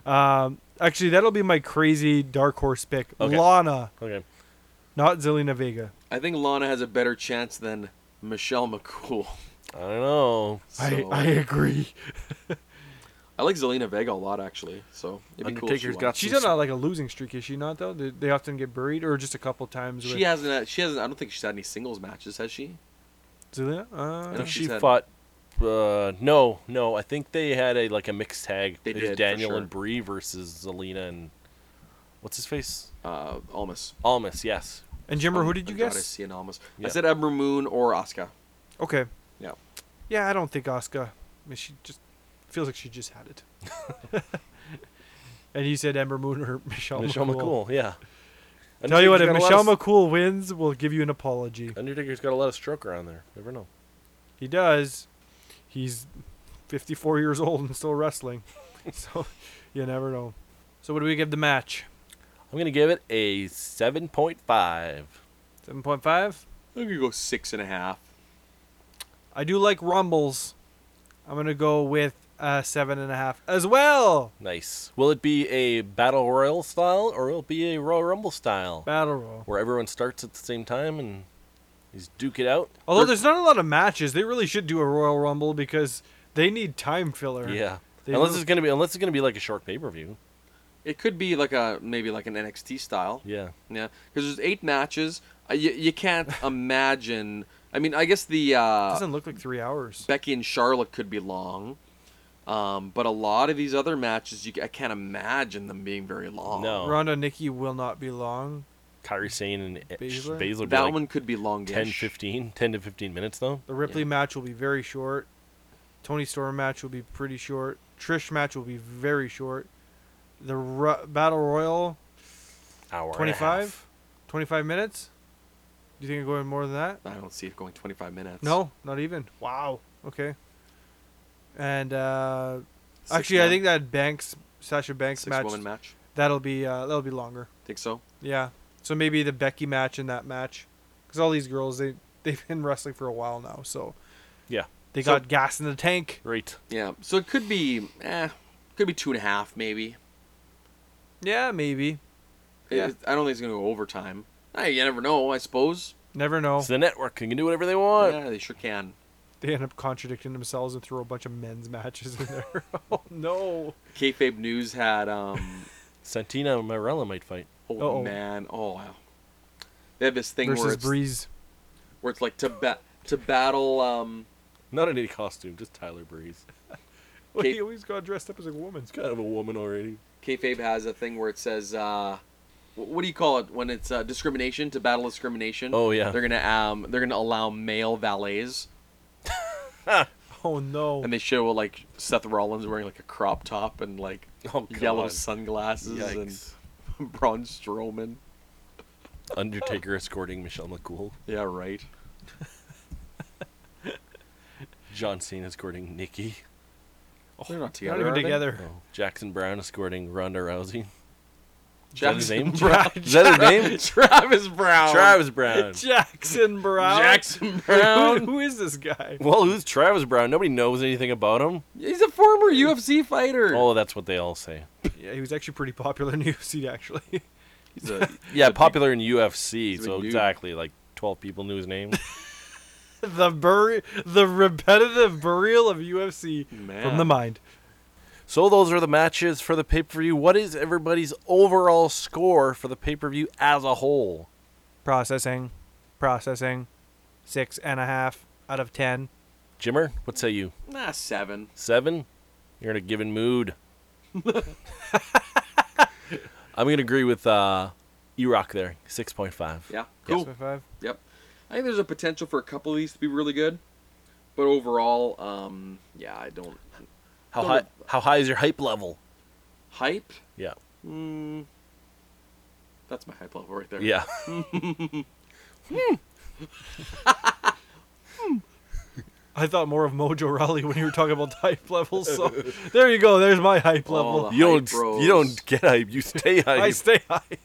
Um, actually, that'll be my crazy dark horse pick, Okay. Lana, Okay. not Zelina Vega. I think Lana has a better chance than Michelle McCool. I don't know. I, So- I agree. I like Zelina Vega a lot actually. So it'd be cool if she Undertaker's won. got She's some- on a, like a losing streak, is she not though? They, they often get buried, or just a couple times with She hasn't. had- She hasn't. I don't think she's had any singles matches, has she? Zelina. Uh, I don't- she she's had- fought. Uh, no, no. I think they had a like a mixed tag. They It was did, for Daniel and sure. Bree versus Zelina and what's his face? Uh, Almas. Almas. Yes. and Jimmer, who Um, did you Andrade, guess? Cien, Almas. Yeah. I said Ember Moon or Asuka. Okay. Yeah. Yeah, I don't think Asuka. I mean, she just feels like she just had it. and you said Ember Moon or Michelle, Michelle McCool. McCool. Yeah. Tell you what, if Undertaker's got a lot Michelle of- McCool wins, we'll give you an apology. Undertaker's got a lot of stroker on there. Never know. He does. He's 54 years old and still wrestling. so you never know. So what do we give the match? I'm gonna give it a 7.5. 7.5? I'm gonna go six and a half. I do like rumbles. I'm going to go with uh, 7.5 as well. Nice. Will it be a battle royal style or will it be a Royal Rumble style, Battle Royal. where everyone starts at the same time and is duke it out? Although there's not a lot of matches, they really should do a Royal Rumble because they need time filler. Yeah. They unless really- it's gonna be unless it's gonna be like a short pay per view. It could be like a maybe like an NXT style. Yeah. Yeah, because there's eight matches. Uh, you, you can't imagine. I mean, I guess the It uh, doesn't look like three hours. Becky and Charlotte could be long, um, but a lot of these other matches, you, ca- I can't imagine them being very long. No. Ronda and Nikki will not be long. Kyrie Sane and Baszler? Baszler, Baszler would be that like one could be long. 10, 15, 10 to 15 minutes though. The Ripley Yeah. match will be very short. Tony Storm match will be pretty short. Trish match will be very short. The Ru- Battle Royal, Hour. and a 25? half. 25 minutes? Do you think it's going more than that? I don't see it going 25 minutes. No, not even. Wow. Okay. And uh, Six actually, I man- think that Banks, Sasha Banks six match, woman match. that'll be uh, that'll be longer. Think so? Yeah. So maybe the Becky match and that match, because all these girls they they've been wrestling for a while now, so Yeah. they So- got gas in the tank. Right. Yeah. So it could be, eh, could be two and a half maybe. Yeah, maybe. It- Yeah. it- I don't think it's gonna go overtime. Hey, you never know. I suppose. Never know. It's the network. They can do whatever they want. Yeah, they sure can. They end up contradicting themselves and throw a bunch of men's matches in there. oh no. Kayfabe News had um, Santina and Marella might fight. Oh Uh-oh. man! Oh wow! They have this thing where Versus it's Breeze. where it's like to ba- to battle. Um, Not in any costume, just Tyler Breeze. Well, Kate- he always got dressed up as a woman. He's kind of a woman already. kayfabe has a thing where it says, uh, wh- "What do you call it when it's uh, discrimination to battle discrimination?" Oh, yeah. They're gonna um they're gonna allow male valets, Oh no. and they show like Seth Rollins wearing like a crop top and like Oh, yellow God. sunglasses Yikes. and Braun Strowman. Undertaker escorting Michelle McCool. Yeah, right. John Cena escorting Nikki. Oh, they're not Not together. even are they? together. Oh, Jackson Brown escorting Ronda Rousey. Is that his Jackson name? Brown. Is that his name? Travis Brown. Travis Brown. Jackson Brown. Oh, Jackson Who, Brown. who is this guy? Well, who's Travis Brown? Nobody knows anything about him. He's a former UFC fighter. Oh, that's what they all say. Yeah, he was actually pretty popular in UFC actually. He's a, Yeah, popular in UFC, he's a so big dude. exactly like 12 people knew his name. the bur- the repetitive burial of UFC from the Man. mind. so those are the matches for the pay-per-view. What is everybody's overall score for the pay-per-view as a whole? Processing, processing, six and a half out of ten. Jimmer, what say you? Nah, seven. Seven? You're in a given mood. I'm going to agree with uh, E-Rock there, 6.5. Yeah. Cool. Six point five. Yep. I think there's a potential for a couple of these to be really good, but overall, um, yeah, I don't How, Don't high, know. how high is your hype level? hype. Yeah. Mm, that's my hype level right there. Yeah. I thought more of Mojo Raleigh when you were talking about hype levels. So there you go. There's my hype level. the You hype don't. bros. You don't get hype. You stay hype. I stay hype.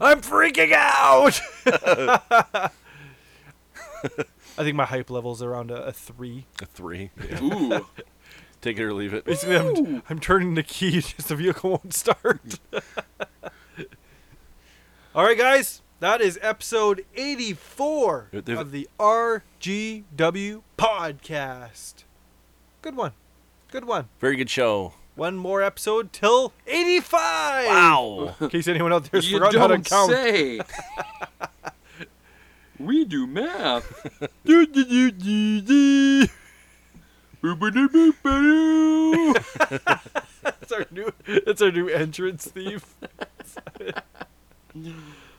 I'm freaking out. I think my hype level's around a, a three. A three. Yeah. Ooh. Take it or leave it. Basically, I'm, I'm turning the key just the vehicle won't start. All right, guys, that is episode 84 There- there's- of the RGW podcast. Good one. Good one. Very good show. One more episode till 85. Wow. In case anyone out there's you forgotten how to don't count. say. we do math. That's our new that's our new entrance thief.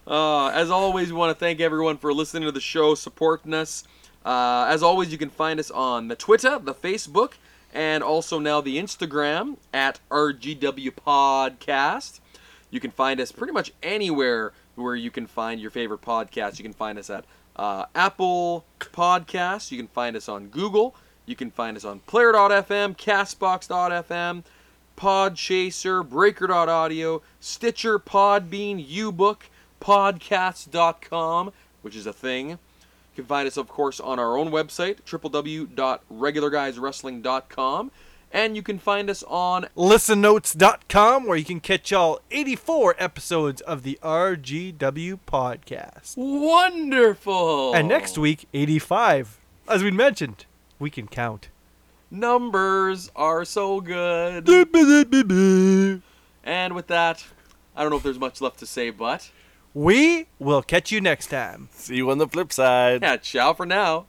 Uh, as always, we want to thank everyone for listening to the show, supporting us. Uh, as always, you can find us on the Twitter, the Facebook, and also now the Instagram at RGW Podcast. You can find us pretty much anywhere where you can find your favorite podcast. You can find us at uh, Apple Podcasts. You can find us on Google. You can find us on Player.fm, Castbox.fm, Podchaser, Breaker.audio, Stitcher, Podbean, Ubook, Podcasts.com, which is a thing. You can find us, of course, on our own website, www.regularguyswrestling.com. And you can find us on listennotes.com where you can catch all 84 episodes of the RGW podcast. Wonderful. And next week, 85. As we mentioned, we can count. Numbers are so good. And with that, I don't know if there's much left to say, but We will catch you next time. See you on the flip side. yeah, ciao for now.